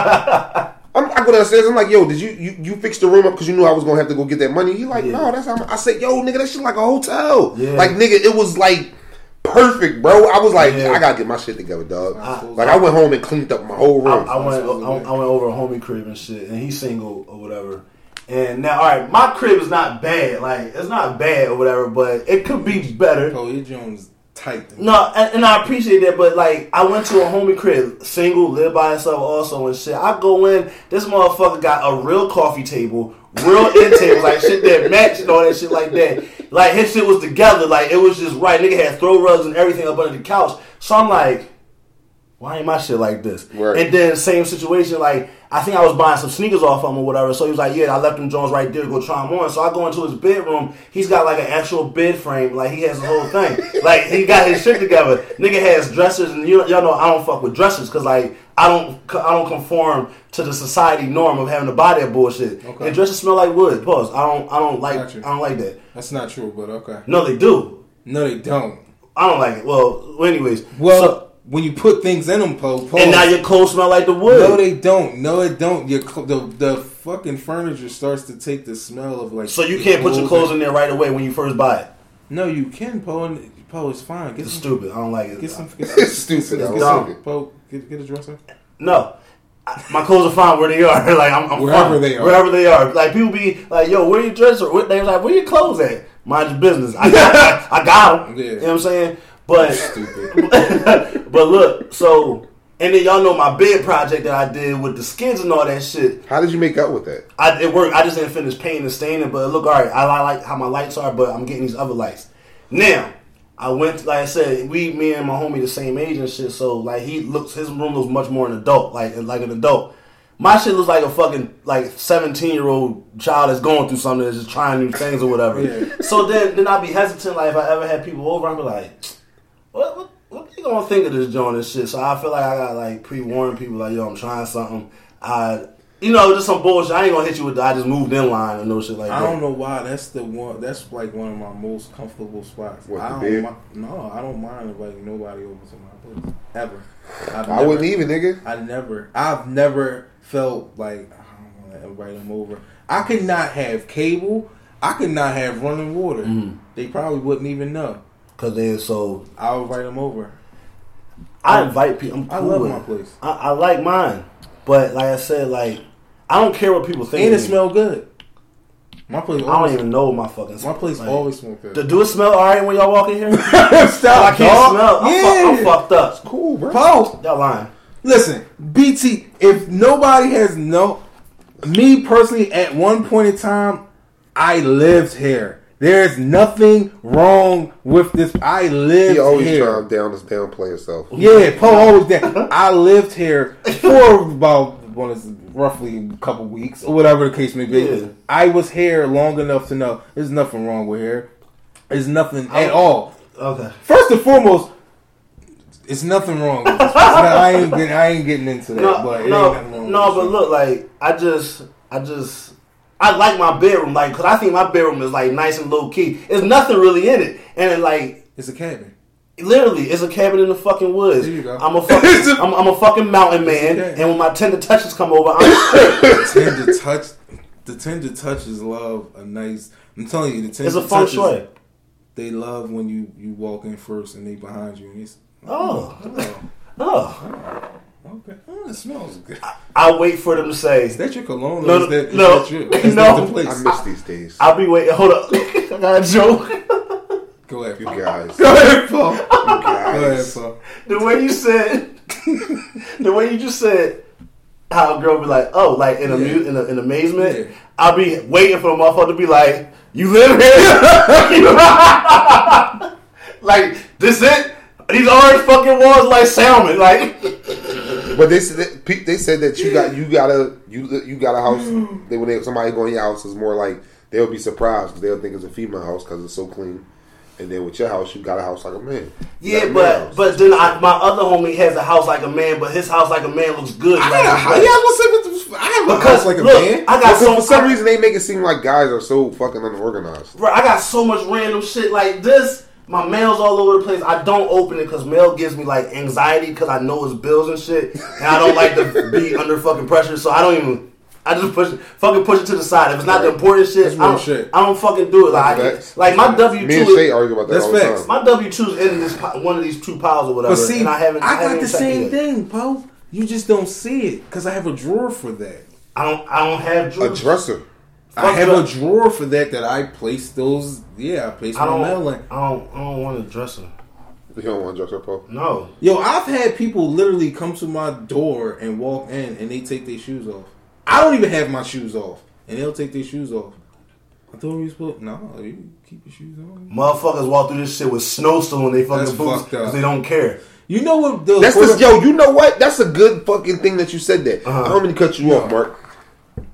Speaker 2: I'm, I go downstairs. I'm like, yo, did you you, you fix the room up because you knew I was gonna have to go get that money? He like, no, that's how I'm, I said, yo, nigga, that shit like a hotel.
Speaker 1: Yeah.
Speaker 2: Like, nigga, it was like perfect, bro. I was like,
Speaker 1: Yeah.
Speaker 2: I gotta get my shit together, dog.
Speaker 1: I-
Speaker 2: like, I went home and cleaned up my whole
Speaker 1: I,
Speaker 2: room.
Speaker 1: I went I, I went over a homie crib and shit, and he's single or whatever. And now, all right, my crib is not bad. Like it's not bad or whatever, but it could be better.
Speaker 3: Oh, your Jones tight.
Speaker 1: No, and, and I appreciate that, but like I went to a homie crib, single, live by himself, also and shit. I go in, this motherfucker got a real coffee table, real end table, like shit that matched and all that shit like that. Like his shit was together, like it was just right. Nigga had throw rugs and everything up under the couch. So I'm like, why ain't my shit like this?
Speaker 2: Right.
Speaker 1: And then same situation, like I think I was buying some sneakers off him or whatever. So he was like, "Yeah, I left them Jones right there to go try them on." So I go into his bedroom. He's got like an actual bed frame, like he has the whole thing. like he got his shit together. Nigga has dressers, and you y'all know I don't fuck with dressers because like I don't I don't conform to the society norm of having to buy that bullshit.
Speaker 3: Okay.
Speaker 1: And dressers smell like wood. Pause. I don't I don't like
Speaker 3: Got you.
Speaker 1: I don't like that.
Speaker 3: That's not true, but okay.
Speaker 1: No, they do.
Speaker 3: No, they don't.
Speaker 1: I don't like it. Well, anyways.
Speaker 3: Well,
Speaker 1: so-
Speaker 3: when you put things in them, po, po
Speaker 1: and now your clothes smell like the wood.
Speaker 3: no, they don't. No, it don't. Your cl- the the fucking furniture starts to take the smell of like.
Speaker 1: So you can't put your clothes in there right away when you first buy it.
Speaker 3: No, you can, po. And po is fine. Get
Speaker 1: It's
Speaker 3: some.
Speaker 1: stupid. I don't like it.
Speaker 3: Get some. Get some.
Speaker 2: It's stupid.
Speaker 3: Get
Speaker 2: I
Speaker 3: some
Speaker 2: love it.
Speaker 3: po. Get, get a dresser.
Speaker 1: No. I- My clothes are fine where they are. Like I'm, I'm
Speaker 3: Wherever
Speaker 1: fine.
Speaker 3: they are.
Speaker 1: Wherever they are. Like people be like, "Yo, where your dress?" Or they're like, "Where your clothes at?" Mind your business. I got, I, got them.
Speaker 3: Yeah.
Speaker 1: You know what I'm saying? But,
Speaker 3: Stupid.
Speaker 1: but look. So, and then y'all know my bed project that I did with the skins and all that shit.
Speaker 2: How did you make out with that?
Speaker 1: I, it worked. I just didn't finish painting and staining, but it look all right. I, li- like how my lights are, but I'm getting these other lights. Now, I went, like I said, we, me and my homie, the same age and shit. So like he looks, his room looks much more an adult, like like an adult. My shit looks like a fucking like seventeen year old child that's going through something, that's just trying new things or whatever.
Speaker 3: Yeah.
Speaker 1: So then, then I'd be hesitant. Like if I ever had people over, I'd be like, what, what, what you gonna think of this joint and shit? So I feel like I gotta like pre warn people like, yo, I'm trying something. I, you know, just some bullshit. I ain't gonna hit you with. The, I just moved in line and no shit like
Speaker 3: I
Speaker 1: that.
Speaker 3: don't know why. That's the one. That's like one of my most comfortable spots.
Speaker 2: What,
Speaker 3: I
Speaker 2: the
Speaker 3: don't
Speaker 2: bed?
Speaker 3: mi- no, I don't mind inviting nobody over to my place ever. I've
Speaker 2: I wouldn't even, nigga.
Speaker 3: I never. I've never felt like I don't want to invite them over. I could not have cable. I could not have running water.
Speaker 1: Mm-hmm.
Speaker 3: They probably wouldn't even know.
Speaker 1: Cause they so.
Speaker 3: I'll invite them over.
Speaker 1: I invite people. I'm
Speaker 3: I
Speaker 1: cool
Speaker 3: love
Speaker 1: with
Speaker 3: my
Speaker 1: it.
Speaker 3: place.
Speaker 1: I, I like mine, but like I said, like I don't care what people think.
Speaker 3: And it
Speaker 1: of me.
Speaker 3: smell good. My place.
Speaker 1: Mm. I don't
Speaker 3: Always,
Speaker 1: even know my fucking.
Speaker 3: my place
Speaker 1: like,
Speaker 3: always smell good.
Speaker 1: The do it smell alright when y'all walk in here? I
Speaker 3: Stop.
Speaker 1: can't
Speaker 3: dog.
Speaker 1: smell. I'm,
Speaker 3: Yeah.
Speaker 1: fuck, I'm fucked up.
Speaker 3: Cool, bro. Paul,
Speaker 1: Y'all lying.
Speaker 3: Listen, BT, if nobody has no me personally at one point in time, I lived here. There's nothing wrong with this. I lived
Speaker 2: He always
Speaker 3: here.
Speaker 2: trying down to downplay himself.
Speaker 3: Yeah, Poe always that. I lived here for about well, it's roughly a couple weeks or whatever the case may be.
Speaker 1: Yeah.
Speaker 3: I was here long enough to know there's nothing wrong with here. There's nothing at all.
Speaker 1: Okay.
Speaker 3: First and foremost, it's nothing wrong. With this. I ain't getting, I ain't getting into that.
Speaker 1: No,
Speaker 3: but it ain't nothing
Speaker 1: no,
Speaker 3: wrong
Speaker 1: no,
Speaker 3: with
Speaker 1: but look, like I just, I just, I like my bedroom, like, cause I think my bedroom is like nice and low key. There's nothing really in it, and it, like,
Speaker 3: it's a cabin.
Speaker 1: literally, it's a cabin in the fucking woods.
Speaker 3: There you go.
Speaker 1: I'm a fucking, I'm, I'm a fucking mountain man,
Speaker 3: cabin.
Speaker 1: and when my tender touches come over, I'm straight.
Speaker 3: Tender touch, the tender touches love a nice. I'm telling you, the tender
Speaker 1: It's a feng
Speaker 3: touches,
Speaker 1: shui.
Speaker 3: They love when you you walk in first and they behind you and it's
Speaker 1: Oh,
Speaker 3: oh
Speaker 1: oh.
Speaker 3: okay oh it smells good.
Speaker 1: I wait for them to
Speaker 3: Is
Speaker 1: say.
Speaker 3: that your cologne? Or
Speaker 1: No,
Speaker 3: is that, is
Speaker 1: no,
Speaker 3: that your, is
Speaker 1: no.
Speaker 3: that the place?
Speaker 2: I miss these days.
Speaker 1: I'll be waiting. Hold up, I got a joke.
Speaker 3: Go ahead,
Speaker 2: you
Speaker 3: Paul.
Speaker 2: guys.
Speaker 3: Go ahead, Paul. Go
Speaker 2: You
Speaker 3: ahead,
Speaker 2: guys.
Speaker 3: Paul.
Speaker 1: the way you said, the way you just said, how a girl be like, oh, like in a
Speaker 3: Yeah.
Speaker 1: in, a, in amazement,
Speaker 3: Yeah.
Speaker 1: I'll be waiting for the motherfucker to be like, you live here, like this it. These orange fucking walls like salmon, like
Speaker 2: But they said that, pe- they said that you got you got a you you got a house. They when they, somebody go in your house is more like they'll be surprised because they'll think it's a female house because it's so clean. And then with your house, you got a house like a man. You
Speaker 1: yeah,
Speaker 2: got a man
Speaker 1: but
Speaker 2: house.
Speaker 1: but then I, my other homie has a house like a man, but his house like a man looks good.
Speaker 3: I
Speaker 1: like,
Speaker 3: got a house. Yeah, what's up with the, I have a
Speaker 1: because
Speaker 3: house like a
Speaker 1: look,
Speaker 3: man.
Speaker 1: I got
Speaker 2: Because
Speaker 1: so
Speaker 2: for some reason they make it seem like guys are so fucking unorganized.
Speaker 1: Bro, I got so much random shit like this. My mail's all over the place. I don't open it because mail gives me like anxiety because I know it's bills and shit, and I don't like to be under fucking pressure. So I don't even. I just push fucking push it to the side. If it's not the important shit,
Speaker 3: That's
Speaker 1: I
Speaker 3: real
Speaker 1: don't,
Speaker 3: shit.
Speaker 1: I don't fucking do it. Like, I,
Speaker 2: Facts.
Speaker 1: like my W
Speaker 2: Me and Shay
Speaker 1: two,
Speaker 2: argue about that
Speaker 3: That's
Speaker 2: all the
Speaker 3: facts.
Speaker 2: time.
Speaker 1: my W two is in this pi- one of these two piles or whatever.
Speaker 3: But see,
Speaker 1: and I
Speaker 3: I,
Speaker 1: haven't.
Speaker 3: got
Speaker 1: haven't
Speaker 3: the
Speaker 1: checked
Speaker 3: same
Speaker 1: it yet.
Speaker 3: thing, Poe. You just don't see it because I have a drawer for that.
Speaker 1: I don't. I don't have
Speaker 2: a
Speaker 1: drawers.
Speaker 2: dresser.
Speaker 3: I
Speaker 1: Fuck
Speaker 3: have
Speaker 1: that.
Speaker 3: a drawer for that that I place those. Yeah, I place
Speaker 1: I
Speaker 3: my
Speaker 1: don't.
Speaker 3: mail in.
Speaker 1: I don't. I don't want a dresser.
Speaker 2: You don't want a dresser, Paul.
Speaker 1: No.
Speaker 3: Yo, I've had people literally come to my door and walk in and they take their shoes off. I don't even have my shoes off, and they'll take their shoes off. I thought we were supposed. No, you keep your shoes on.
Speaker 1: Motherfuckers walk through this shit with snow still in their fucking
Speaker 3: That's
Speaker 1: boots
Speaker 3: fucked up.
Speaker 1: because they don't care.
Speaker 3: You know what? The
Speaker 2: That's just yo. You know what? That's a good fucking thing that you said that.
Speaker 1: Uh-huh.
Speaker 2: I don't mean to cut you off, Mark.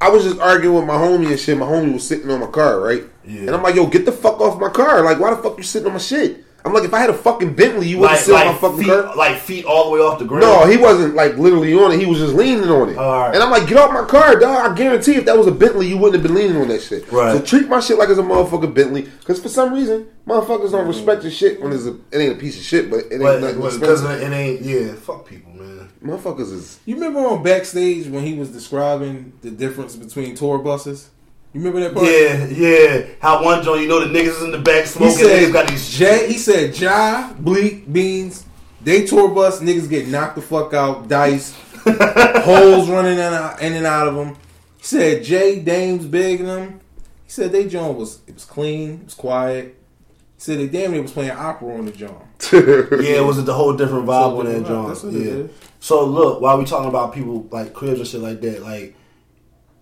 Speaker 2: I was just arguing with my homie and shit. My homie was sitting on my car, right?
Speaker 1: Yeah.
Speaker 2: And I'm like, yo, get the fuck off my car. Like, why the fuck you sitting on my shit? I'm like, if I had a fucking Bentley, you wouldn't
Speaker 1: like,
Speaker 2: sit on
Speaker 1: like
Speaker 2: my fucking
Speaker 1: feet,
Speaker 2: car.
Speaker 1: like feet all the way off the ground.
Speaker 2: No, he wasn't like literally on it. He was just leaning on it.
Speaker 1: All right.
Speaker 2: And I'm like, get off my car, dog. I guarantee if that was a Bentley, you wouldn't have been leaning on that shit.
Speaker 1: Right.
Speaker 2: So treat my shit like it's a motherfucking Bentley. Because for some reason, motherfuckers don't respect your shit when it's a, it ain't a piece of shit, but it ain't nothing
Speaker 1: because
Speaker 2: expensive.
Speaker 1: it ain't. Yeah, fuck people, man.
Speaker 2: Motherfuckers is.
Speaker 3: You remember on backstage when he was describing the difference between tour buses? You remember that part?
Speaker 1: Yeah, yeah. How one joint, you know, the niggas is in the back
Speaker 3: He
Speaker 1: smoking. niggas
Speaker 3: said,
Speaker 1: got these.
Speaker 3: Jay, he said, Ja, Bleak, Beans, they tour bus, niggas get knocked the fuck out, dice, holes running in and, out, in and out of them. He said, Jay, Dames, Big, and them. He said, they joint was, it was clean, it was quiet. He said, they damn near was playing opera on the joint.
Speaker 1: yeah, it was a whole different vibe on that
Speaker 3: different vibe.
Speaker 1: joint.
Speaker 3: That's what it
Speaker 1: yeah.
Speaker 3: is.
Speaker 1: So look, while we talking about people like cribs and shit like that, like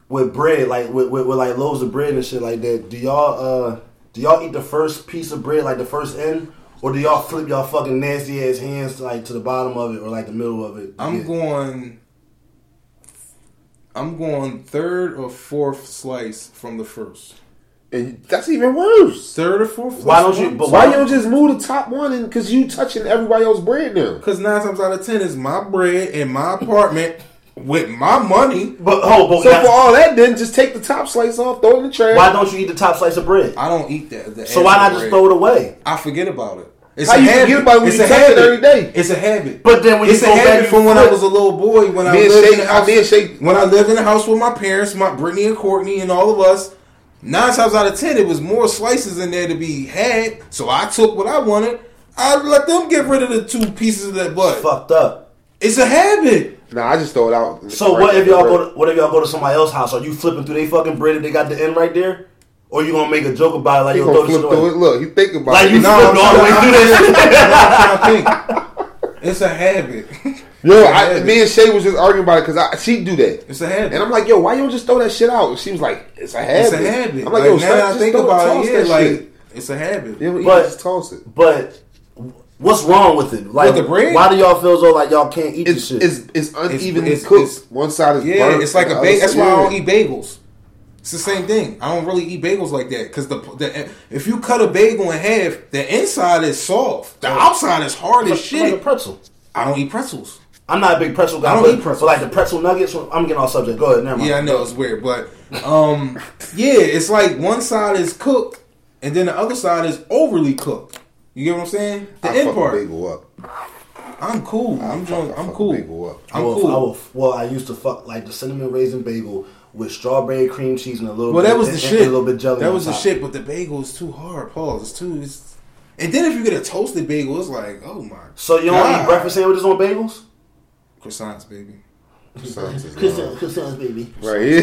Speaker 1: with bread, like with, with, with like loaves of bread and shit like that, do y'all uh do y'all eat the first piece of bread like the first end, or do y'all flip y'all fucking nasty ass hands like to the bottom of it or like the middle of it?
Speaker 3: I'm
Speaker 1: Yeah.
Speaker 3: going. I'm going third or fourth slice from the first.
Speaker 2: And that's even worse.
Speaker 3: Third or fourth.
Speaker 1: Why don't you- but
Speaker 2: Why you don't just move the top one and because you touching everybody else's bread now?
Speaker 3: Because nine times out of ten is my bread in my apartment with my money.
Speaker 1: But oh, but
Speaker 2: So
Speaker 1: that's-
Speaker 2: for all that, then just take the top slice off, throw it in the trash.
Speaker 1: why don't you eat the top slice of bread?
Speaker 3: I don't eat that. the
Speaker 1: So why
Speaker 3: extra
Speaker 1: not just
Speaker 3: bread.
Speaker 1: throw it away?
Speaker 3: I forget about it. It's
Speaker 2: How you forget about it when
Speaker 3: it's
Speaker 2: you
Speaker 3: a
Speaker 2: touch it
Speaker 3: habit
Speaker 2: every day?
Speaker 3: It's a habit.
Speaker 1: But then when you
Speaker 3: it's
Speaker 1: go
Speaker 3: a
Speaker 1: back
Speaker 3: habit
Speaker 1: and
Speaker 3: from when I
Speaker 1: forth-
Speaker 3: was a little boy. When I
Speaker 2: Me and
Speaker 3: lived in
Speaker 2: Shay-
Speaker 3: the
Speaker 2: I-
Speaker 3: house,
Speaker 2: me and Shay-
Speaker 3: when I lived in the house with my parents, my Brittany and Courtney and all of us. Nine times out of ten, it was more slices in there to be had. So I took what I wanted. I let them get rid of the two pieces of that butt.
Speaker 1: Fucked up.
Speaker 3: It's a habit.
Speaker 2: Nah, I just throw it out.
Speaker 1: So what if y'all go? To, what if y'all go to somebody else's house? Are you flipping through they fucking bread if they got the end right there? Or you gonna make a joke about it like
Speaker 2: He
Speaker 1: you
Speaker 2: gonna
Speaker 1: throw this
Speaker 2: flip through
Speaker 1: away?
Speaker 2: it. Look, you think about
Speaker 1: Like
Speaker 2: it.
Speaker 1: you
Speaker 3: No,
Speaker 1: flipped
Speaker 3: I'm
Speaker 1: all the way through this?
Speaker 3: I'm trying to think. It's a habit.
Speaker 2: Yo,
Speaker 3: It's a
Speaker 2: I,
Speaker 3: habit.
Speaker 2: me and Shay was just arguing about it because she do that.
Speaker 3: It's a habit.
Speaker 2: And I'm like, yo, why you don't just throw that shit out? She was like, it's a habit.
Speaker 3: It's a habit.
Speaker 2: I'm
Speaker 3: like,
Speaker 2: like, yo,
Speaker 3: now
Speaker 2: son,
Speaker 3: that I
Speaker 2: just
Speaker 3: think
Speaker 2: throw it,
Speaker 3: about
Speaker 2: toss
Speaker 3: it,
Speaker 2: that
Speaker 3: yeah, like
Speaker 2: shit.
Speaker 3: it's a habit.
Speaker 2: Yeah, well, you
Speaker 1: But-
Speaker 2: just toss it.
Speaker 1: but what's wrong with it? Like
Speaker 3: With the bread?
Speaker 1: Why do y'all feel as though like y'all can't eat this
Speaker 2: It's
Speaker 1: shit?
Speaker 2: it's it's unevenly
Speaker 3: it's-
Speaker 2: cooked.
Speaker 3: it's-
Speaker 2: One side is
Speaker 3: Yeah,
Speaker 2: burnt,
Speaker 3: it's like
Speaker 2: the
Speaker 3: a
Speaker 2: other
Speaker 3: bagel. That's
Speaker 2: side-
Speaker 3: why I don't
Speaker 2: yeah.
Speaker 3: eat bagels. It's the same thing. I don't really eat bagels like that because the, the if you cut a bagel in half, the inside is soft, the outside is hard as
Speaker 1: It's like a
Speaker 3: shit.
Speaker 1: pretzel.
Speaker 3: I don't eat pretzels.
Speaker 1: I'm not a big pretzel guy.
Speaker 3: I don't
Speaker 1: but,
Speaker 3: eat pretzels.
Speaker 1: But like the pretzel nuggets, I'm getting off subject. Go ahead. Never mind.
Speaker 3: Yeah, I know it's weird, but um, yeah, it's like one side is cooked and then the other side is overly cooked. You get what I'm saying? The
Speaker 2: I
Speaker 3: end
Speaker 2: fuck a
Speaker 3: part.
Speaker 2: bagel up.
Speaker 3: I'm cool. I'm
Speaker 2: fuck-
Speaker 3: drunk.
Speaker 2: I
Speaker 3: I'm
Speaker 2: fuck a
Speaker 3: cool.
Speaker 2: bagel up.
Speaker 1: I
Speaker 3: I'm
Speaker 1: will, I
Speaker 3: cool.
Speaker 1: will, well, I used to fuck like the cinnamon raisin bagel with strawberry cream cheese and a little.
Speaker 3: Well,
Speaker 1: bit,
Speaker 3: that was the
Speaker 1: and- and
Speaker 3: shit.
Speaker 1: A little bit of jelly.
Speaker 3: That
Speaker 1: on
Speaker 3: was the
Speaker 1: top.
Speaker 3: shit, but the bagel is too hard. Pause. It's too. It's, and then if you get a toasted bagel, it's like, oh my.
Speaker 1: So you don't
Speaker 3: God.
Speaker 1: eat breakfast sandwiches on bagels?
Speaker 3: croissants, baby.
Speaker 2: Sounds is
Speaker 1: Croissants,
Speaker 2: wrong.
Speaker 1: croissants, baby.
Speaker 2: Right here.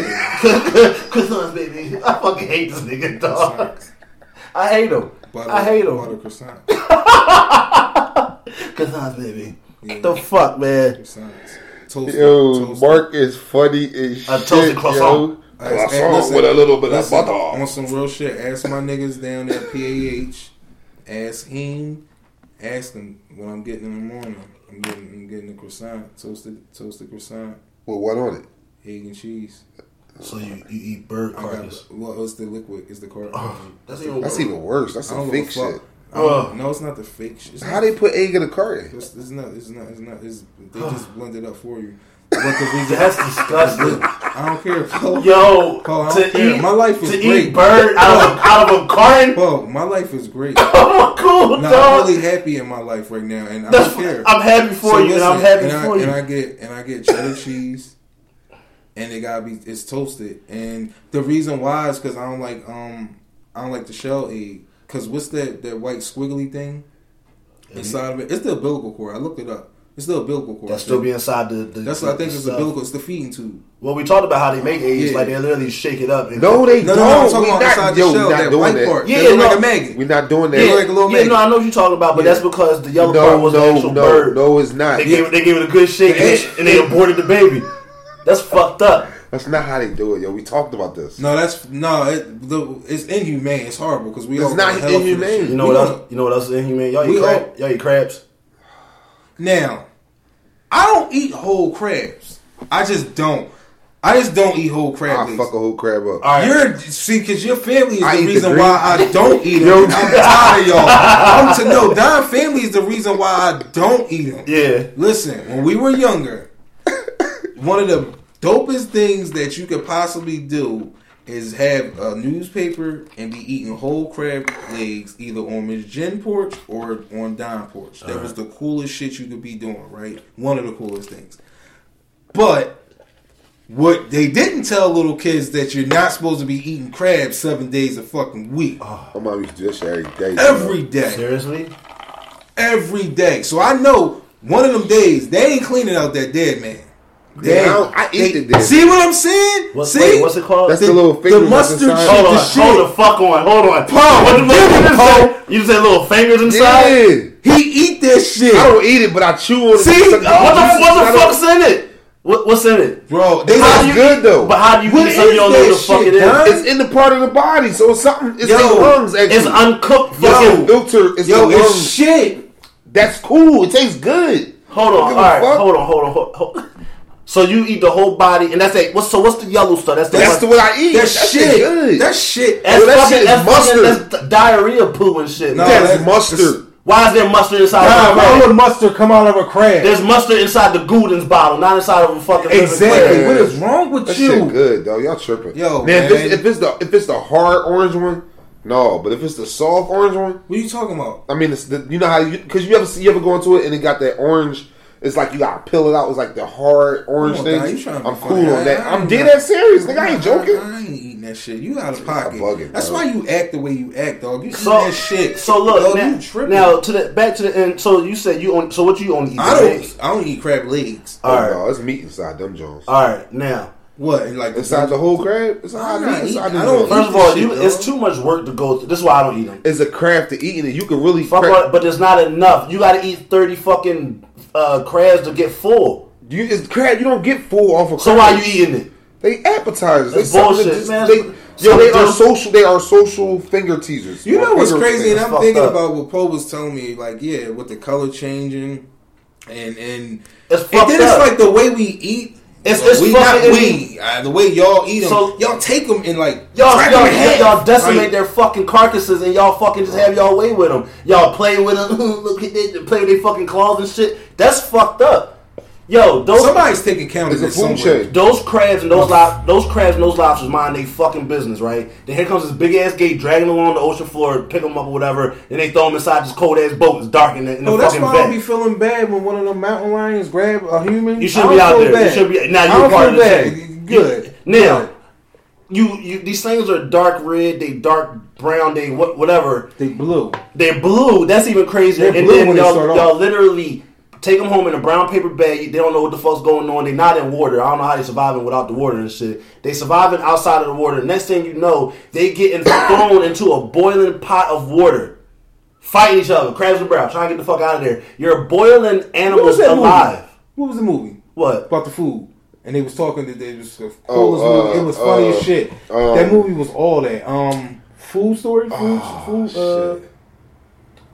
Speaker 1: croissants, baby. I fucking hate this nigga, dog. I hate him.
Speaker 3: Butter,
Speaker 1: I hate
Speaker 3: Butter
Speaker 1: him.
Speaker 3: croissant.
Speaker 1: Croissants, baby.
Speaker 3: Yeah.
Speaker 1: The fuck, man.
Speaker 3: croissants. Toasted.
Speaker 2: Yo,
Speaker 3: toasted.
Speaker 2: Mark is funny as shit.
Speaker 1: A toasted croissant.
Speaker 2: Yo.
Speaker 3: Ask- ask-
Speaker 2: Croissant
Speaker 3: listen,
Speaker 2: with a little bit
Speaker 3: listen,
Speaker 2: of butter.
Speaker 3: On some real shit, ask my niggas down at PAH. Ask him. Ask him what I'm getting in the morning. I'm getting, I'm getting a croissant, toasted, toasted croissant,
Speaker 2: With what on it?
Speaker 3: egg and cheese.
Speaker 1: So you, you eat bird
Speaker 3: I got,
Speaker 1: carcass? Oh,
Speaker 3: well, it's the liquid. It's the carcass.
Speaker 1: That's even
Speaker 2: That's
Speaker 1: worse.
Speaker 2: even worse. That's
Speaker 3: I
Speaker 2: some
Speaker 3: don't
Speaker 2: fake
Speaker 3: give a fuck.
Speaker 2: shit.
Speaker 3: I don't-
Speaker 1: Ugh.
Speaker 3: no, it's not the fake shit. It's
Speaker 2: How
Speaker 3: not-
Speaker 2: they put egg in a carton?
Speaker 3: It's, it's not. It's not. It's not. It's, they just blend it up for you. But the reason
Speaker 1: That's disgusting.
Speaker 3: I don't care. Paul.
Speaker 1: Yo,
Speaker 3: Paul, I don't
Speaker 1: to
Speaker 3: care.
Speaker 1: eat
Speaker 3: My life is
Speaker 1: to
Speaker 3: great.
Speaker 1: eat bird out of, out of a carton.
Speaker 3: Paul, my life is great.
Speaker 1: Oh, cool,
Speaker 3: Nah,
Speaker 1: dog.
Speaker 3: I'm really happy in my life right now, and I
Speaker 1: That's,
Speaker 3: don't care.
Speaker 1: I'm happy for
Speaker 3: So
Speaker 1: you, and I'm
Speaker 3: listen,
Speaker 1: happy
Speaker 3: I-
Speaker 1: for you.
Speaker 3: And I get and I get cheddar cheese, and it gotta be it's toasted. And the reason why is because I don't like um I don't like the shell egg. Cause what's that that white squiggly thing
Speaker 2: Mm-hmm.
Speaker 3: inside of it? It's the umbilical cord. I looked it up. It's the umbilical cord.
Speaker 1: That's still be inside the. the
Speaker 3: That's
Speaker 1: the,
Speaker 3: what I think
Speaker 1: the
Speaker 3: is
Speaker 1: stuff.
Speaker 3: umbilical. It's the feeding tube.
Speaker 1: Well, we talked about how they make eggs,
Speaker 3: Yeah.
Speaker 1: like they literally shake it up. And
Speaker 2: No, they
Speaker 3: No,
Speaker 2: don't.
Speaker 3: no, no, I'm talking
Speaker 2: we
Speaker 3: about
Speaker 2: not,
Speaker 3: inside the
Speaker 2: yo,
Speaker 3: shell,
Speaker 2: we not
Speaker 3: that
Speaker 2: doing
Speaker 3: white
Speaker 2: that.
Speaker 3: part.
Speaker 1: Yeah,
Speaker 3: Yeah, look
Speaker 1: no.
Speaker 3: like a maggot.
Speaker 2: We're not doing that.
Speaker 1: yeah,
Speaker 3: like a little
Speaker 1: yeah,
Speaker 3: maggot.
Speaker 1: no, I know what you're talking about, but
Speaker 3: Yeah.
Speaker 1: that's because the yellow part
Speaker 2: No,
Speaker 1: was an
Speaker 2: no,
Speaker 1: actual
Speaker 2: no,
Speaker 1: bird.
Speaker 2: no, it's not.
Speaker 1: They gave it, they gave it a good shake, and,
Speaker 3: Yeah.
Speaker 1: they, and they aborted the baby. That's fucked up.
Speaker 2: That's not how they do it, yo. We talked about this.
Speaker 3: No, that's no. It, the, it's inhumane. It's horrible because we
Speaker 2: It's
Speaker 3: all
Speaker 2: not
Speaker 3: got hell for this
Speaker 2: inhumane.
Speaker 3: shit.
Speaker 1: You know
Speaker 3: We
Speaker 1: what
Speaker 3: all-
Speaker 1: else? You know what else is inhumane? Y'all
Speaker 3: We
Speaker 1: eat crab,
Speaker 3: all-
Speaker 1: y'all eat crabs.
Speaker 3: Now, I don't eat whole crabs. I just don't. I just don't eat whole crab
Speaker 2: I
Speaker 3: legs.
Speaker 2: fuck a whole crab
Speaker 1: All
Speaker 2: up.
Speaker 1: right.
Speaker 3: You're see, cause your family is
Speaker 2: I eat
Speaker 3: the
Speaker 2: the
Speaker 3: reason
Speaker 2: green-
Speaker 3: why I don't eat
Speaker 2: Yo.
Speaker 3: them. I'm tired of y'all. I'm to know Don family is the reason why I don't eat them.
Speaker 1: Yeah.
Speaker 3: Listen, when we were younger, one of the dopest things that you could possibly do is have a newspaper and be eating whole crab legs either on Miss Jen porch or on Don porch. That was the coolest shit you could be doing, right? One of the coolest things. But what they didn't tell little kids that you're not supposed to be eating crab seven days a fucking week.
Speaker 2: My mom used to do that shit every day. yo.
Speaker 3: Every day
Speaker 1: Seriously?
Speaker 3: every day. So I know one of them days they ain't cleaning out that dead man. They,
Speaker 2: Yeah, I don't- I eat
Speaker 3: they-
Speaker 2: the dead
Speaker 3: See what I'm saying?
Speaker 1: What's,
Speaker 3: see
Speaker 1: wait, what's it called?
Speaker 2: That's
Speaker 3: The,
Speaker 2: The little
Speaker 3: the
Speaker 2: fingers
Speaker 3: mustard shit,
Speaker 2: inside.
Speaker 1: Hold on,
Speaker 3: the shit.
Speaker 1: hold the fuck on, hold on.
Speaker 3: Paul,
Speaker 1: what the
Speaker 3: give
Speaker 1: fuck
Speaker 3: it,
Speaker 1: you just
Speaker 3: Paul.
Speaker 1: say? You just say little fingers inside?
Speaker 2: Yeah.
Speaker 3: he eat that shit,
Speaker 2: I don't eat it, but I chew on it.
Speaker 3: See?
Speaker 2: Suck it.
Speaker 1: Oh, What
Speaker 2: I
Speaker 1: the, what
Speaker 2: don't-
Speaker 1: the fuck's in it? What, what's in it?
Speaker 3: bro. They
Speaker 1: How
Speaker 2: It's
Speaker 1: do you-
Speaker 2: good though.
Speaker 1: But how do you
Speaker 3: What
Speaker 1: eat something
Speaker 3: is
Speaker 1: you don't know
Speaker 3: that
Speaker 1: what the fuck
Speaker 3: shit,
Speaker 1: it is?
Speaker 3: huh?
Speaker 2: It's in the part of the body, so it's something. It's
Speaker 3: Yo,
Speaker 2: in the lungs. Actually.
Speaker 1: It's uncooked
Speaker 3: Yo.
Speaker 1: fucking.
Speaker 2: filter. It's
Speaker 3: yo,
Speaker 2: the
Speaker 3: it's
Speaker 2: lungs.
Speaker 3: shit.
Speaker 2: That's cool. It tastes good.
Speaker 1: Hold
Speaker 2: Don't
Speaker 1: on, all
Speaker 2: give a
Speaker 1: right,
Speaker 2: fuck.
Speaker 1: hold on, hold on, hold hold- So you eat the whole body, and that's it. What's so? What's the yellow stuff? That's the
Speaker 2: That's the
Speaker 1: one-
Speaker 2: what I eat.
Speaker 3: That
Speaker 2: That shit
Speaker 3: shit.
Speaker 2: good.
Speaker 3: That shit.
Speaker 1: That's
Speaker 2: Yo, that
Speaker 1: fucking.
Speaker 2: shit is
Speaker 1: that's fucking.
Speaker 2: mustard.
Speaker 1: That's di- diarrhea poo and shit.
Speaker 3: No,
Speaker 1: man.
Speaker 2: That's
Speaker 3: that-
Speaker 2: mustard.
Speaker 1: Why is there mustard inside
Speaker 3: Nah,
Speaker 1: of a crab?
Speaker 3: why would mustard come out of a crab?
Speaker 1: There's mustard inside the Gouden's bottle, not inside of a fucking living
Speaker 3: exactly.
Speaker 1: crab.
Speaker 3: What is wrong with
Speaker 2: That shit
Speaker 3: you?
Speaker 2: good though. Y'all tripping.
Speaker 3: Yo,
Speaker 2: man, If,
Speaker 3: man.
Speaker 2: it's, if it's the if it's the hard orange one, no. But if it's the soft orange one,
Speaker 3: What are you talking about?
Speaker 2: I mean, it's the, you know how you because you ever see, you ever go into it and it got that orange. It's like you gotta peel it out. It's like the hard orange
Speaker 3: on,
Speaker 2: thing.
Speaker 3: Dad, you trying to be
Speaker 2: I'm
Speaker 3: funny.
Speaker 2: cool
Speaker 3: I-
Speaker 2: on that.
Speaker 3: I
Speaker 2: I'm
Speaker 3: ain't
Speaker 2: dead
Speaker 3: not-
Speaker 2: ass serious, nigga. I ain't joking.
Speaker 3: I, I ain't eating that shit. You out of pocket.
Speaker 2: bugging,
Speaker 3: That's
Speaker 2: bro.
Speaker 3: why you act the way you act, dog. You eating
Speaker 1: So
Speaker 3: that shit.
Speaker 1: So look,
Speaker 3: Dog,
Speaker 1: now,
Speaker 3: you tripping.
Speaker 1: now to the back to the end. So you said you on. So what you on?
Speaker 3: I don't. I don't eat crab legs.
Speaker 2: Oh,
Speaker 1: All right,
Speaker 2: no, it's meat inside them Jones.
Speaker 1: all right. Now,
Speaker 3: What? And like
Speaker 2: Uh, Inside the whole crab, it's
Speaker 3: I'm
Speaker 2: hot
Speaker 3: not
Speaker 2: meat. It's
Speaker 3: eating-
Speaker 2: hot
Speaker 3: I don't
Speaker 1: first
Speaker 2: meat.
Speaker 1: of all,
Speaker 3: Shit,
Speaker 1: you,
Speaker 3: dog.
Speaker 1: it's too much work to go through. This is why I don't eat them.
Speaker 2: It's a craft to eating, and you can really
Speaker 1: Fuck
Speaker 2: cra-
Speaker 1: all- but there's not enough. You got to eat thirty fucking uh, crabs to get full.
Speaker 2: You it's crab. You don't get full off of.
Speaker 1: So
Speaker 2: crab.
Speaker 1: why you eating it?
Speaker 2: They appetizers. They
Speaker 1: That's
Speaker 2: bullshit,
Speaker 1: bullshit,
Speaker 2: just,
Speaker 1: man.
Speaker 2: They, yo,
Speaker 1: Some
Speaker 2: they are
Speaker 1: dumb-
Speaker 2: social. They are social finger teasers.
Speaker 3: You know
Speaker 2: Or
Speaker 3: what's
Speaker 2: finger
Speaker 3: crazy, and
Speaker 2: fingers.
Speaker 3: I'm
Speaker 1: fucked
Speaker 3: thinking
Speaker 1: up.
Speaker 3: about what Poe was telling me. Like, yeah, with the color changing, and and
Speaker 1: It's
Speaker 3: and
Speaker 1: fucked
Speaker 3: then it's
Speaker 1: up.
Speaker 3: like the way we eat.
Speaker 1: It's- it's
Speaker 3: we
Speaker 1: fucking-
Speaker 3: not we uh, the way y'all eat them.
Speaker 1: So-
Speaker 3: y'all take them and like
Speaker 1: Y'all,
Speaker 3: crack
Speaker 1: y'all,
Speaker 3: 'em in half.
Speaker 1: y'all decimate
Speaker 3: Like,
Speaker 1: their fucking carcasses and y'all fucking just have y'all way with them. Y'all play with them, look at they, play with their fucking claws and shit. That's fucked up. Yo, those
Speaker 3: Somebody's taking count of
Speaker 2: It's a
Speaker 3: this
Speaker 2: food
Speaker 3: somewhere.
Speaker 2: chain.
Speaker 1: those crabs and those lob, those crabs and those lobsters mind they fucking business, right? Then here comes this big ass gate dragging along the ocean floor, pick them up or whatever, and they throw them inside this cold ass boat. It's dark in the, in the
Speaker 3: Oh, that's
Speaker 1: fucking
Speaker 3: why I be
Speaker 1: bed.
Speaker 3: feeling bad when one of them mountain lions grab a human.
Speaker 1: You
Speaker 3: I
Speaker 1: should
Speaker 3: don't
Speaker 1: be out
Speaker 3: feel
Speaker 1: there. You
Speaker 3: bad.
Speaker 1: should be now.
Speaker 3: I
Speaker 1: You're
Speaker 3: don't
Speaker 1: part of
Speaker 3: feel
Speaker 1: the
Speaker 3: bad.
Speaker 1: team.
Speaker 3: Good.
Speaker 1: You- now.
Speaker 3: Good.
Speaker 1: You, you these things are dark red, they dark brown, they what whatever.
Speaker 3: They blew.
Speaker 1: They're blue. That's even crazier.
Speaker 3: They're
Speaker 1: and
Speaker 3: blue
Speaker 1: then
Speaker 3: when they
Speaker 1: y'all,
Speaker 3: start off.
Speaker 1: y'all literally take them home in a brown paper bag. They don't know what the fuck's going on. They're not in water. I don't know how they surviving without the water and shit. They surviving outside of the water. Next thing you know, they getting thrown into a boiling pot of water, fighting each other, crabs and brown, trying to get the fuck out of there. You're boiling
Speaker 3: What was
Speaker 1: animals
Speaker 3: that
Speaker 1: alive.
Speaker 3: movie? What was the movie?
Speaker 1: What?
Speaker 3: about the food. And they was talking that they was the coolest
Speaker 2: Oh,
Speaker 3: movie.
Speaker 2: uh,
Speaker 3: It was funny
Speaker 2: uh,
Speaker 3: as shit.
Speaker 2: um, oh,
Speaker 3: that movie was all that. Um, food story, food, food, uh,
Speaker 2: shit.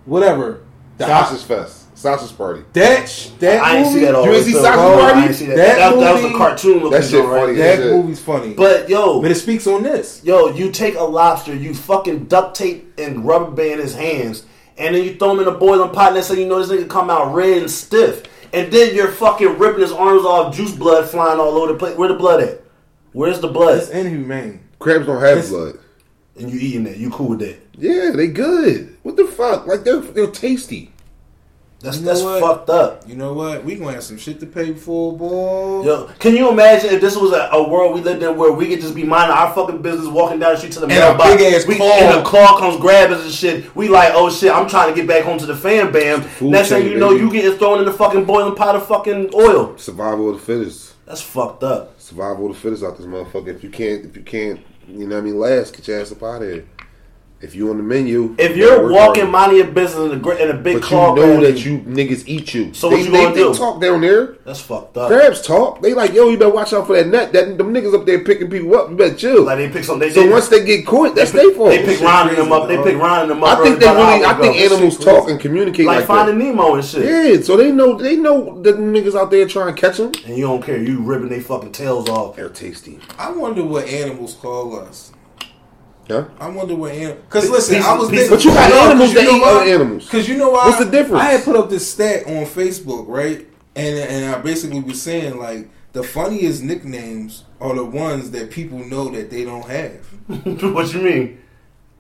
Speaker 3: whatever. The-
Speaker 2: Sausage fest, sausage party.
Speaker 3: That sh- that
Speaker 1: I ain't
Speaker 3: movie.
Speaker 1: see that all.
Speaker 2: You
Speaker 1: the way
Speaker 2: ain't see
Speaker 1: through.
Speaker 2: Sausage
Speaker 1: No, I
Speaker 2: Party?
Speaker 1: ain't see that.
Speaker 3: That
Speaker 1: That, that was
Speaker 3: movie-
Speaker 1: a cartoon looking
Speaker 2: That shit
Speaker 1: joint, right?
Speaker 2: funny.
Speaker 3: That
Speaker 2: shit.
Speaker 3: movie's funny, but,
Speaker 1: But yo,
Speaker 3: it speaks on this.
Speaker 1: Yo, you take a lobster, you fucking duct tape and rubber band his hands, and then you throw him in a boiling pot, and that's how you know this nigga come out red and stiff. And then you're fucking ripping his arms off, juice blood flying all over the place. Where the blood at? Where's the
Speaker 3: It's
Speaker 1: blood?
Speaker 3: inhumane.
Speaker 2: Crabs don't have
Speaker 3: It's-
Speaker 2: blood.
Speaker 1: And you eating that? You cool with that?
Speaker 2: Yeah, they good. What the fuck? Like they're they're tasty.
Speaker 1: That's
Speaker 3: You know
Speaker 1: that's
Speaker 3: what?
Speaker 1: fucked up.
Speaker 3: You know what? We gonna have some shit to pay for, boy.
Speaker 1: Yo, can you imagine if this was a, a world we lived in where we could just be minding our fucking business, walking down the street to the
Speaker 3: a
Speaker 1: mailbox,
Speaker 3: big-ass
Speaker 1: we,
Speaker 3: claw.
Speaker 1: and a claw comes grab us and shit. We like, oh shit, I'm trying to get back home to the fam, bam.
Speaker 2: food
Speaker 1: Next thing
Speaker 2: chain,
Speaker 1: you know,
Speaker 2: baby.
Speaker 1: you getting thrown in the fucking boiling pot of fucking oil.
Speaker 2: Survival of the fittest.
Speaker 1: That's fucked up.
Speaker 2: Survival of the fittest out this motherfucker. If you can't, if you can't, you know what I mean. Last, get your ass up out of here. If you on the menu,
Speaker 1: If
Speaker 2: you gotta
Speaker 1: you're
Speaker 2: work
Speaker 1: walking
Speaker 2: hard.
Speaker 1: minding your business in a, gr- in a big
Speaker 2: but you
Speaker 1: claw,
Speaker 2: know
Speaker 1: grab
Speaker 2: that
Speaker 1: you-
Speaker 2: you niggas eat you.
Speaker 1: So
Speaker 2: they,
Speaker 1: what you
Speaker 2: they,
Speaker 1: gonna
Speaker 2: they
Speaker 1: do?
Speaker 2: talk down there.
Speaker 1: that's fucked up.
Speaker 2: Crabs talk. They like, yo, you better watch out for that net. That them niggas up there picking people up. You better chill.
Speaker 1: Like they pick something. They,
Speaker 2: so
Speaker 1: they,
Speaker 2: once they get caught, that's their fault.
Speaker 1: they pick Ron and them up. They pick Ron and them up.
Speaker 2: I think they
Speaker 1: early by
Speaker 2: really.
Speaker 1: the
Speaker 2: I
Speaker 1: hour
Speaker 2: think
Speaker 1: ago.
Speaker 2: animals
Speaker 3: shit crazy.
Speaker 2: talk and communicate
Speaker 1: like,
Speaker 2: like, that.
Speaker 1: Finding Nemo and shit.
Speaker 2: Yeah, so they know. They know the niggas out there trying to catch them.
Speaker 1: And you don't care. You ripping their fucking tails off.
Speaker 2: They're tasty.
Speaker 3: I wonder what animals call us.
Speaker 2: Yeah.
Speaker 3: I wonder what animal. Because listen,
Speaker 1: Piece-
Speaker 3: I was
Speaker 1: piece-
Speaker 3: thinking.
Speaker 1: but you
Speaker 2: got animals that eat other animals.
Speaker 3: Because you know why?
Speaker 2: What's the difference?
Speaker 3: I had put up this stat on Facebook, right? And and I basically was saying like the funniest nicknames are the ones that people know that they don't have.
Speaker 1: what you mean?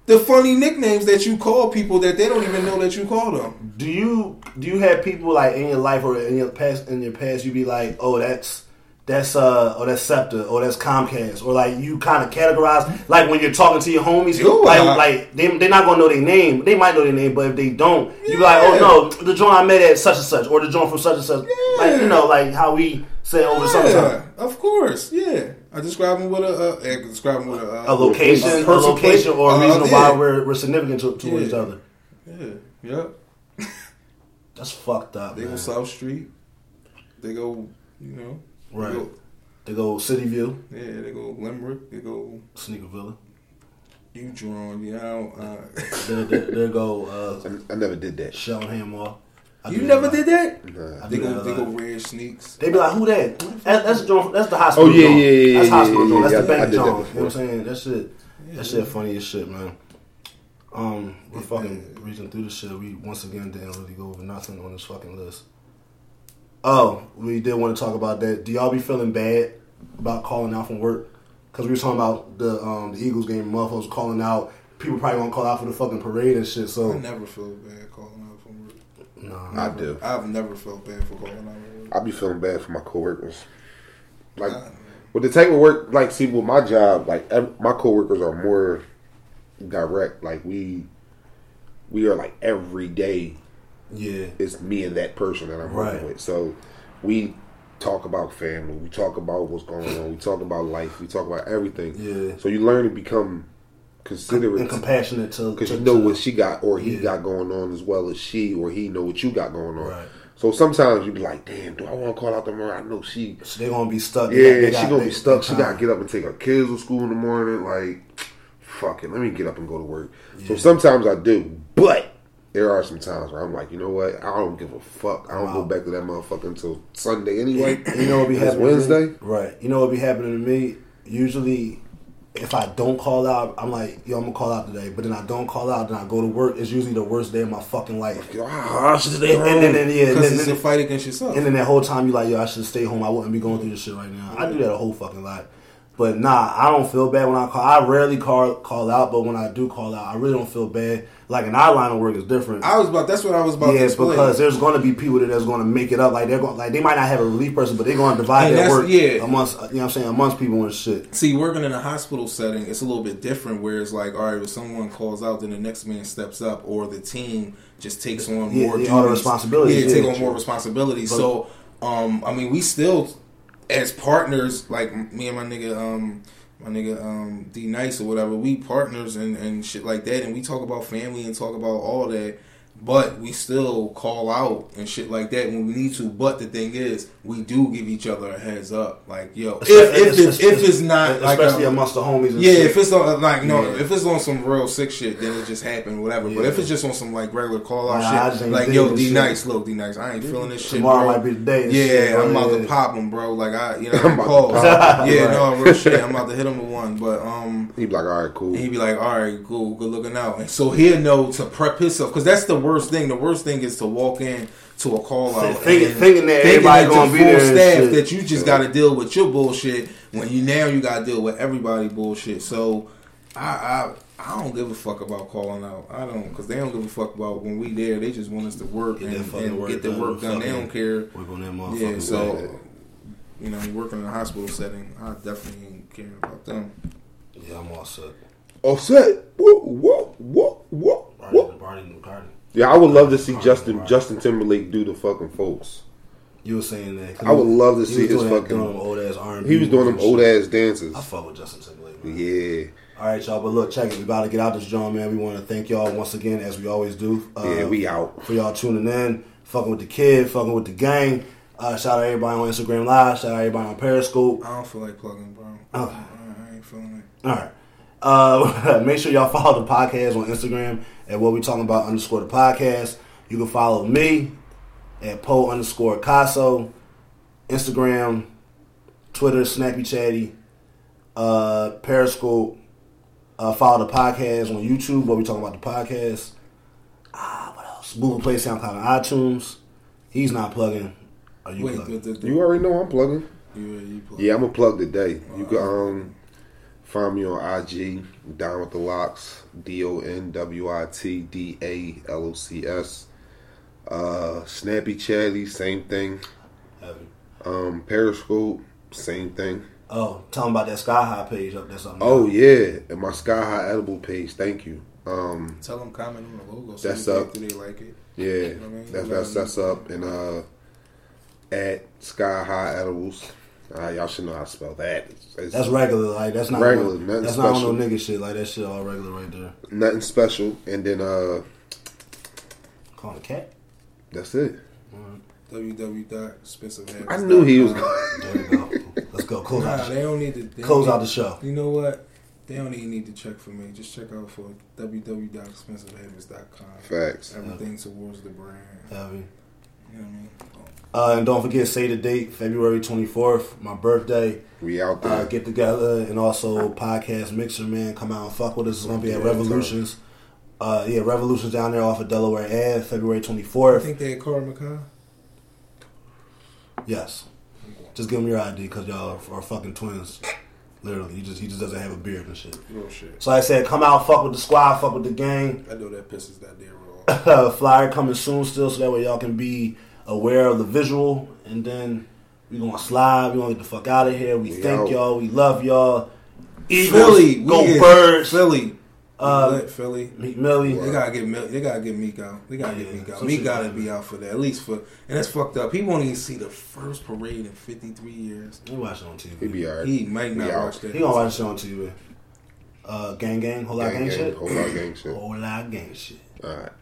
Speaker 3: The funny nicknames that you call people that they don't even know that you call them.
Speaker 1: Do you do you have people like in your life or in your past in your past you be like, oh that's that's uh oh that's Scepter or that's Comcast or like you kind of categorize like when you're talking to your homies
Speaker 3: Do
Speaker 1: like
Speaker 3: I?
Speaker 1: like they they're not gonna know their name they might know their name but if they don't you be like oh no the joint I met at such and such or the joint from such and such like you know like how we say over
Speaker 3: Yeah,
Speaker 1: summertime
Speaker 3: of course. Yeah, I describe them with a. Uh, I describe them with a. Uh,
Speaker 1: a location
Speaker 3: A
Speaker 1: a,
Speaker 3: person
Speaker 1: location
Speaker 3: place.
Speaker 1: or a
Speaker 3: Uh,
Speaker 1: reason
Speaker 3: yeah.
Speaker 1: why we're we're significant to, to
Speaker 3: Yeah.
Speaker 1: each other
Speaker 3: Yeah. Yep.
Speaker 1: that's fucked up
Speaker 3: They
Speaker 1: man.
Speaker 3: go South Street. They go. You know. they
Speaker 1: Right.
Speaker 3: go-
Speaker 1: they go City View
Speaker 3: yeah, they go Limerick. They go.
Speaker 1: Sneaker Villa
Speaker 3: You drawn, you know. Uh,
Speaker 1: they, they, they go uh,
Speaker 2: I, I never did that.
Speaker 1: Showing him off. I
Speaker 3: you
Speaker 1: do
Speaker 3: never
Speaker 1: that.
Speaker 3: did that.
Speaker 2: Nah.
Speaker 1: I
Speaker 3: They
Speaker 1: do
Speaker 3: go,
Speaker 1: that.
Speaker 3: they
Speaker 1: They
Speaker 3: go red sneaks.
Speaker 1: They be like, who that? That- That's John, that's the hospital.
Speaker 2: Oh yeah,
Speaker 1: John.
Speaker 2: yeah, yeah,
Speaker 1: That's
Speaker 2: yeah,
Speaker 1: hospital.
Speaker 2: yeah,
Speaker 1: John.
Speaker 2: yeah,
Speaker 1: That's
Speaker 2: yeah.
Speaker 1: the bank
Speaker 2: I did that
Speaker 1: John. You know
Speaker 2: before.
Speaker 1: what I'm saying? That shit. That shit funny as shit, man. Um, we're fucking reaching through the shit. We once again didn't really go over nothing on this fucking list. Oh, we did want to talk about that. Do y'all be feeling bad about calling out from work? Because we were talking about the um, the Eagles game. Motherfuckers calling out. People probably gonna call out for the fucking parade and shit.
Speaker 3: I
Speaker 1: So
Speaker 3: never feel bad calling out for work.
Speaker 1: nah,
Speaker 2: I do.
Speaker 3: I've never felt bad for calling out for work.
Speaker 2: I be feeling bad for my coworkers. Like
Speaker 1: Uh,
Speaker 3: Nah,
Speaker 2: with the type of work, like see with my job, like ev- my coworkers are more direct. Like we, we are like every day
Speaker 1: yeah,
Speaker 2: it's me and that person that I'm working
Speaker 1: Right.
Speaker 2: with. So we talk about family, we talk about what's going on, we talk about life, we talk about everything.
Speaker 1: Yeah.
Speaker 2: So you learn to become
Speaker 1: and
Speaker 2: considerate
Speaker 1: compassionate to
Speaker 2: because
Speaker 1: to-
Speaker 2: you know
Speaker 1: to-
Speaker 2: what she got or he
Speaker 1: Yeah.
Speaker 2: got going on as well as she or he know what you got going on.
Speaker 1: Right.
Speaker 2: So sometimes you be like, damn, do I want to call out tomorrow? I know she
Speaker 1: So they gonna be stuck. They
Speaker 2: yeah,
Speaker 1: got- they
Speaker 2: she
Speaker 1: got-
Speaker 2: gonna
Speaker 1: they-
Speaker 2: be stuck. She
Speaker 1: they-
Speaker 2: gotta get up and take her kids to school in the morning. Like, fuck it, let me get up and go to work. So sometimes I do, but there are some times where I'm like, you know what? I don't give a fuck. I don't go
Speaker 1: Wow.
Speaker 2: back to that motherfucker until Sunday anyway.
Speaker 1: You know what be
Speaker 2: It's
Speaker 1: happening
Speaker 2: Wednesday.
Speaker 1: To me? Right. You know what be happening to me? Usually, if I don't call out, I'm like, yo, I'm gonna call out today. But then I don't call out, and I go to work. It's usually the worst day of my fucking life.
Speaker 2: Ah, shit,
Speaker 1: And, and then, and, yeah, and,
Speaker 3: Because
Speaker 1: then,
Speaker 3: it's a fight against yourself.
Speaker 1: and then that whole time you're like, yo, I should stay home. I wouldn't be going through this shit right now. I do that a whole fucking lot. But nah, I don't feel bad when I call. I rarely call call out, but when I do call out, I really don't feel bad. Like in our line of work is different.
Speaker 3: I was about. That's what I was about to
Speaker 1: Yeah,
Speaker 3: explain.
Speaker 1: because there's going to be people that that's going to make it up. Like they're going, like they might not have a relief person, but they're going to divide
Speaker 3: And
Speaker 1: their
Speaker 3: that's-
Speaker 1: work
Speaker 3: yeah.
Speaker 1: amongst you know what I'm saying amongst people and shit.
Speaker 3: See, working in a hospital setting, it's a little bit different. Where it's like, all right, if someone calls out, then the next man steps up, or the team just takes on
Speaker 1: Yeah,
Speaker 3: more
Speaker 1: yeah, all the
Speaker 3: duties.
Speaker 1: responsibilities,
Speaker 3: Yeah, take
Speaker 1: yeah,
Speaker 3: on more
Speaker 1: true.
Speaker 3: responsibilities. so, um, I mean, we still, as partners, like me and my nigga, um, my nigga, um, D Nice or whatever, we partners and and shit like that, and we talk about family and talk about all that. But we still call out and shit like that when we need to. But the thing is, we do give each other a heads up. Like, yo, if, if, it's, if it's not, like,
Speaker 1: especially
Speaker 3: um,
Speaker 1: amongst the homies. And
Speaker 3: yeah,
Speaker 1: shit.
Speaker 3: if it's on like no,
Speaker 1: Yeah.
Speaker 3: if it's on some real sick shit, then it just happened, whatever. But
Speaker 1: Yeah.
Speaker 3: if it's just on some like regular call out
Speaker 1: Like, I just
Speaker 3: shit,
Speaker 1: ain't
Speaker 3: like
Speaker 1: digging
Speaker 3: yo,
Speaker 1: this
Speaker 3: D
Speaker 1: shit.
Speaker 3: nice, look, D nice, I ain't feeling this shit.
Speaker 1: Tomorrow
Speaker 3: bro.
Speaker 1: might be the day and
Speaker 3: Yeah,
Speaker 1: shit, bro,
Speaker 3: I'm about to
Speaker 1: yeah.
Speaker 3: pop him, bro. Like I, you know,
Speaker 2: I'm
Speaker 3: I'm
Speaker 2: about to
Speaker 3: calls.
Speaker 2: pop 'em.
Speaker 3: yeah, no, real
Speaker 2: Right.
Speaker 3: shit. I'm about to hit him with one, but um.
Speaker 2: He be like, all right, cool.
Speaker 3: And he'd be like, all right, cool, good looking out. And so he'll know to prep himself because that's the worst thing. The worst thing is to walk in to a call out.
Speaker 1: Thinking-
Speaker 3: and
Speaker 1: thinking that everybody
Speaker 3: it's a
Speaker 1: gonna be
Speaker 3: full
Speaker 1: there and
Speaker 3: staff
Speaker 1: shit.
Speaker 3: that you just got to deal with your bullshit when you now you got to deal with everybody bullshit. So I, I I don't give a fuck about calling out. I don't because they don't give a fuck about when we there. They just want us to work
Speaker 1: Get that
Speaker 3: and,
Speaker 1: fucking
Speaker 3: and
Speaker 1: work
Speaker 3: get the
Speaker 1: done,
Speaker 3: work done. They
Speaker 1: fucking-
Speaker 3: don't care.
Speaker 1: Work on that motherfucker.
Speaker 3: Yeah,
Speaker 2: yeah.
Speaker 3: so you know, working in a hospital setting, I definitely ain't caring about them.
Speaker 1: yeah, I'm all set.
Speaker 2: All set. Whoa, whoa, whoa, whoa, whoa.
Speaker 1: Barney, Barney, Barney.
Speaker 2: Yeah, I would love to see
Speaker 1: Right,
Speaker 2: Justin
Speaker 1: right.
Speaker 2: Justin Timberlake do the fucking folks.
Speaker 1: You were saying that. 'cause
Speaker 2: I would
Speaker 1: he was-
Speaker 2: love to
Speaker 1: he
Speaker 2: see
Speaker 1: was
Speaker 2: his
Speaker 1: doing that-
Speaker 2: fucking-
Speaker 1: doing them old ass R&B.
Speaker 2: He was doing them
Speaker 1: moves and
Speaker 2: old
Speaker 1: shit.
Speaker 2: ass dances.
Speaker 1: I fuck with Justin Timberlake. Man.
Speaker 2: Yeah.
Speaker 1: All right, y'all. But look, check it. We about to get out this joint, man. We want to thank y'all once again, as we always do. Uh,
Speaker 2: Yeah, we out.
Speaker 1: for y'all tuning in, fucking with the kid, fucking with the gang. Uh, shout out everybody on Instagram Live. Shout out everybody on Periscope.
Speaker 3: I don't feel like plugging, bro.
Speaker 1: Oh.
Speaker 3: I, I ain't feeling it.
Speaker 1: All right. Uh, make sure y'all follow the podcast on Instagram at what we talking about underscore the podcast. You can follow me at Poe underscore Caso. Instagram, Twitter, Snappy Chatty, uh, Periscope. Uh, follow the podcast on YouTube. What we talking about the podcast? Ah, what else? Google Play, SoundCloud, and iTunes. He's not plugging. Are you
Speaker 3: Wait,
Speaker 1: plugging?
Speaker 3: the, the, the,
Speaker 2: You already know I'm plugging.
Speaker 3: you, you plug.
Speaker 2: Yeah, I'm gonna plug today. You can um find me on IG, Down with the Locks, D O N W I T D A L O C S. Uh Snappy Chatty, same thing. Um Periscope, same thing.
Speaker 1: Oh, tell him about that Sky High page up there. Something.
Speaker 2: Oh yeah, and my Sky High Edible page, thank you. Um
Speaker 3: Tell them comment on the logo. So
Speaker 2: That's
Speaker 3: they
Speaker 2: up.
Speaker 3: Do they like it?
Speaker 2: yeah, that's that's that's up and uh at Sky High Edibles. Uh, y'all should know how to spell that. It's- it's-
Speaker 1: That's regular, like that's not
Speaker 2: Regular, nothing
Speaker 1: that's not
Speaker 2: special.
Speaker 1: on no nigga shit. Like that shit all regular right there.
Speaker 2: nothing special. And then uh,
Speaker 1: Call him cat.
Speaker 2: that's it.
Speaker 3: www.spencerhavis.com.
Speaker 2: I knew he was. going
Speaker 1: There we go. Let's go close
Speaker 3: Nah,
Speaker 1: out. The
Speaker 3: they don't need to. They
Speaker 1: sh- close
Speaker 3: don't
Speaker 1: out the show.
Speaker 3: need- You know what? They don't even need to check for me. Just check out for www.spencerhavis.com.
Speaker 2: Facts.
Speaker 3: Everything towards the brand.
Speaker 1: Heavy.
Speaker 3: You know what I mean?
Speaker 1: Uh, and don't forget, say the date, February twenty fourth, my birthday.
Speaker 2: We out there.
Speaker 1: Uh, get together and also podcast mixer man, come out and fuck with us. It's gonna be at
Speaker 2: Yeah,
Speaker 1: Revolutions. Uh, yeah, Revolution's down there off of Delaware Ave, February 24th.
Speaker 3: I think they had Carter McCon.
Speaker 1: Yes. Just give him your ID because y'all are, are fucking twins. Literally, he just he just doesn't have a beard and shit.
Speaker 3: Real shit.
Speaker 1: So like I said, come out, fuck with the squad, fuck with the gang.
Speaker 3: I know that pisses that damn wrong.
Speaker 1: Uh, Flyer coming soon still, so that way y'all can be aware of the visual. And then we gonna slide. We gonna get the fuck out of here. We
Speaker 2: We
Speaker 1: thank
Speaker 2: out.
Speaker 1: y'all. We love y'all. Eagles,
Speaker 3: Philly, we
Speaker 1: go
Speaker 3: is-
Speaker 1: birds.
Speaker 3: Philly,
Speaker 1: Uh,
Speaker 3: Lit, Philly.
Speaker 1: Meet Millie.
Speaker 3: They gotta get Mil- they gotta get Meek out. They gotta get
Speaker 1: Yeah,
Speaker 3: Meek out.
Speaker 1: some
Speaker 3: Meek
Speaker 1: shit
Speaker 3: gotta
Speaker 1: like that.
Speaker 3: be out for that at least for and that's fucked up. He won't even see the first parade in fifty three years.
Speaker 1: We watch it on TV.
Speaker 2: He'd be alright.
Speaker 3: He might not
Speaker 2: Yeah.
Speaker 3: watch that.
Speaker 1: He gonna watch it on TV. Uh, gang, gang, whole lot gang,
Speaker 2: gang,
Speaker 1: shit.
Speaker 2: whole lot gang shit. Oh.
Speaker 1: Whole lot gang shit.
Speaker 2: All right.